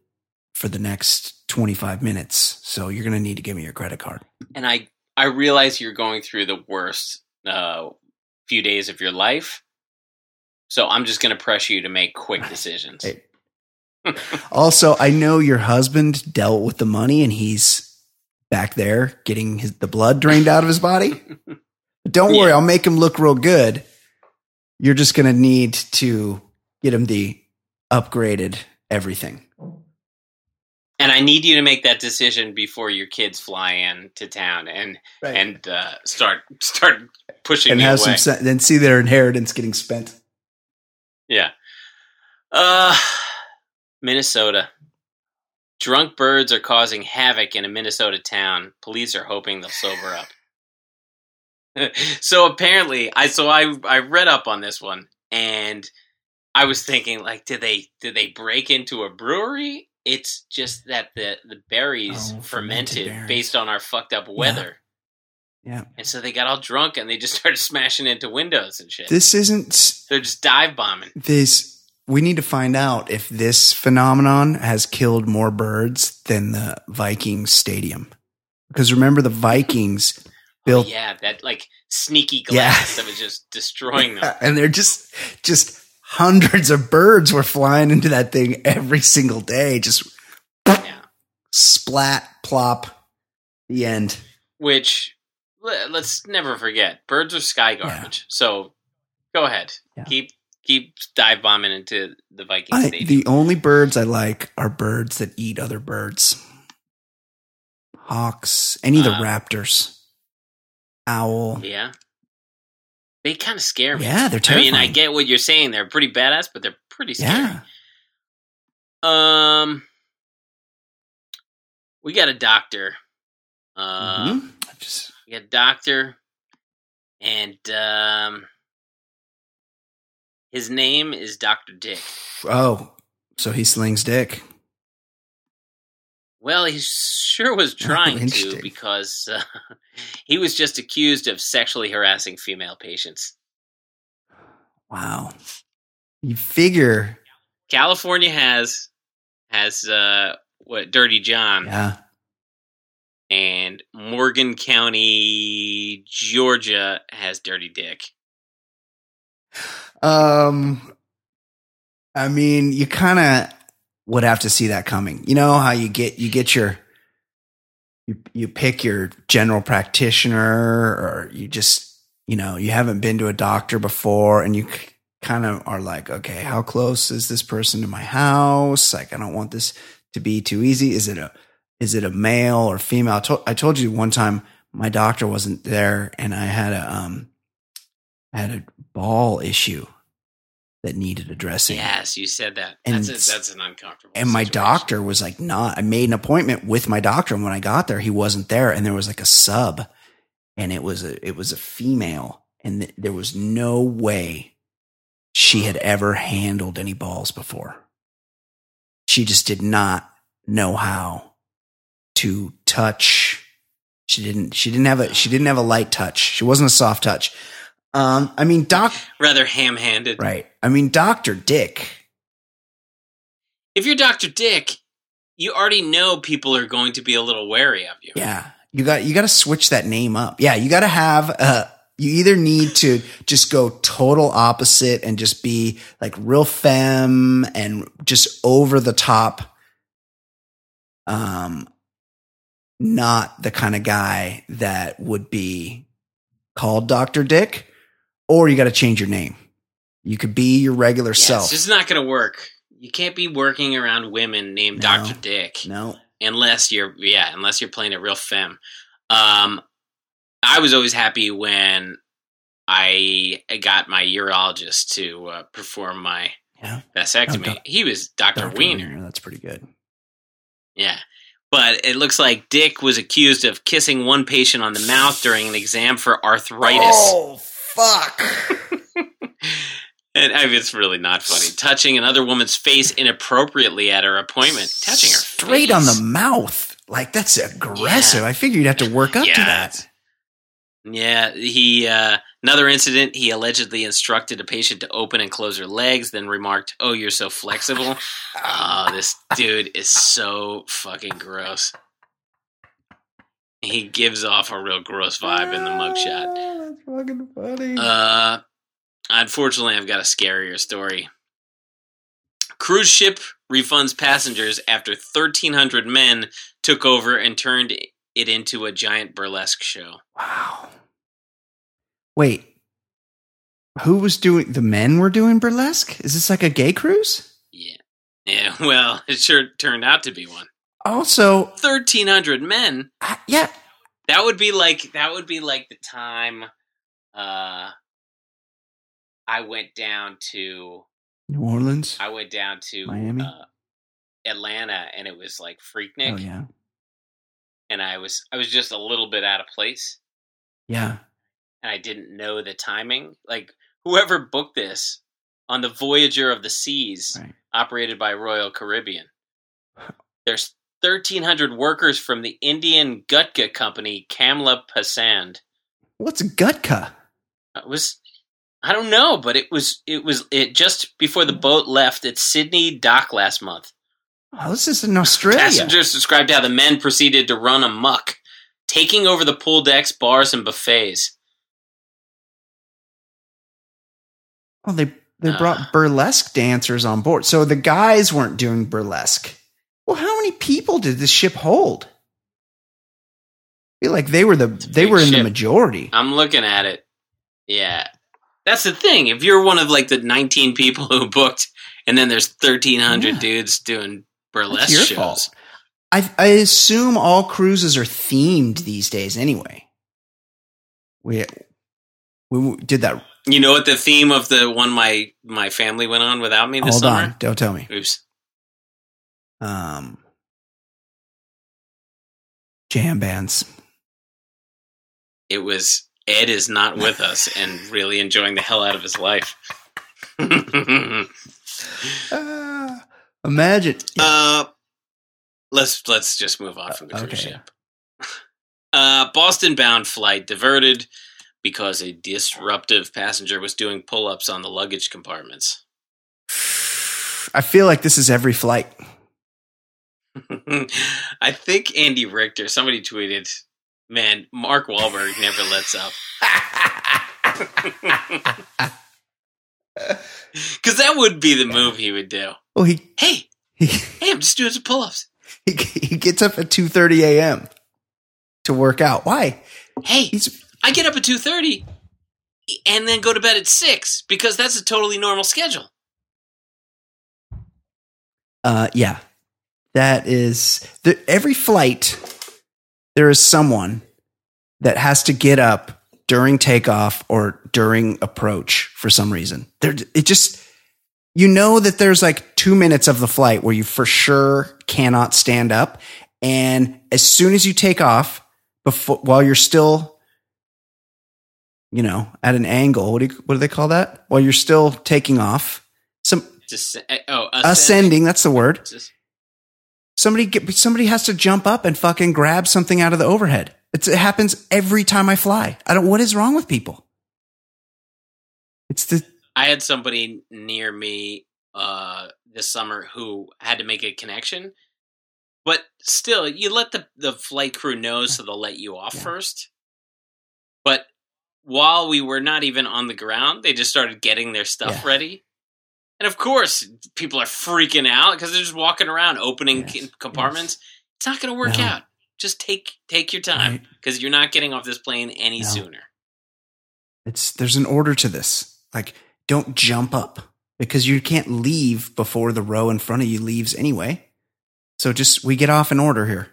S3: for the next 25 minutes so you're going to need to give me your credit card
S1: And I I realize you're going through the worst uh, few days of your life, so I'm just going to pressure you to make quick decisions.
S3: Hey. Also, I know your husband dealt with the money and he's back there getting his, the blood drained out of his body. But don't worry,
S1: Yeah.
S3: I'll make him look real good. You're just going to need to get him the upgraded everything.
S1: And I need you to make that decision before your kids fly in to town and and uh, start start pushing
S3: and
S1: me
S3: have
S1: away.
S3: some sen- then see their inheritance getting spent.
S1: Yeah. Uh Minnesota. Drunk birds are causing havoc in a Minnesota town. Police are hoping they'll sober up. so apparently, I so I I read up on this one and I was thinking like did they did they break into a brewery? It's just that the the berries
S3: Oh, fermented
S1: fermented,
S3: berries.
S1: based on our fucked up weather.
S3: Yeah.
S1: And so they got all drunk and they just started smashing into windows and shit.
S3: This isn't
S1: They're just dive bombing.
S3: this we need to find out if this phenomenon has killed more birds than the Vikings stadium. Because remember the Vikings built
S1: Oh, yeah, that like sneaky glass that was just destroying them.
S3: and they're just just hundreds of birds were flying into that thing every single day just
S1: Yeah.
S3: splat plop the end
S1: Which le- let's never forget, birds are sky garbage. So go ahead,
S3: Yeah.
S1: keep keep dive bombing into the Viking
S3: I,
S1: Stadium.
S3: the only birds i like are birds that eat other birds hawks any of the
S1: Uh,
S3: raptors owl
S1: yeah, they kind of scare me.
S3: yeah they're
S1: I
S3: terrifying
S1: mean, I get what you're saying. They're pretty badass, but they're pretty scary.
S3: yeah
S1: Um, we got a doctor. Uh,
S3: Mhm. I just
S1: We got doctor, and um, his name is Doctor Dick.
S3: oh so he slings dick
S1: Well, he sure
S3: Oh,
S1: was trying
S3: Lynch
S1: to
S3: did.
S1: because uh, he was just accused of sexually harassing female patients.
S3: Wow. You figure.
S1: California has has uh, what Dirty John
S3: Yeah.
S1: and Morgan County, Georgia has Dirty Dick.
S3: Um, I mean, you kind of would have to see that coming. You know how you get you get your you you pick your general practitioner, or you just you know you haven't been to a doctor before, and you kind of are like, okay, how close is this person to my house? Like, I don't want this to be too easy. Is it a is it a male or female? I told, I told you one time my doctor wasn't there, and I had a um I had a ball issue that needed addressing.
S1: Yes, you said that.
S3: And
S1: that's
S3: it's-
S1: a, that's an uncomfortable.
S3: And my
S1: situation.
S3: doctor was like, not, I made an appointment with my doctor. And when I got there, he wasn't there. And there was like a sub and it was a, it was a female and th- there was no way she had ever handled any balls before. She just did not know how to touch. She didn't, she didn't have a, she didn't have a light touch. She wasn't a soft touch. Um, I mean, doc,
S1: rather ham-handed.
S3: right. I mean, Dr. Dick
S1: If you're Doctor Dick, you already know people are going to be a little wary of you.
S3: Yeah. You got you got to switch that name up. Yeah, you got to have uh you either need to just go total opposite and just be like real femme and just over the top um not the kind of guy that would be called Dr. Dick or you got to change your name. You could be your regular
S1: Yeah,
S3: self.
S1: it's just not going to work. You can't be working around women named
S3: No.
S1: Doctor Dick.
S3: no.
S1: unless you're yeah unless you're playing a real femme um i was always happy when i got my urologist to uh, perform my
S3: Yeah.
S1: vasectomy
S3: Oh, doc-
S1: he was dr,
S3: Dr.
S1: wiener.
S3: Wiener, that's pretty good.
S1: yeah but it looks like dick was accused of kissing one patient on the mouth during an exam for arthritis
S3: Oh fuck.
S1: and i mean it's really not funny touching another woman's face inappropriately at her appointment touching her
S3: straight
S1: face.
S3: on the mouth. Like that's aggressive. I figure you'd have to work up to
S1: Yeah.
S3: that.
S1: Yeah, he uh, another incident. He allegedly instructed a patient to open and close her legs, then remarked, "Oh, you're so flexible." oh, this dude is so fucking gross. He gives off a real gross vibe in the mugshot.
S3: Ah, That's fucking funny.
S1: Uh, unfortunately, I've got a scarier story. Cruise ship refunds passengers after 1,300 men took over and turned it into a giant burlesque show.
S3: wow. Wait. Who was doing the men were doing burlesque? Is this like a gay cruise?
S1: Yeah. Yeah, well, it sure turned out to be one.
S3: Also,
S1: 1300 men.
S3: I, yeah,
S1: That would be like that would be like the time uh I went down to
S3: New Orleans.
S1: I went down to
S3: Miami?
S1: uh Atlanta and it was like Freaknik
S3: Oh yeah.
S1: and I was I was just a little bit out of place
S3: Yeah.
S1: and I didn't know the timing. Like whoever booked this on the Voyager of the Seas
S3: Right.
S1: operated by Royal Caribbean. There's 1,300 workers from the Indian Gutka company, Kamla Pasand.
S3: What's Gutka?
S1: It was, I don't know, but it was, it was, it just before the boat left at Sydney dock last month.
S3: Oh, this is in Australia.
S1: Passengers described how the men proceeded to run amok, taking over the pool decks, bars, and buffets.
S3: Oh, they they
S1: Uh.
S3: brought burlesque dancers on board. So the guys weren't doing burlesque. Well, how many people did this ship hold? I feel like they were the they
S1: big
S3: were in the
S1: ship. Uh,
S3: majority.
S1: I'm looking at it. Yeah. That's the thing. If you're one of like the 19 people who booked and then there's 1300
S3: Yeah.
S1: dudes doing burlesque
S3: That's your
S1: shows.
S3: fault. I I assume all cruises are themed these days anyway. We we did that.
S1: You know what the theme of the one my my family went on without me this
S3: Hold on,
S1: summer?
S3: don't tell me.
S1: Oops.
S3: Um, jam bands.
S1: It was Ed is not with us and really enjoying the hell out of his life.
S3: Ah, imagine.
S1: Uh Let's let's just move on from the cruise
S3: okay.
S1: ship. Uh, Boston bound flight diverted because a disruptive passenger was doing pull ups on the luggage compartments.
S3: I feel like this is every flight.
S1: I think Andy Richter, somebody tweeted, man, Mark Wahlberg never lets up. Because that would be the move he would do.
S3: Well, he
S1: Hey,
S3: he,
S1: hey, I'm just doing some pull ups.
S3: he, he gets up at two thirty a.m. to work out. Why?
S1: Hey,
S3: He's
S1: I get up at 2.30 and then go to bed at 6 because that's a totally normal schedule.
S3: uh, yeah. That is the, every flight. There is someone that has to get up during takeoff or during approach for some reason. There, it just you know that there's like two minutes of the flight where you for sure cannot stand up, and as soon as you take off, before while you're still, you know, at an angle. What do you, what do they call that? While you're still taking off, some
S1: Just, oh,
S3: ascending. That's the word.
S1: Just-
S3: Somebody get, somebody has to jump up and fucking grab something out of the overhead. It's, it happens every time I fly. I don't. What is wrong with people? It's the
S1: I had somebody near me uh, this summer who had to make a connection, but still, you let the the flight crew know so they'll let you off first. But while we were not even on the ground, they just started getting their stuff
S3: Yeah.
S1: ready. And of course, people are freaking out because they're just walking around opening
S3: Yes,
S1: c- compartments. It's not going to work
S3: No.
S1: out. Just take take your time because you're not getting off this plane any
S3: No.
S1: sooner.
S3: it's there's an order to this. Like don't jump up because you can't leave before the row in front of you leaves anyway. So just we get off in order here.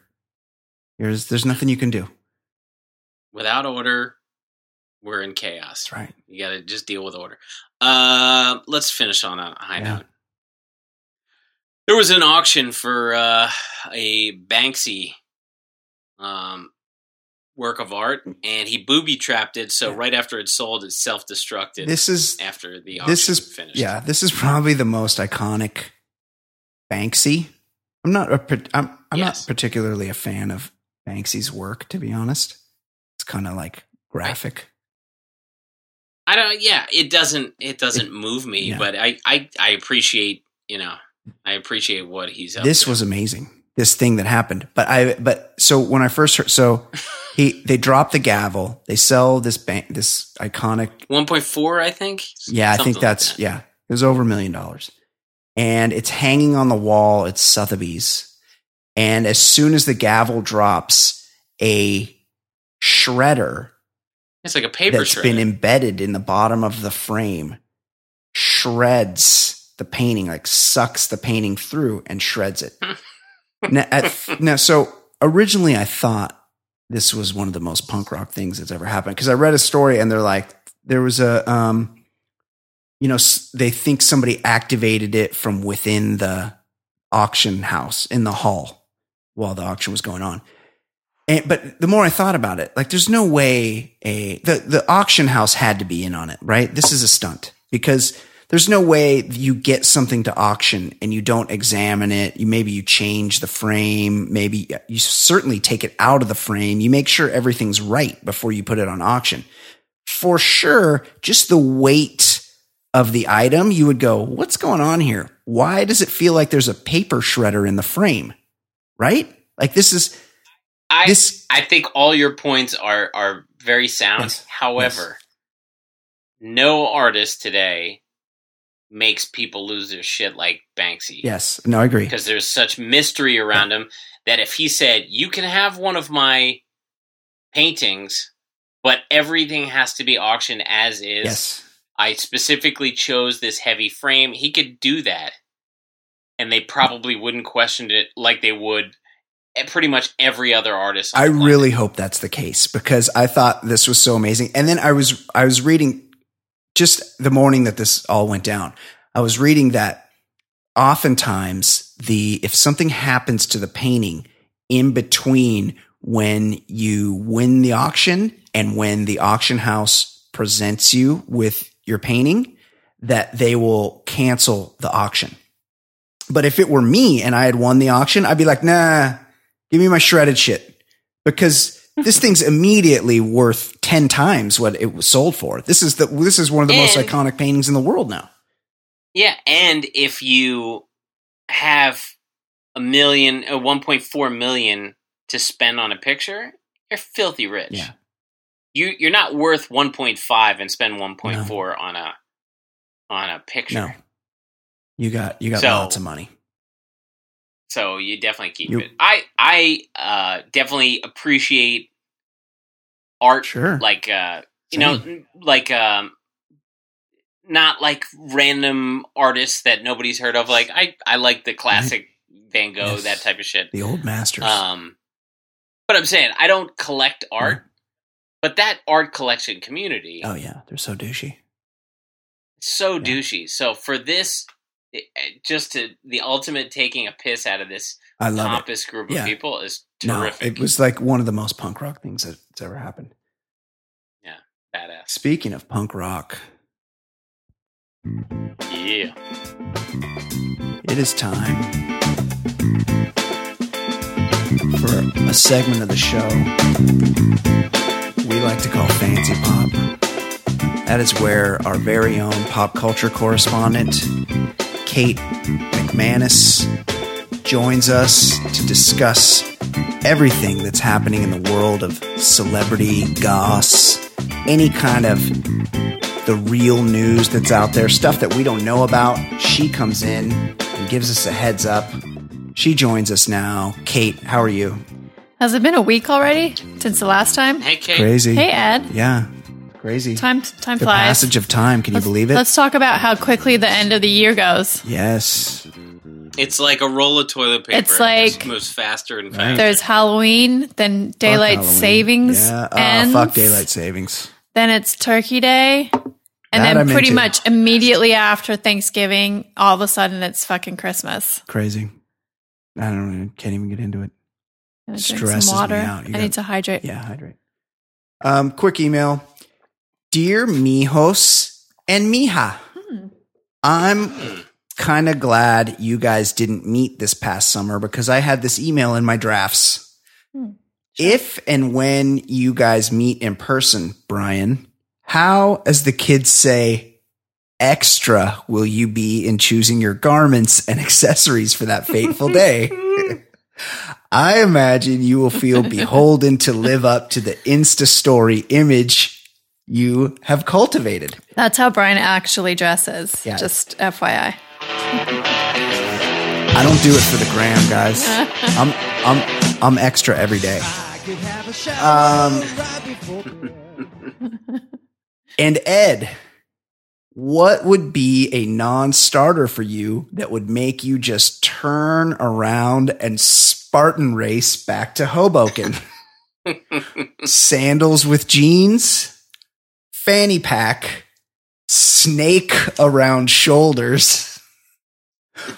S3: There's there's nothing you can do.
S1: Without order, we're in chaos.
S3: That's right.
S1: You got to just deal with order. Uh, let's finish on a high
S3: Yeah.
S1: note. There was an auction for uh, a Banksy um, work of art,
S3: Mm.
S1: and he booby trapped it. So right after it sold, it self destructed.
S3: This is
S1: after the auction
S3: this is
S1: finished.
S3: yeah this is probably the most iconic banksy i'm not a, par- i'm, I'm
S1: Yes.
S3: not particularly a fan of banksy's work to be honest it's kind of like graphic
S1: I don't. Yeah, it doesn't. It doesn't move me,
S3: no.
S1: but I, I I appreciate you know I appreciate what he's up
S3: this
S1: to.
S3: was amazing this thing that happened but i but so when i first heard so he they drop the gavel they sell this bank this iconic
S1: 1.4, I think.
S3: Yeah, I
S1: Something
S3: think
S1: like
S3: that's
S1: that.
S3: yeah. It was over a million dollars, and it's hanging on the wall at Sotheby's. And as soon as the gavel drops, a shredder
S1: It's like a
S3: that's
S1: paper shredder.
S3: been embedded in the bottom of the frame shreds the painting, like sucks the painting through and shreds it. now, at, now, so originally I thought this was one of the most punk rock things that's ever happened because I read a story and they're like, there was a, um, you know, s- they think somebody activated it from within the auction house in the hall while the auction was going on. And, but the more I thought about it, like there's no way a the, the auction house had to be in on it, right? This is a stunt because there's no way you get something to auction and you don't examine it. You maybe you change the frame, maybe you certainly take it out of the frame. You make sure everything's right before you put it on auction. For sure, just the weight of the item, you would go, "What's going on here? Why does it feel like there's a paper shredder in the frame?" Right? Like this is
S1: I,
S3: this
S1: I think all your points are are very sound.
S3: Yes.
S1: However, no artist today makes people lose their shit like Banksy.
S3: Yes. No, I agree.
S1: Because there's such mystery around him that if he said, "You can have one of my paintings, but everything has to be auctioned as is,"
S3: Yes.
S1: I specifically chose this heavy frame. He could do that. And they probably wouldn't question it like they would eh, pretty much every other artist. on
S3: I
S1: the planet.
S3: really hope that's the case because I thought this was so amazing. And then I was I was reading just the morning that this all went down. I was reading that oftentimes the if something happens to the painting in between when you win the auction and when the auction house presents you with your painting that they will cancel the auction. But if it were me and I had won the auction, I'd be like, nah, give me my shredded shit because this thing's immediately worth 10 times what it was sold for. This is the, this is one of the most
S1: And-
S3: iconic paintings in the world now.
S1: Yeah, and if you have a million, a one point four million to spend on a picture, you're filthy rich.
S3: Yeah.
S1: You you're not worth one point five and spend one point four on a on a picture.
S3: No, you got, you got
S1: So-
S3: lots of money.
S1: So you definitely keep
S3: You-
S1: it. I I uh, definitely appreciate art
S3: Sure.
S1: like uh you know n- like um not like random artists that nobody's heard of like i i like the classic van gogh
S3: Mm-hmm. Yes.
S1: that type of shit
S3: the old masters.
S1: um but i'm saying i don't collect art but that art collection community
S3: Mm-hmm. oh yeah. They're so douchey.
S1: is so douchey so for this it- it- just to the ultimate taking a piss out of this
S3: I love it.
S1: pompous group of
S3: Yeah.
S1: people is
S3: No,
S1: terrific
S3: it was like one of the most punk rock things that's ever happened.
S1: badass
S3: Speaking of punk rock,
S1: yeah
S3: It is time for a segment of the show we like to call Fancy Pop. That is where our very own pop culture correspondent, Kate McManus, joins us to discuss everything that's happening in the world of celebrity goss, any kind of the real news that's out there, stuff that we don't know about. She comes in and gives us a heads up. She joins us now. Kate, how are you?
S2: Has it been a week already since the last time?
S1: hey kate
S3: Crazy.
S2: Hey, Ed.
S3: Yeah, crazy.
S2: Time time
S3: the
S2: flies.
S3: passage of time. Can you believe it?
S2: Let's talk about how quickly the end of the year goes.
S3: yes.
S1: It's like a roll of toilet paper.
S2: It's
S1: It
S2: like-
S1: just moves faster and faster.
S2: There's Halloween, then daylight
S3: Fuck Halloween.
S2: savings
S3: Yeah. Oh,
S2: ends.
S3: fuck daylight savings.
S2: Then it's Turkey Day, and
S3: That
S2: then
S3: I'm
S2: pretty
S3: into.
S2: much immediately after Thanksgiving, all of a sudden it's fucking Christmas.
S3: Crazy. I don't even, can't even get into it.
S2: I'm gonna drink some
S3: Stresses me
S2: water.
S3: out. You
S2: I
S3: got-
S2: need to hydrate.
S3: Yeah, hydrate. Um, quick email. Dear Mijos and Mija, I'm kind of glad you guys didn't meet this past summer because I had this email in my drafts. If and when you guys meet in person, Brian, how, as the kids say, extra will you be in choosing your garments and accessories for that fateful day? I imagine you will feel beholden to live up to the Insta story image you have cultivated.
S2: That's how Brian actually dresses.
S3: Yeah.
S2: Just FYI.
S3: I don't do it for the gram, guys. I'm I'm I'm extra every day. Um, and Ed, what would be a non-starter for you that would make you just turn around and Spartan race back to Hoboken? Sandals with jeans, fanny pack, snake around shoulders.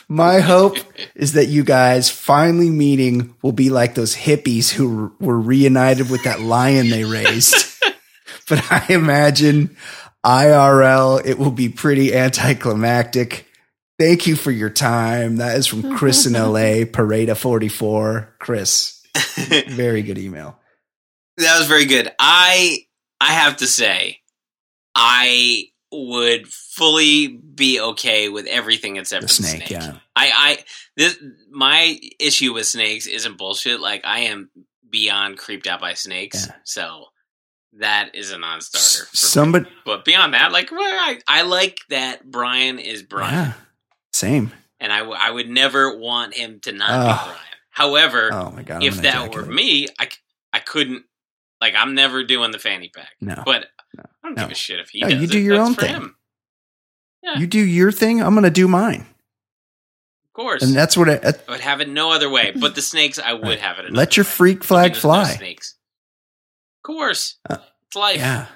S3: My hope is that you guys finally meeting will be like those hippies who were reunited with that lion they raised. but I imagine IRL, it will be pretty anticlimactic. Thank you for your time. That is from Chris in LA, Parada 44. Chris, very good email.
S1: that was very good. I I have to say, I would fully be okay with everything except
S3: The
S1: for the
S3: snake, yeah.
S1: I I this my issue with snakes isn't bullshit. Like I am beyond creeped out by snakes.
S3: Yeah.
S1: So that is a non-starter. for me.
S3: Somebody,
S1: but beyond that, like well, I I like that Brian is Brian.
S3: yeah, same.
S1: and I, w- I would never want him to not
S3: Ugh.
S1: be Brian. However,
S3: Oh my God. I'm
S1: if
S3: gonna
S1: that were
S3: ejaculate.
S1: me, I, c- I couldn't. Like, I'm never doing the fanny pack.
S3: No.
S1: But I don't
S3: No.
S1: give a shit if he
S3: No,
S1: does
S3: you do
S1: it.
S3: your
S1: That's
S3: own
S1: for
S3: thing.
S1: Him.
S3: You do your thing, I'm going to do mine.
S1: Of course.
S3: And that's what I,
S1: I would have it no other way. But the snakes, I would have it. another
S3: let your
S1: way.
S3: freak flag
S1: There's no
S3: fly.
S1: Snakes. Of course.
S3: Uh,
S1: it's life.
S3: Yeah.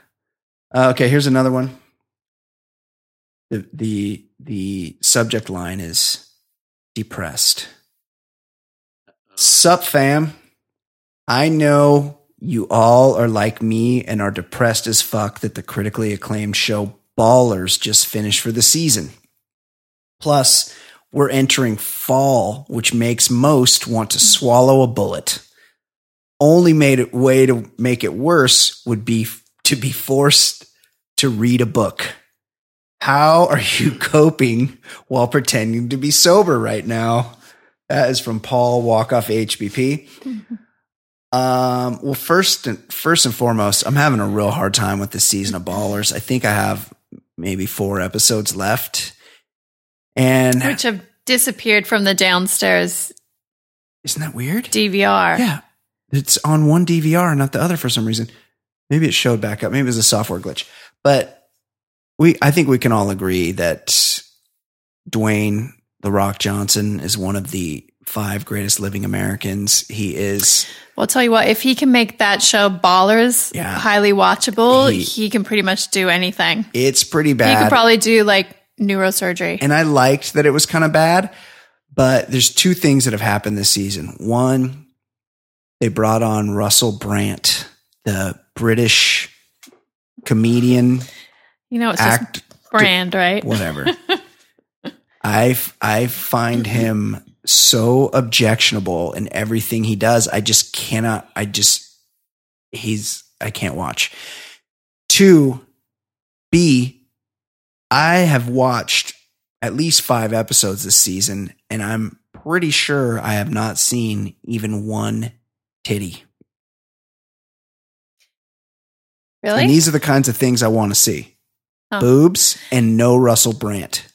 S3: Uh, okay, here's another one. The the the subject line is depressed. Sup fam. I know you all are like me and are depressed as fuck that the critically acclaimed show Ballers just finished for the season. Plus, We're entering fall, which makes most want to swallow a bullet. Only made it way to make it worse would be f- to be forced to read a book. How are you coping while pretending to be sober right now? That is from Paul Walkoff HBP. Um, well, first and first and foremost, I'm having a real hard time with this season of Ballers. I think I have maybe four episodes left, and
S2: which have disappeared from the downstairs
S3: isn't that weird?
S2: DVR.
S3: Yeah. It's on one DVR, not the other for some reason. Maybe it showed back up. Maybe it was a software glitch. But we I think we can all agree that Dwayne The Rock Johnson is one of the five greatest living Americans. He is
S2: Well, I'll tell you what, if he can make that show Ballers
S3: Yeah.
S2: highly watchable,
S3: He-
S2: he, can pretty much do anything.
S3: it's pretty
S2: He
S3: bad.
S2: could probably do like neurosurgery.
S3: and I liked that it was kind of bad. But there's two things that have happened this season. One, they brought on Russell Brand, the British comedian
S2: you know, it's
S3: act
S2: just brand, right?
S3: whatever. I f- I find him so objectionable in everything he does. I just cannot. I just he's I can't watch. Two, B, I have watched at least five episodes this season, and I'm pretty sure I have not seen even one titty.
S2: Really?
S3: And these are the kinds of things I want to see:
S2: Huh.
S3: boobs and no Russell Brant.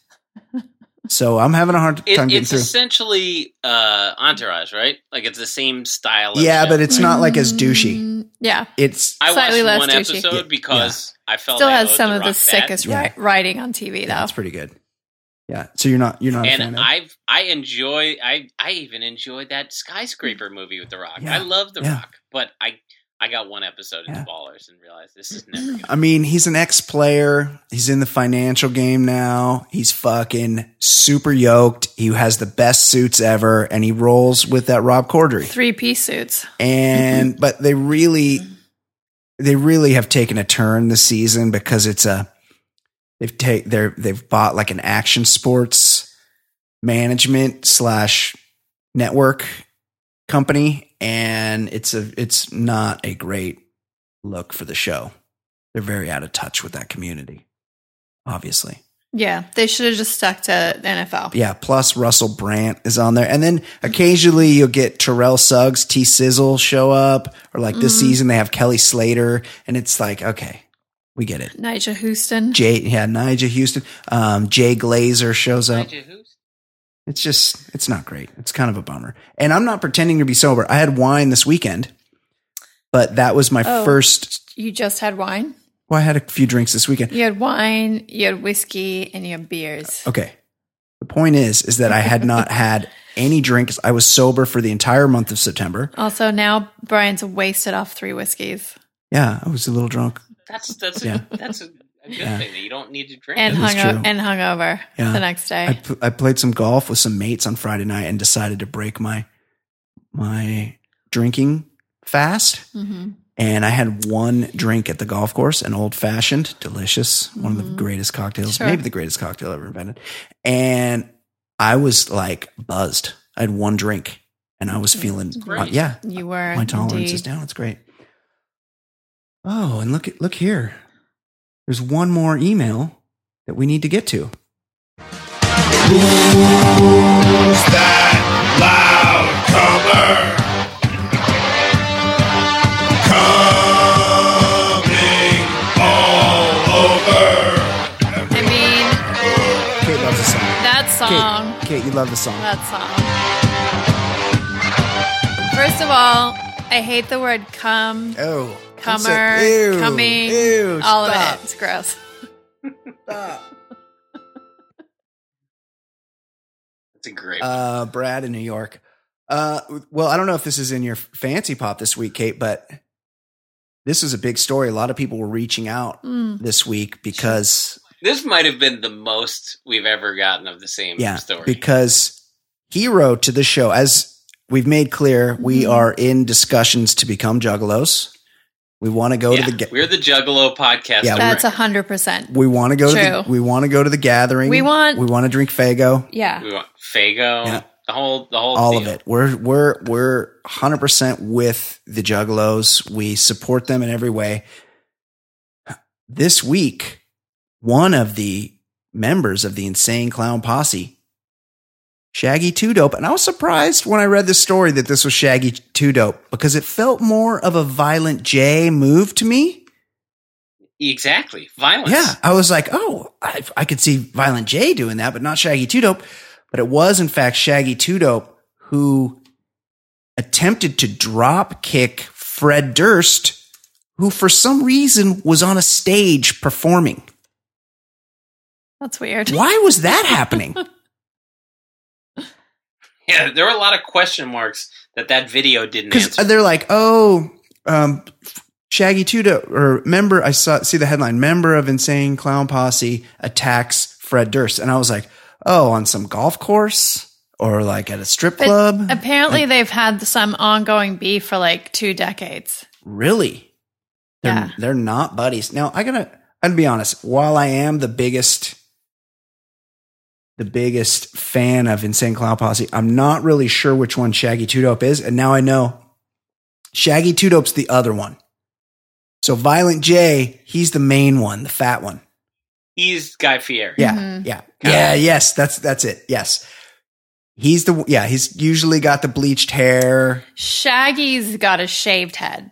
S3: So I'm having a hard time
S1: It,
S3: getting
S1: it's
S3: through.
S1: essentially uh, Entourage, right? Like it's the same style. Of
S3: Yeah,
S1: show,
S3: but it's
S1: right?
S3: not like as douchey.
S2: Mm, yeah.
S3: It's
S1: I
S2: slightly
S1: watched
S2: less
S1: one
S2: douchey.
S1: episode because I felt
S2: Still
S1: I
S2: has
S1: owed
S2: some of
S1: Rock
S2: the
S1: that.
S2: sickest
S3: Yeah.
S2: ri- writing on TV, though.
S3: that's pretty good. Yeah, so you're not you're not a fan
S1: And
S3: of it?
S1: I've I enjoy I I even enjoyed that skyscraper movie with The Rock.
S3: Yeah.
S1: I love The
S3: Yeah.
S1: Rock, but I I got one episode into
S3: Yeah.
S1: Ballers and realized this is never. Gonna
S3: I mean, he's an ex player. He's in the financial game now. He's fucking super yoked. He has the best suits ever, and he rolls with that Rob Corddry.
S2: Three piece suits.
S3: And but they really, they really have taken a turn this season because it's a they've take they're they've bought like an action sports management slash network company and it's a it's not a great look for the show they're very out of touch with that community obviously
S2: Yeah. They should have just stuck to NFL.
S3: yeah plus russell brand is on there and then occasionally you'll get terrell suggs t sizzle show up or like this
S2: Mhm.
S3: season they have kelly slater and it's like okay we get it
S2: Nigel Houston.
S3: jay yeah nigel houston um, jay glazer shows up
S1: Elijah Hughes?
S3: it's just, it's not great. It's kind of a bummer. And I'm not pretending to be sober. I had wine this weekend, but that was my
S2: Oh.
S3: first.
S2: you just had wine.
S3: Well, I had a few drinks this weekend.
S2: You had wine, you had whiskey, and you had beers.
S3: Okay. The point is, is that I had not had any drinks. I was sober for the entire month of September.
S2: Also, now Brian's wasted off three whiskeys
S3: Yeah, I was a little drunk.
S1: That's that's
S3: Yeah.
S1: a, that's a, a good
S3: Yeah.
S1: thing that you don't need to drink.
S2: and
S3: That is
S2: hung o-
S3: true.
S2: and hungover
S3: Yeah.
S2: the next day.
S3: I, pl- I played some golf with some mates on Friday night and decided to break my my drinking fast.
S2: hmm
S3: And I had one drink at the golf course, an old fashioned, delicious, one of the
S2: Mhm.
S3: greatest cocktails,
S2: Sure.
S3: maybe the greatest cocktail ever invented. And I was like buzzed. I had one drink and I was feeling,
S1: great.
S3: uh, yeah,
S2: You were
S3: my tolerance is
S2: indeed.
S3: down. It's great. Oh, and look at look here. There's one more email that we need to get to.
S2: I mean,
S3: Kate loves the song.
S2: that song.
S3: Kate, Kate, you love the song.
S2: That song. First of all, I hate the word "come,"
S3: oh, that's it.
S2: "comer,"
S3: Ew,
S2: "coming,"
S3: ew,
S2: all of
S3: stop.
S2: it. It's gross.
S1: That's a great.
S3: uh, Brad in New York. Uh, well, I don't know if this is in your fancy pop this week, Kate, but this is a big story. A lot of people were reaching out
S2: Mm.
S3: this week because,
S1: this might have been the most we've ever gotten of the same
S3: yeah,
S1: story.
S3: because hero to the
S2: Hmm.
S3: show, as we've made clear, we are in discussions to become juggalos. We want to go
S1: yeah,
S3: to the ga-
S1: we're the Juggalo podcast.
S3: Yeah,
S1: of
S2: That's a
S1: record.
S2: hundred percent.
S3: we want to go to the,
S2: True.
S3: we want to go to the gathering.
S2: We want-
S3: we want to drink Fago.
S2: Yeah.
S1: We want Fago,
S3: Yeah.
S1: the whole, the whole,
S3: all
S1: deal.
S3: of it. We're we're we're hundred percent with the Juggalos. We support them in every way. This week, one of the members of the Insane Clown Posse, Shaggy Two Dope, and I was surprised when I read the story that this was Shaggy Two Dope because it felt more of a Violent J move to me.
S1: Exactly, violence.
S3: Yeah, I was like, oh, I, I could see Violent J doing that, but not Shaggy Two Dope. But it was, in fact, Shaggy Two Dope who attempted to drop kick Fred Durst, who for some reason was on a stage performing.
S2: That's weird.
S3: Why was that happening?
S1: yeah. There were a lot of question marks that that video didn't
S3: Because
S1: answer.
S3: uh, they're like, oh, um, Shaggy Two Dope or member. I saw see the headline: member of Insane Clown Posse attacks Fred Durst, and I was like, oh, on some golf course. Or like at a strip
S2: But
S3: club.
S2: Apparently, they've had some ongoing beef for like two decades.
S3: Really? They're,
S2: Yeah.
S3: they're not buddies. Now, I gotta, I'd be honest, while I am the biggest, the biggest fan of Insane Clown Posse, I'm not really sure which one Shaggy Two Dope is. And now I know Shaggy Two Dope's the other one. So Violent J, he's the main one, the fat one.
S1: He's Guy Fieri.
S3: Yeah.
S2: Mhm.
S3: Yeah.
S1: Yeah.
S3: Yeah. Yes. That's, that's it. Yes. He's the, yeah, he's usually got the bleached hair.
S2: Shaggy's got a shaved head.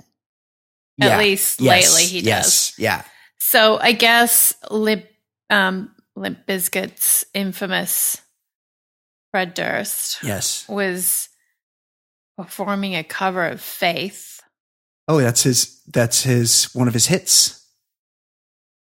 S2: At
S3: Yeah.
S2: least
S3: Yes.
S2: lately he
S3: Yes. Yeah.
S2: So I guess Lip, um, Limp Bizkit's infamous Fred Durst
S3: Yes.
S2: was performing a cover of Faith.
S3: Oh, that's his. That's his one of his hits.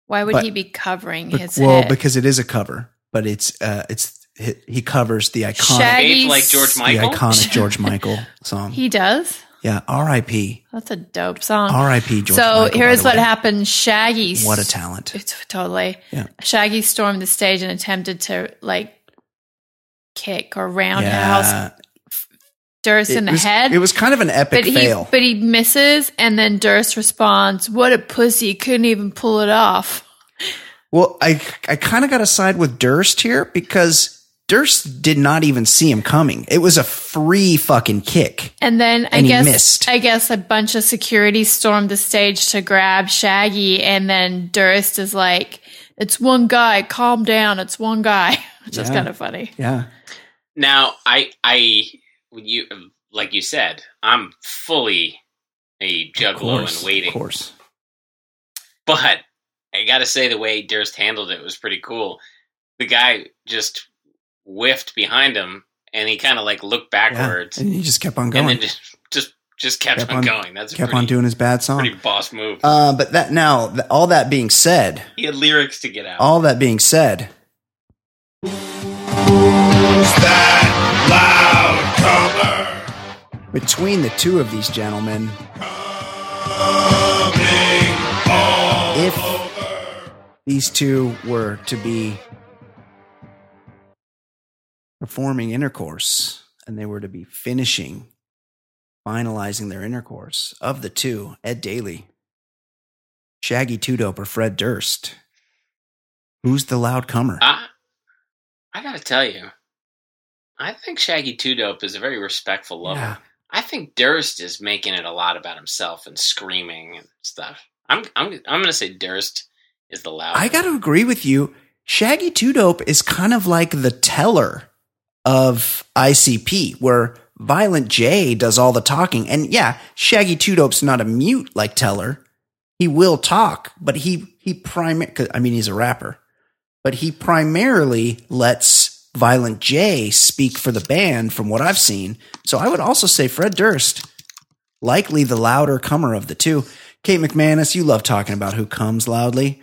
S2: Why would
S3: But-
S2: he be covering
S3: Be-
S2: his
S3: well,
S2: hit?
S3: because it is a cover, but it's uh, it's he, he covers the iconic,
S2: Shaggy's-
S1: Behaved like George Michael.
S3: the iconic George Michael song.
S2: he does.
S3: yeah, R.I.P.
S2: That's a dope song.
S3: R.I.P. George.
S2: so
S3: Michael, by
S2: here's
S3: the
S2: what
S3: way.
S2: happened. Shaggy.
S3: What a talent!
S2: It's totally.
S3: Yeah.
S2: Shaggy stormed the stage and attempted to like kick or roundhouse
S3: Yeah,
S2: Durst in
S3: it
S2: the
S3: was,
S2: head.
S3: It was kind of an epic
S2: but he
S3: fail.
S2: but he misses and then Durst responds, "What a pussy! Couldn't even pull it off."
S3: well, I I kind of got to side with Durst here because Durst did not even see him coming. It was a free fucking kick.
S2: And then I
S3: And he
S2: guess
S3: missed.
S2: I guess a bunch of security stormed the stage to grab Shaggy, and then Durst is like, "It's one guy. Calm down. It's one guy." Which is
S3: Yeah.
S2: kind of funny.
S3: Yeah,
S1: Now, I, I, you, like you said, I'm fully a
S3: of
S1: juggalo
S3: course,
S1: and waiting.
S3: Of course,
S1: But I gotta say, the way Durst handled it was pretty cool. The guy just whiffed behind him, and he kind of like looked
S3: yeah.
S1: backwards,
S3: and he just kept on
S1: and
S3: going,
S1: then just just just kept,
S3: Kept
S1: on,
S3: on-
S1: going. That's a
S3: kept
S1: pretty,
S3: on doing his bad song.
S1: pretty boss move.
S3: Uh, but that now, th- all that being said,
S1: he had lyrics to get out.
S3: all that being said, between the two of these gentlemen, if these two were to be performing intercourse and they were to be finishing, finalizing their intercourse, of the two, Ed Daly, Shaggy Two Dope, or Fred Durst, who's the loud comer?
S1: I I gotta tell you, I think Shaggy Two Dope is a very respectful lover.
S3: Yeah.
S1: I think Durst is making it a lot about himself and screaming and stuff. I'm I'm I'm gonna say Durst is the loud.
S3: I got to agree with you. Shaggy Two Dope is kind of like the teller of ICP, where Violent J does all the talking. And yeah, Shaggy Two Dope's not a mute like teller. He will talk, but he he prime. I mean, he's a rapper, but he primarily lets Violent J speak for the band, from what I've seen. So I would also say Fred Durst, likely the louder comer of the two. Kate McManus, you love talking about who comes loudly.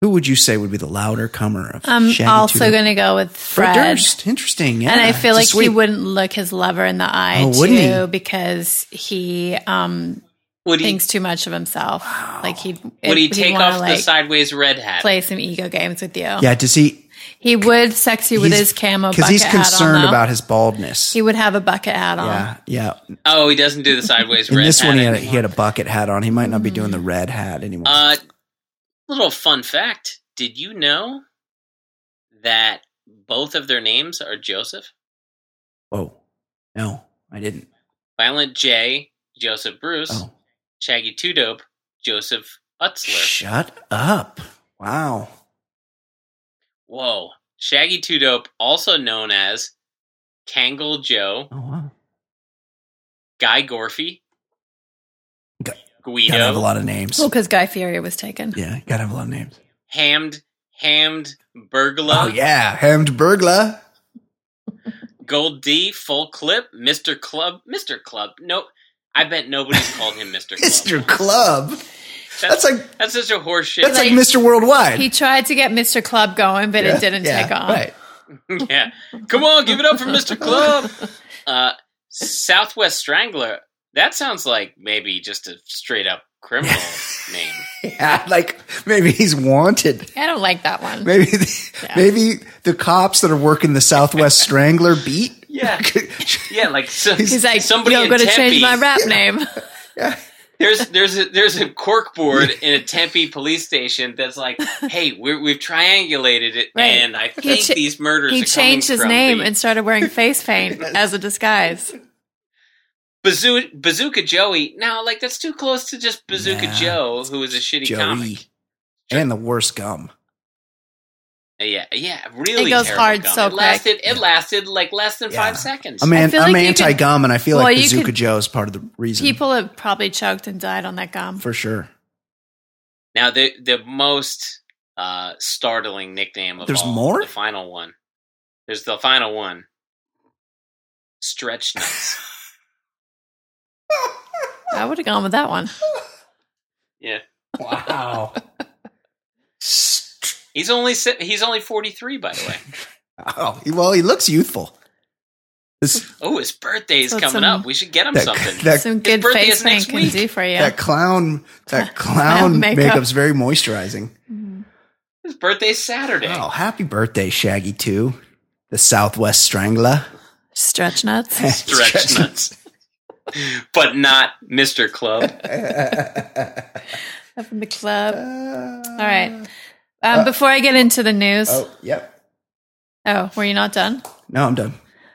S3: Who would you say would be the louder comer of?
S2: I'm
S3: Shaggy
S2: also
S3: Two Dope?
S2: going to go with
S3: Fred
S2: Fred.
S3: Durst. Interesting. Yeah.
S2: and I feel
S3: It's a
S2: like
S3: sweep.
S2: he wouldn't look his lover in the eye
S3: Oh, wouldn't he?
S2: too, because he um,
S1: Would he
S2: thinks too much of himself. Like he
S1: would he take off the
S2: like,
S1: sideways red hat?
S2: play some ego games with you.
S3: Yeah. Does he?
S2: He would sexy with
S3: He's-
S2: his camo
S3: because
S2: bucket
S3: he's
S2: hat on,
S3: concerned
S2: though.
S3: about his baldness.
S2: He would have a bucket hat on.
S3: yeah, yeah.
S1: Oh, he doesn't do the sideways
S3: In
S1: red
S3: this
S1: hat
S3: one, he had, a,
S1: anymore.
S3: he had a bucket hat on. He might not be doing the red hat anymore.
S1: Uh, little fun fact: Did you know that both of their names are Joseph?
S3: Whoa, Oh, no, I didn't.
S1: Violent J, Joseph Bruce.
S3: Oh,
S1: Shaggy Two Dope, Joseph Utzler.
S3: shut up! Wow,
S1: Whoa, Shaggy Two Dope, also known as Kangle Joe,
S3: oh wow.
S1: Guy Gorfy,
S3: Gu-
S1: Guido,
S3: Gotta have a lot of names.
S2: Well, because Guy Fieri was taken.
S3: Yeah, gotta have a lot of names.
S1: Hammed, Hammed Burglar,
S3: Oh yeah, hemmed burglar.
S1: Gold D, Full Clip, Mister Club, Mister Club. Nope. I bet nobody's called him Mr. Club.
S3: Mr. Club. That's like
S1: that's such a horseshit.
S3: that's like
S2: Like-
S3: Mr. Worldwide.
S2: He tried to get Mr. Club going, but
S3: Yeah,
S2: it didn't
S3: yeah,
S2: take off.
S3: Right.
S1: yeah. Come on, give it up for Mr. Club. Uh, Southwest Strangler. That sounds like maybe just a straight up criminal name.
S3: Yeah, like maybe he's wanted.
S2: I don't like that one.
S3: Maybe the, maybe the cops that are working the Southwest Strangler beat.
S1: Yeah. Yeah, like so,
S2: He's like,
S1: somebody
S2: "Yo,
S1: in
S2: gonna
S1: Tempe.
S2: change my rap name."
S1: There's there's a, there's a cork board in a Tempe police station that's like, hey, we're, we've triangulated it,
S2: Right.
S1: and I think
S2: cha-
S1: these murders.
S2: He
S1: are coming
S2: changed his
S1: from
S2: name
S1: the-
S2: and started wearing face paint as a disguise.
S1: Bazoo- Bazooka Joey. Now, like that's too close to just Bazooka
S3: Yeah.
S1: Joe, who is a shitty
S3: Joey.
S1: comic.
S3: And the worst gum.
S1: Yeah, yeah, really.
S2: It goes
S1: terrible
S2: hard
S1: gum.
S2: so
S1: it lasted. It lasted like less than
S3: Yeah.
S1: five seconds.
S3: I'm, an,
S2: feel
S3: I'm
S2: like you
S3: anti gum, and I feel
S2: Well,
S3: like
S2: you
S3: Bazooka
S2: could-
S3: Joe is part of the reason.
S2: People have probably choked and died on that gum.
S3: for sure.
S1: now the the most uh, startling nickname of
S3: There's
S1: all,
S3: more?
S1: The final one. There's the final one. Stretch nuts.
S2: I would have gone with that one.
S1: yeah,
S3: Wow.
S1: he's only si- he's only 43 by the way.
S3: oh, he- well, he looks youthful. This,
S1: Oh, his birthday's
S2: So it's
S1: coming
S2: some-
S1: up. We should get him
S3: that,
S1: something.
S3: that,
S2: Some good
S1: birthday
S2: face
S1: is next
S2: paint can
S1: week.
S2: do for you.
S3: that clown that clown
S2: makeup.
S3: makeup's very moisturizing.
S1: his birthday's Saturday.
S3: Oh, happy birthday, Shaggy 2, the Southwest Strangler.
S2: Stretch nuts.
S1: Stretch nuts. but not Mr. Club.
S2: Up in the club. All right. Um, before I get into the news, oh.
S3: Uh, Oh, yep.
S2: were you not done?
S3: No, I'm done.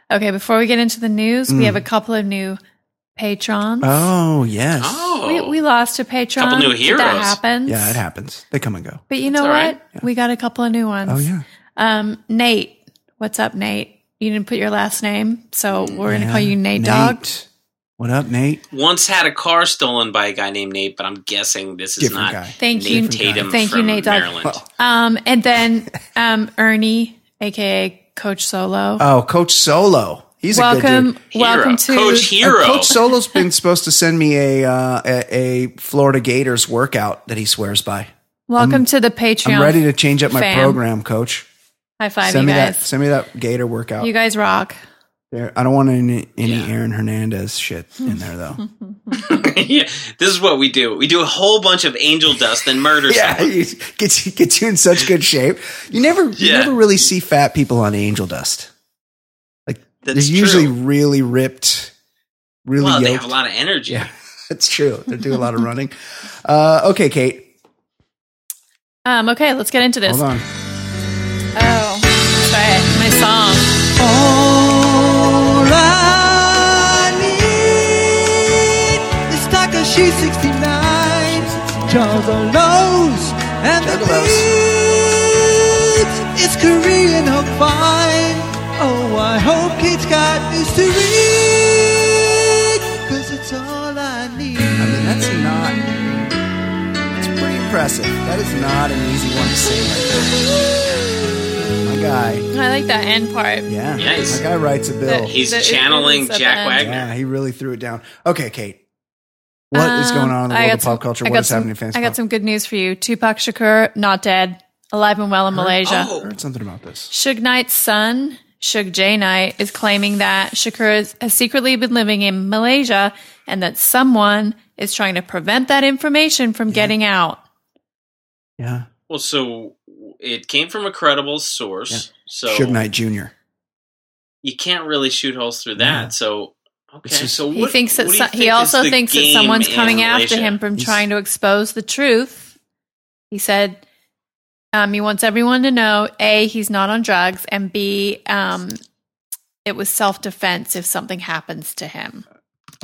S2: Okay, before we get into the news, we have a couple of new patrons.
S3: Mm. Oh, yes.
S1: Oh.
S2: We, we lost a patron.
S1: Couple new
S2: Did That
S1: heroes.
S2: happens.
S3: Yeah, it happens. They come and go.
S2: But you know
S1: all
S2: what?
S1: right.
S2: We got a couple of new ones.
S3: Oh, yeah.
S2: Um, Nate, what's up, Nate? You didn't put your last name, so we're gonna call you Nate, Dog.
S3: Nate. What up, Nate?
S1: once had a car stolen by a guy named Nate, but I'm guessing this is
S3: Different
S1: not
S3: guy.
S2: Thank
S1: Nate
S2: you,
S1: Tatum
S2: thank
S1: from
S2: you, Nate Dog.
S1: Maryland.
S2: Um, and then um, Ernie, aka Coach Solo.
S3: Oh, Coach Solo. He's a good
S2: welcome,
S3: dude.
S1: Hero.
S2: welcome to
S1: Coach
S3: Uh,
S1: Hero.
S3: Coach Solo's been supposed to send me a, uh, a a Florida Gators workout that he swears by.
S2: welcome to the Patreon.
S3: I'm ready to change up my
S2: Fam.
S3: program, Coach.
S2: High five,
S3: send
S2: you
S3: me
S2: guys.
S3: that. Send me that Gator workout.
S2: You guys rock.
S3: There- I don't want any, any Aaron Hernandez shit in there, though.
S1: yeah, this is what we do. We do a whole bunch of angel dust and murder.
S3: yeah,
S1: someone.
S3: you, gets you gets you in such good shape. You never you
S1: Yeah.
S3: never really see fat people on Angel Dust. Like
S1: That's
S3: they're usually
S1: true.
S3: really ripped, really
S1: well, they
S3: yoked.
S1: have a lot of energy.
S3: yeah, that's true. They do a lot of running. Uh, okay, Kate,
S2: Um, okay, let's get into this.
S3: hold on.
S2: Oh, that's right. My song.
S4: All I need is Takashi 69, Juggalos, and the
S3: Juggalos.
S4: beat is Korean hook fine. Oh, I hope Kate's got news to read, cause it's all I need.
S3: I mean, that's not. It's pretty impressive. That is not an easy one to sing. Right there. My guy,
S2: I like that end part.
S3: yeah,
S1: Nice.
S3: my guy writes a bill.
S1: He's
S2: The- it- it
S1: channeling
S2: is up
S1: Jack
S2: and-
S1: Wagner.
S3: Yeah, he really threw it down. Okay, Kate. what is going on in the
S2: Um, I
S3: world
S2: got
S3: of pop
S2: some-
S3: culture?
S2: I
S3: What
S2: got
S3: is
S2: some-
S3: happening in fantasy
S2: I got
S3: pop-
S2: some good news for you. Tupac Shakur, not dead, alive and well in Malaysia.
S1: Oh.
S3: I heard something about this.
S2: Suge Knight's son, Suge J Knight, is claiming that Shakur has- has secretly been living in Malaysia and that someone is trying to prevent that information from getting out.
S3: Yeah.
S1: Well, so w- It came from a credible source, so
S3: Suge Knight Jr.
S1: you can't really shoot holes through that.
S3: No.
S1: So okay,
S3: It's just-
S1: so
S2: He
S1: what-
S2: thinks that
S1: what do
S2: so-
S1: you
S2: he
S1: think
S2: also
S1: is the
S2: thinks that
S1: game
S2: someone's
S1: in
S2: coming after
S1: relation-
S2: him from
S3: He's-
S2: trying to expose the truth. He said um, he wants everyone to know a he's not on drugs and b um, it was self defense if something happens to him.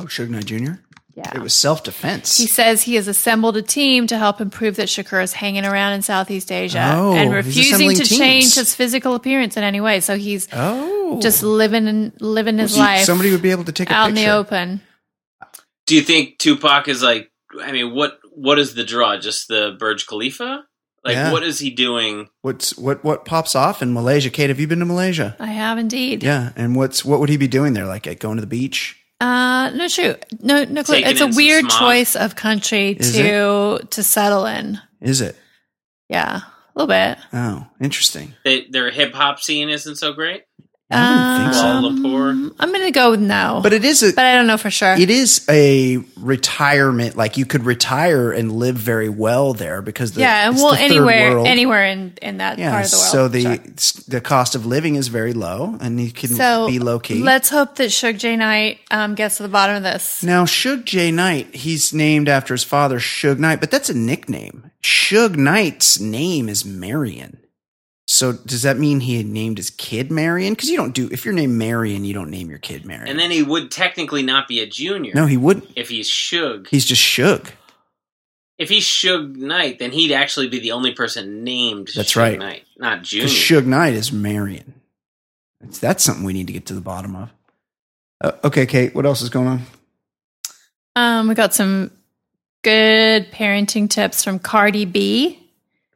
S3: Oh, Suge Knight Jr.
S2: Yeah.
S3: It was self defense.
S2: He says he has assembled a team to help him prove that Shakur is hanging around in Southeast Asia
S3: Oh,
S2: and
S3: he's
S2: refusing
S3: assembling
S2: to
S3: teams.
S2: change his physical appearance in any way. So he's
S3: oh,
S2: just living and living his
S3: See,
S2: life
S3: Somebody would be able to take a
S2: out in
S3: picture.
S2: the open.
S1: Do you think Tupac is like? I mean, what what is the draw? Just the Burj Khalifa? Like,
S3: Yeah.
S1: what is he doing?
S3: What's what? What pops off in Malaysia? Kate, have you been to Malaysia?
S2: I have indeed.
S3: Yeah, and what's what would he be doing there? Like uh, going to the beach?
S2: Uh, no, true. No, no clue.
S1: Taking
S2: It's a
S1: in some
S2: weird
S1: smog.
S2: choice of country
S3: Is
S2: to to settle in.
S3: Is it?
S2: Yeah, a little bit.
S3: Oh, interesting.
S1: They, their hip hop scene isn't so great.
S3: I
S2: Um,
S3: wouldn't think so.
S1: Kuala Lumpur.
S2: I'm gonna go with no,
S3: But it is a
S2: but I don't know for sure.
S3: it is a retirement. Like you could retire and live very well there because the,
S2: yeah, and
S3: it's
S2: well,
S3: the third
S2: anywhere,
S3: world.
S2: anywhere in in that
S3: Yeah,
S2: part of the world.
S3: so the
S2: Sure.
S3: s- the cost of living is very low, and you can
S2: so
S3: be low key.
S2: Let's hope that Suge J Knight um, gets to the bottom of this.
S3: Now, Suge J. Knight, he's named after his father, Suge Knight, but that's a nickname. Suge Knight's name is Marion. So does that mean he had named his kid Marion? Because you don't do if you're named Marion, you don't name your kid Marion.
S1: And then he would technically not be a junior.
S3: no, he wouldn't.
S1: if he's Suge.
S3: He's just Suge.
S1: if he's Suge Knight, then he'd actually be the only person named.
S3: That's
S1: Suge
S3: right.
S1: Knight, not Junior.
S3: Because Suge Knight is Marion. That's, that's something we need to get to the bottom of. Uh, okay, Kate, what else is going on?
S2: Um, we got some good parenting tips from Cardi B.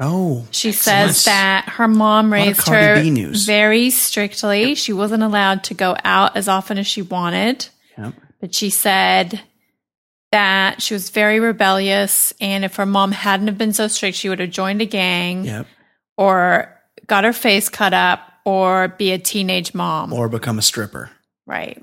S3: Oh,
S2: She
S3: Excellent.
S2: says that her mom
S3: lot of
S2: raised
S3: Cardi
S2: her
S3: B news.
S2: very strictly. She wasn't allowed to go out as often as she wanted,
S3: Yep.
S2: but she said that she was very rebellious. And if her mom hadn't have been so strict, she would have joined a gang
S3: Yep.
S2: or got her face cut up or be a teenage mom.
S3: Or become a stripper.
S2: Right.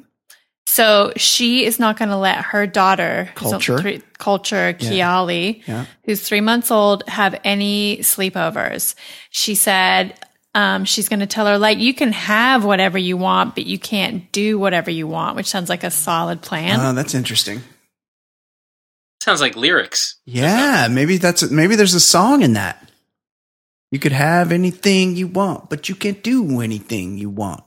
S2: So she is not going to let her daughter, who's only
S3: Culture.
S2: three, culture Kiali,
S3: Yeah.
S2: who's three months old, have any sleepovers. She said um, she's going to tell her, like, you can have whatever you want, but you can't do whatever you want, which sounds like a solid plan.
S3: Oh, that's interesting.
S1: Sounds like lyrics.
S3: Yeah, maybe that's maybe there's a song in that. You could have anything you want, but you can't do anything you want.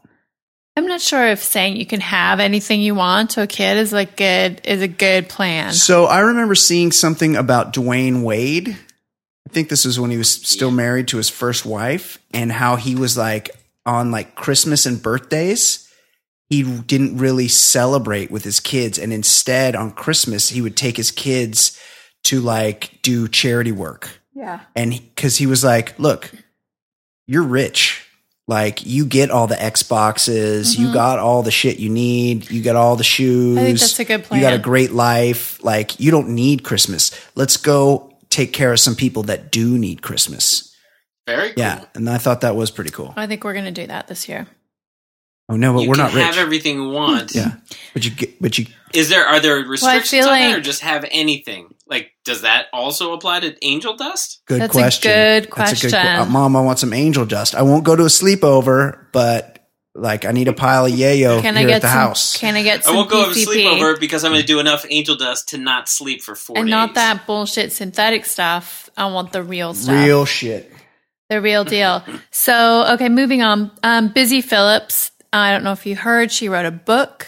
S2: I'm not sure if saying you can have anything you want to a kid is like good is a good plan.
S3: So I remember seeing something about Dwayne Wade. I think this was when he was still married to his first wife, and how he was like on like Christmas and birthdays. He didn't really celebrate with his kids, and instead on Christmas he would take his kids to like do charity work.
S2: yeah.
S3: and because he, was like, "Look, you're rich. Like you get all the Xboxes, you got all the shit you need, you got all the shoes.
S2: Mm-hmm. I think that's a good
S3: You got a
S2: plan.
S3: great life. Like you don't need Christmas. Let's go take care of some people that do need Christmas.
S1: Very cool.
S3: Yeah, and I thought that was pretty cool.
S2: I think we're going to do that this year.
S3: Oh no, but
S1: you
S3: we're
S1: can
S3: not rich.
S1: have everything you want.
S3: yeah, but you get, but you
S1: Is there are there restrictions
S2: feel
S1: on that,
S2: like-
S1: or just have anything? Like, does that also apply to angel dust?
S3: good
S2: That's a
S3: question.
S2: good
S3: que-
S2: question.
S3: uh, Mom, I want some angel dust. I won't go to a sleepover, but like I need a pile of yayo
S2: Can
S3: Oh,
S2: I
S3: here
S2: get
S3: at the
S2: some,
S3: house.
S2: Can I get some
S1: I won't go have a
S2: PCP?
S1: sleepover because I'm going to do enough angel dust to not sleep for four
S2: and
S1: days.
S2: not that bullshit synthetic stuff. I want the real stuff,
S3: Real shit.
S2: the real deal. So, okay, moving on. Um, Busy Phillips. I don't know if you heard, she wrote a book.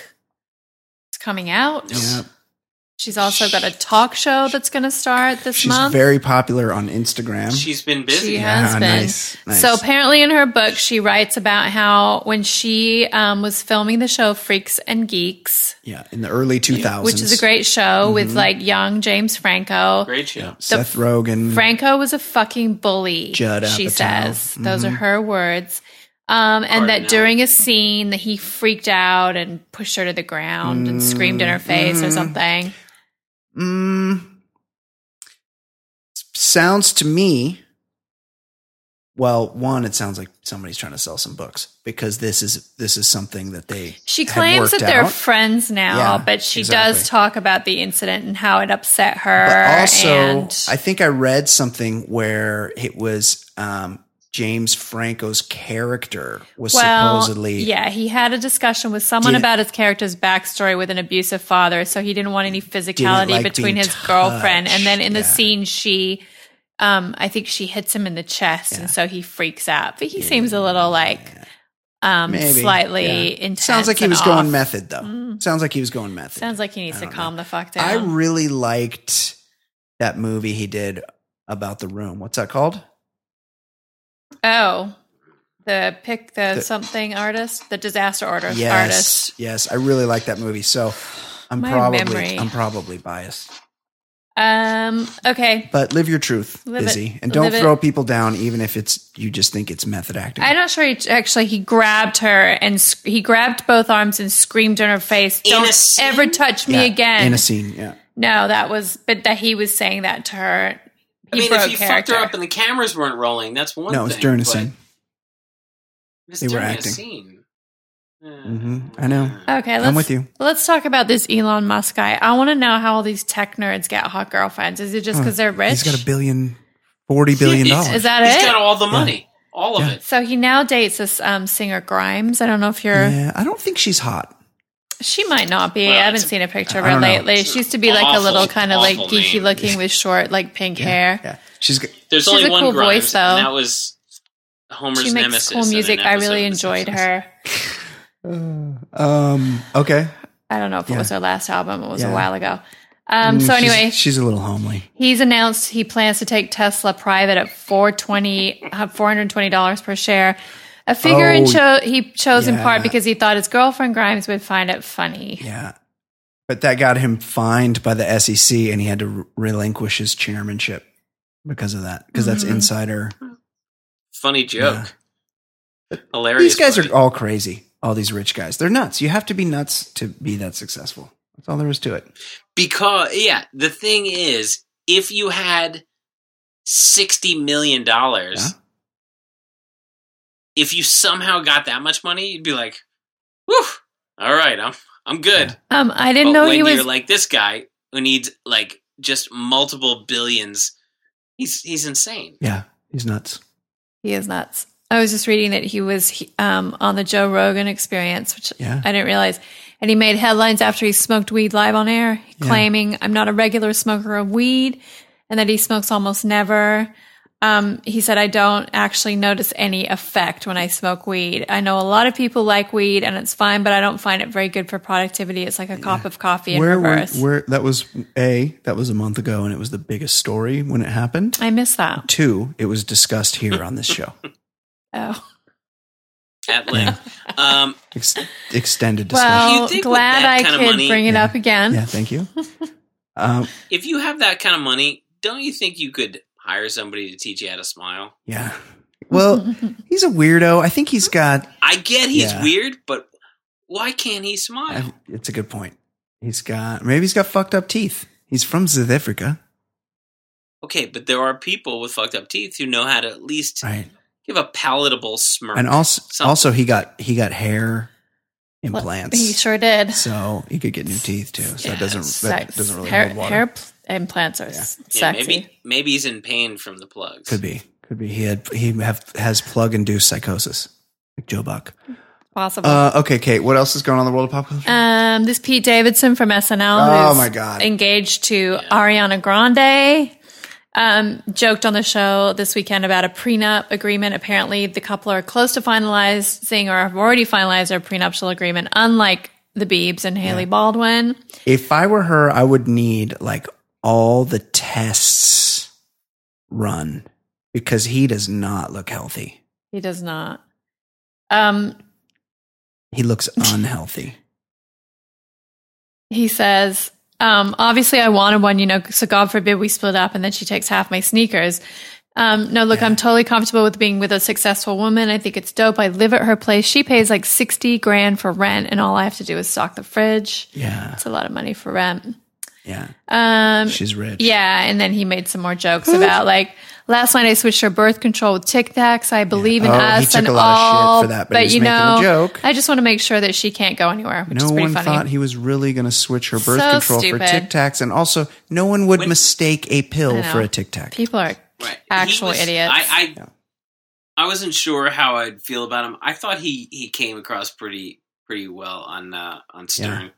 S2: It's coming out.
S3: Yeah.
S2: She's also got a talk show that's going to start this
S3: She's
S2: month.
S3: very popular on Instagram.
S1: She's been busy.
S2: She has
S3: Yeah,
S2: been.
S3: nice, nice.
S2: So apparently, in her book, she writes about how when she um, was filming the show Freaks and Geeks,
S3: yeah, in the early 2000s.
S2: which is a great show
S3: Mm-hmm.
S2: with like young James Franco,
S1: Great show.
S3: Seth Rogen.
S2: Franco was a fucking bully.
S3: Judd
S2: she
S3: Apatow. Mm-hmm.
S2: says those are her words. Um, and that
S1: Cardinale.
S2: during a scene that he freaked out and pushed her to the ground and screamed in
S3: Mm-hmm.
S2: her face or something.
S3: Mm, sounds to me. Well, one, it sounds like somebody's trying to sell some books because this is this is something that they
S2: She
S3: had
S2: claims that
S3: worked
S2: they're
S3: out.
S2: friends now,
S3: Yeah,
S2: but she
S3: exactly.
S2: does talk about the incident and how it upset her.
S3: But also,
S2: and
S3: I think I read something where it was um, James Franco's character was
S2: Well,
S3: supposedly
S2: yeah, he had a discussion with someone
S3: Didn't-
S2: about his character's backstory with an abusive father, so he didn't want any physicality
S3: like
S2: between
S3: being
S2: his girlfriend. And then in the
S3: touched, yeah.
S2: scene, she, um, I think she hits him in the chest, and so he freaks out. But he seems a little like, um,
S3: maybe,
S2: slightly
S3: yeah.
S2: intense.
S3: Sounds like he
S2: and
S3: was going
S2: off. Mm.
S3: method though. Sounds like he was going method.
S2: Sounds like he needs
S3: I
S2: to
S3: don't
S2: calm the fuck down.
S3: I really liked that movie he did about the room. What's that called?
S2: oh, the pick the,
S3: The-
S2: something artist, the disaster order artist.
S3: Yes, yes, I really like that movie. So I'm
S2: My
S3: probably
S2: memory.
S3: I'm probably biased,
S2: Um. Okay.
S3: but live your truth,
S2: Live it.
S3: Izzy, and don't
S2: Live it.
S3: throw people down, even if it's you just think it's method acting.
S2: I'm not sure. He, actually, he grabbed her and sc- he grabbed both arms and screamed in her face,
S1: In a
S2: "Don't
S1: scene?
S2: ever touch me
S3: Yeah,
S2: again."
S3: in a scene. Yeah,
S2: no, that was, but that he was saying that to her.
S1: I
S2: He
S1: mean,
S2: broke
S1: if you
S2: character.
S1: fucked her up and the cameras weren't rolling, that's one
S3: no,
S1: thing.
S3: it's during a
S1: but
S3: scene.
S1: It's
S3: They were
S1: during a
S3: acting.
S1: scene.
S3: hmm I know.
S2: okay,
S3: I'm
S2: let's,
S3: with you.
S2: Let's talk about this Elon Musk guy. I want to know how all these tech nerds get hot girlfriends. Is it just because they're rich?
S3: He's got a billion, forty billion
S1: Yeah,
S3: dollars.
S2: Is that
S1: He's
S2: it?
S1: got all the money. All of
S3: Yeah.
S1: it.
S2: so he now dates this um, singer Grimes. I don't know if you're.
S3: yeah, I don't think she's hot.
S2: She might not be.
S1: Well,
S2: I haven't
S1: it's a-
S2: seen a picture of
S3: I
S2: her
S3: don't know.
S2: lately. She used to be like
S1: Awful,
S2: a little kind of like
S1: awful
S2: geeky
S1: name.
S2: looking with short like pink hair.
S3: Yeah, she's g-
S1: There's
S2: She's
S1: only
S2: a
S1: one
S2: cool
S1: Grimes,
S2: voice, though.
S1: and that was Homer's
S2: she makes
S1: nemesis.
S2: cool
S1: in an
S2: music. I
S1: episode
S2: really
S1: of The
S2: enjoyed
S1: Simpsons.
S2: her.
S3: um okay.
S2: I don't know if it was
S3: Yeah.
S2: her last album. It was
S3: Yeah.
S2: a while ago. Um, so
S3: Mm, she's-
S2: anyway,
S3: she's a little homely.
S2: he's announced he plans to take Tesla private at 420 uh, $420 per share. A figure in
S3: Oh,
S2: cho- he chose in part
S3: yeah.
S2: because he thought his girlfriend Grimes would find it funny.
S3: Yeah. But that got him fined by the SEC and he had to re- relinquish his chairmanship because of that, because that's
S2: Mhm.
S3: insider.
S1: Funny joke. Hilarious.
S3: These guys
S1: funny.
S3: are all crazy. All these rich guys. They're nuts. You have to be nuts to be that successful. That's all there is to it.
S1: because yeah, the thing is, if you had sixty million dollars,
S3: Yeah.
S1: if you somehow got that much money, you'd be like, "Whew, all right, I'm I'm good."
S2: Um, I didn't
S1: but
S2: know
S1: when
S2: he was
S1: you're like this guy who needs like just multiple billions, he's he's insane.
S3: Yeah. He's nuts.
S2: He is nuts. I was just reading that he was he- um, on the Joe Rogan experience, which
S3: Yeah.
S2: I didn't realize. And he made headlines after he smoked weed live on air, claiming, I'm not a regular smoker of weed and that he smokes almost never. Um, he said, I don't actually notice any effect when I smoke weed. I know a lot of people like weed and it's fine, but I don't find it very good for productivity. It's like a cup of coffee in
S3: Where, were
S2: reverse.
S3: where that was A, that was a month ago and it was the biggest story when it happened.
S2: I miss that.
S3: Two, it was discussed here on this show.
S2: Oh,
S1: At length, um,
S3: Ex- extended discussion.
S2: well,
S1: You think with
S2: glad
S1: that
S2: I
S1: kind of
S2: could
S1: money-
S2: bring it
S3: Yeah.
S2: up again.
S3: yeah, thank you. Um,
S1: if you have that kind of money, don't you think you could hire somebody to teach you how to smile?
S3: yeah. Well, he's a weirdo. I think he's got
S1: I get he's
S3: Yeah.
S1: weird, but why can't he smile?
S3: I, it's a good point. He's got maybe he's got fucked up teeth. He's from South Africa,
S1: Okay, but there are people with fucked up teeth who know how to at least
S3: right?
S1: give a palatable smirk.
S3: And also,
S1: Something.
S3: also he got he got hair
S2: Well,
S3: implants,
S2: He sure did.
S3: so he could get new teeth too. So that doesn't that
S2: Sex-
S3: doesn't really
S2: hair,
S3: hold water.
S2: hair pl- implants are s-
S1: Yeah,
S2: sexy.
S1: maybe maybe he's in pain from the plugs.
S3: could be, could be. He had he have has plug induced psychosis, like Joe Buck.
S2: Possible.
S3: Uh, okay, Kate. What else is going on in the world of pop culture?
S2: um, this Pete Davidson from SNL.
S3: Oh
S2: who's
S3: my God.
S2: Engaged to Ariana Grande. Um, joked on the show this weekend about a prenup agreement. Apparently, the couple are close to finalizing or have already finalized their prenuptial agreement. Unlike the Biebs and Haley Baldwin.
S3: If I were her, I would need like all the tests run because he does not look healthy.
S2: He does not. Um,
S3: He looks unhealthy.
S2: He says, um, obviously I wanted one, you know, so God forbid we split up and then she takes half my sneakers. Um, no, look, I'm totally comfortable with being with a successful woman. I think it's dope. I live at her place. She pays like 60 grand for rent and all I have to do is stock the fridge.
S3: Yeah.
S2: It's a lot of money for rent.
S3: Yeah.
S2: Um,
S3: She's rich.
S2: yeah. And then he made some more jokes about like, last night I switched her birth control with Tic Tacs. I believe in
S3: Oh, he
S2: us
S3: took
S2: and
S3: a lot of shit
S2: all,
S3: for that, but he was
S2: you
S3: making a
S2: know,
S3: joke.
S2: I just want to make sure that she can't go anywhere, which
S3: No
S2: is pretty
S3: one
S2: funny.
S3: thought he was really going to switch her birth
S2: So
S3: control for
S2: stupid.
S3: Tic Tacs, and also no one would
S1: When-
S3: mistake a pill
S2: know.
S3: for a Tic Tac.
S2: People are
S1: Right. He
S2: actual
S1: was-
S2: idiots.
S1: I, I, I wasn't sure how I'd feel about him. I thought he he came across pretty pretty well on uh, on Stern.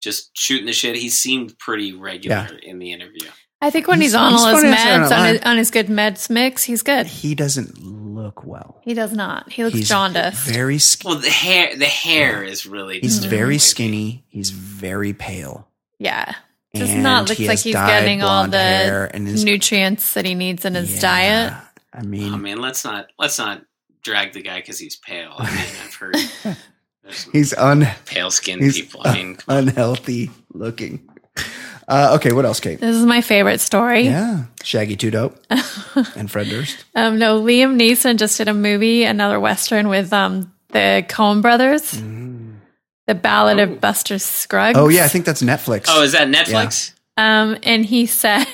S1: Just shooting the shit. He seemed pretty regular in the interview.
S2: I think when he's,
S3: He's-
S2: on
S3: he's
S2: all his
S3: funny on Saturday Night
S2: meds, on his,
S3: Live.
S2: on his good meds mix, he's good.
S3: He doesn't look well.
S2: He does not. He looks
S3: he's
S2: jaundiced. Mm-hmm.
S3: Very skinny.
S1: Well, the hair the hair is really
S3: He's
S1: disturbing.
S3: very skinny. He's very pale.
S2: yeah. Does
S3: and
S2: not look
S3: he
S2: like
S3: has
S2: he's
S3: dyed
S2: getting all
S3: blonde
S2: the
S3: hair and his-
S2: nutrients that he needs in his
S3: Yeah.
S2: diet.
S3: I
S1: Oh
S3: mean,
S1: man, let's not let's not drag the guy because he's pale. I mean, I've heard there's
S3: he's un
S1: pale skinned
S3: he's
S1: people. I mean,
S3: un- unhealthy looking. Uh, okay, what else, Kate?
S2: This is my favorite story.
S3: Yeah, Shaggy Two Dope and Fred Durst.
S2: Um, no, Liam Neeson just did a movie, another Western with um, the Coen brothers, Mm. The Ballad of Buster Scruggs.
S3: Oh yeah, I think that's Netflix.
S1: oh, is that Netflix?
S2: Um, and he said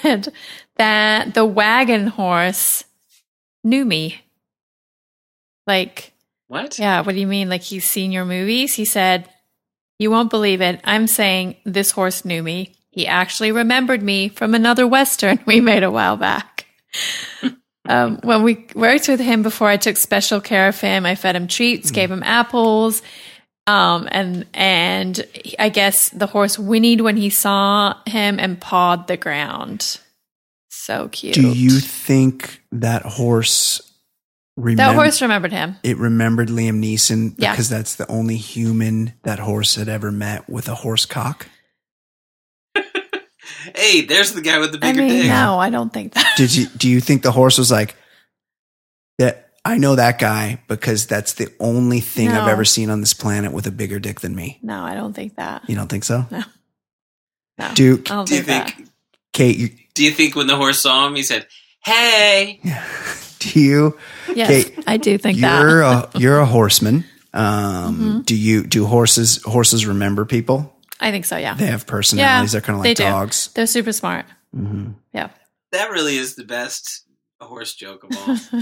S2: that the wagon horse knew me. Like,
S1: What?
S2: yeah, what do you mean? Like, he's seen your movies? He said, You won't believe it. I'm saying this horse knew me. He actually remembered me from another Western we made a while back. um, when we worked with him before, I took special care of him. I fed him treats, gave
S3: Hmm.
S2: him apples. Um, and and he- I guess the horse whinnied when he saw him and pawed the ground. So cute.
S3: Do you think that horse? Remem-
S2: that horse remembered him.
S3: It remembered Liam Neeson
S2: Yeah.
S3: because that's the only human that horse had ever met with a horse cock.
S1: Hey, there's the guy with the
S2: I
S1: bigger
S2: mean,
S1: dick.
S2: no, I don't think that.
S3: Did you? Do you think the horse was like that? I know that guy because that's the only thing I've
S2: No.
S3: ever seen on this planet with a bigger dick than me.
S2: No, I don't think that.
S3: You don't think so?
S2: No. No. Uh.
S3: Duke,
S2: I don't
S1: Do you
S2: think that.
S1: think?
S3: Kate, you,
S1: Do you think when the horse saw him, he said, "Hey"?
S3: do you?
S2: Yes,
S3: Kate,
S2: I do think
S3: you're
S2: that. Mm-hmm.
S3: a you're a horseman. Um, Do you do horses horses remember people?
S2: I think so. Yeah.
S3: They have personalities. They're kind of like
S2: they do.
S3: dogs.
S2: They're super smart. Yeah.
S1: That really is the best horse joke of all.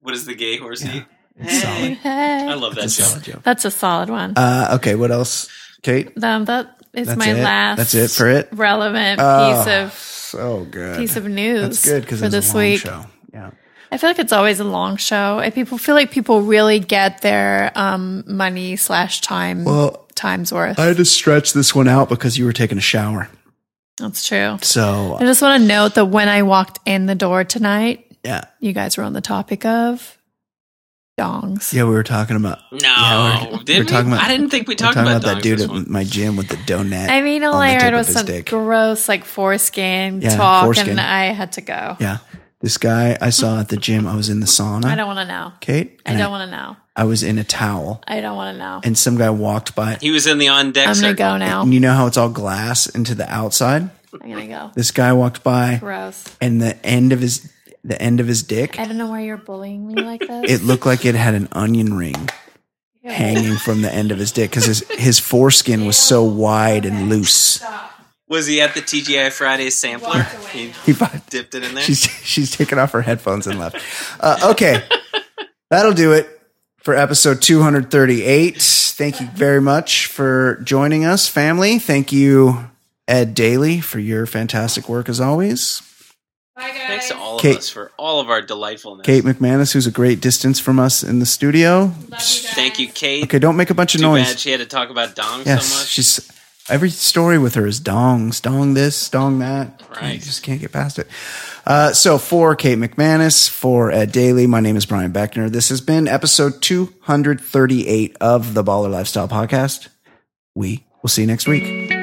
S1: what is the gay horse eat?
S3: It's solid.
S1: I
S2: Hey,
S1: love that
S3: It's a
S1: joke.
S3: solid joke.
S2: that's a solid one.
S3: Uh, okay, what else, Kate?
S2: um, that is
S3: that's
S2: my
S3: it?
S2: last.
S3: That's it for it?
S2: Relevant
S3: Oh,
S2: piece of
S3: so good.
S2: piece of news.
S3: That's good because
S2: for
S3: it's a
S2: this
S3: long
S2: week.
S3: show. Yeah.
S2: I feel like it's always a long show. I people feel like people really get their um, money slash time
S3: Well,
S2: times worth.
S3: I had to stretch this one out because you were taking a shower.
S2: That's true.
S3: So
S2: I just want to note that when I walked in the door tonight,
S3: yeah,
S2: you guys were on the topic of dongs.
S3: yeah, we were talking about
S1: No,
S3: Yeah, we're-
S1: did
S3: we're
S1: we?
S3: talking about-
S1: I didn't think we
S3: we were
S1: talked
S3: talking about,
S1: dogs
S3: that dude
S1: this
S3: at
S1: one.
S3: my gym with the donut.
S2: I mean, all
S3: on the
S2: I
S3: tip
S2: heard
S3: of
S2: was
S3: his
S2: some
S3: dick.
S2: gross, like foreskin
S3: Yeah,
S2: talk,
S3: foreskin.
S2: and I had to go.
S3: Yeah, this guy I saw at the gym. I was in the sauna.
S2: I don't want to know.
S3: Kate.
S2: I
S3: and
S2: don't want to know.
S3: I was in a towel,
S2: I don't want to know.
S3: and some guy walked by.
S1: He was in the on deck
S2: I'm gonna
S1: circle.
S2: go now.
S3: And you know how it's all glass into the outside.
S2: I'm gonna go.
S3: This guy walked by,
S2: Gross.
S3: and the end of his the end of his dick,
S2: I don't know why you're bullying me like this.
S3: it looked like it had an onion ring hanging from the end of his dick because his his foreskin was so wide and loose.
S1: Was he at the TGI Friday sampler? He
S3: He bought-
S1: dipped it in there.
S3: she's she's taking off her headphones and left. Uh, okay, that'll do it for episode 238. Thank you very much for joining us, family. Thank you, Ed Daly, for your fantastic work as always.
S1: Thanks to all
S3: Kate-
S1: of us for all of our delightfulness.
S3: Kate McManus, who's a great distance from us in the studio.
S1: Thank you, Kate.
S3: Okay, don't make a bunch of
S1: Too
S3: noise.
S1: bad she had to talk about Dong
S3: yes,
S1: so much.
S3: she's every story with her is dongs, dong this, dong that.
S1: Right.
S3: You just can't get past it. Uh, so for Kate McManus, for Ed Daly, my name is Brian Beckner. This has been episode 238 of the Baller Lifestyle Podcast. We will see you next week.
S1: Goodbye.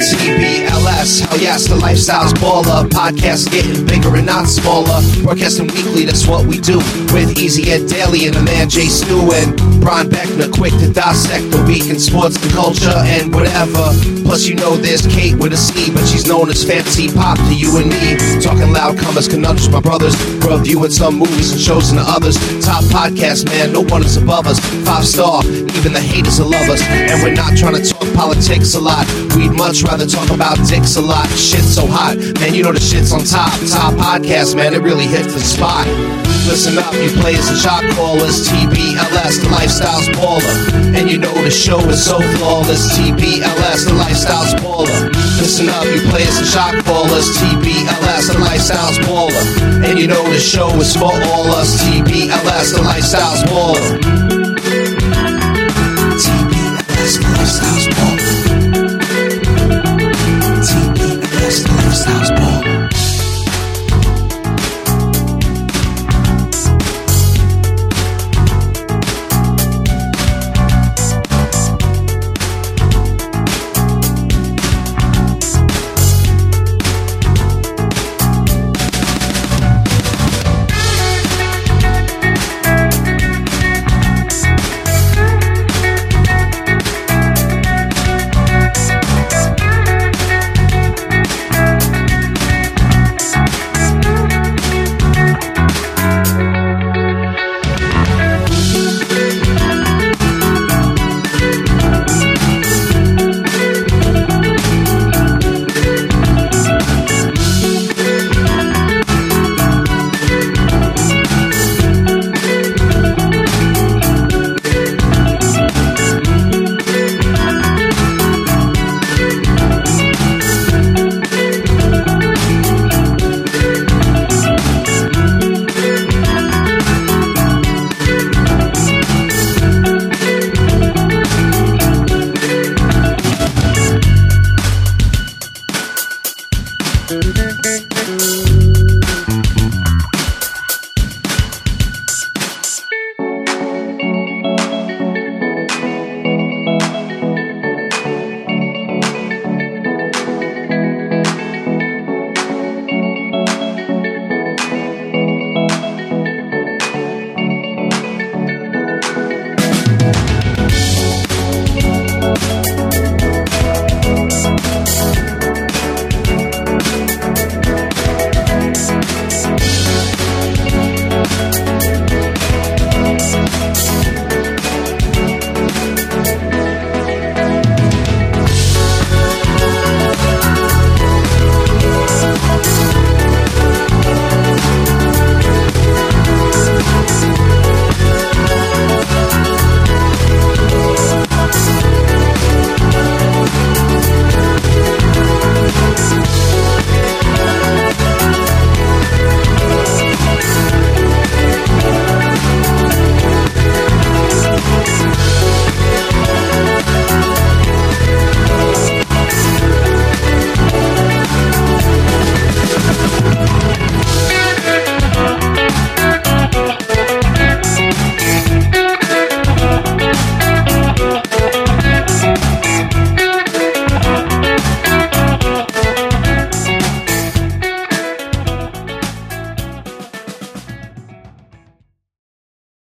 S8: TBLS, hell yes, the lifestyle's baller. Podcast getting bigger and not smaller. Broadcasting weekly, that's what we do. With Easy Ed Daily and the man Jay Stu and Brian Beckner, quick to dissect the week in sports and culture and whatever. Plus, you know there's Kate with a C, but she's known as Fancy Pop to you and me. Talking loud, comers, conundrums, my brothers. Reviewing some movies and shows and others. Top podcast, man, no one is above us. Five star, even the haters will love us. And we're not trying to talk politics a lot. We'd much rather talk about dicks a lot. Shit's so so hot. Man, you know the shit's on top. Top podcast, man, it really hits the spot. Listen up, you players and shot callers. TBLS, the lifestyle's baller. And you know the show is so flawless. TBLS, the lifestyle's baller. Listen up, you players and shot callers. TBLS, the lifestyle's baller. And you know the show is for all us. TBLS, the lifestyle's baller. TBLS, the lifestyle's baller.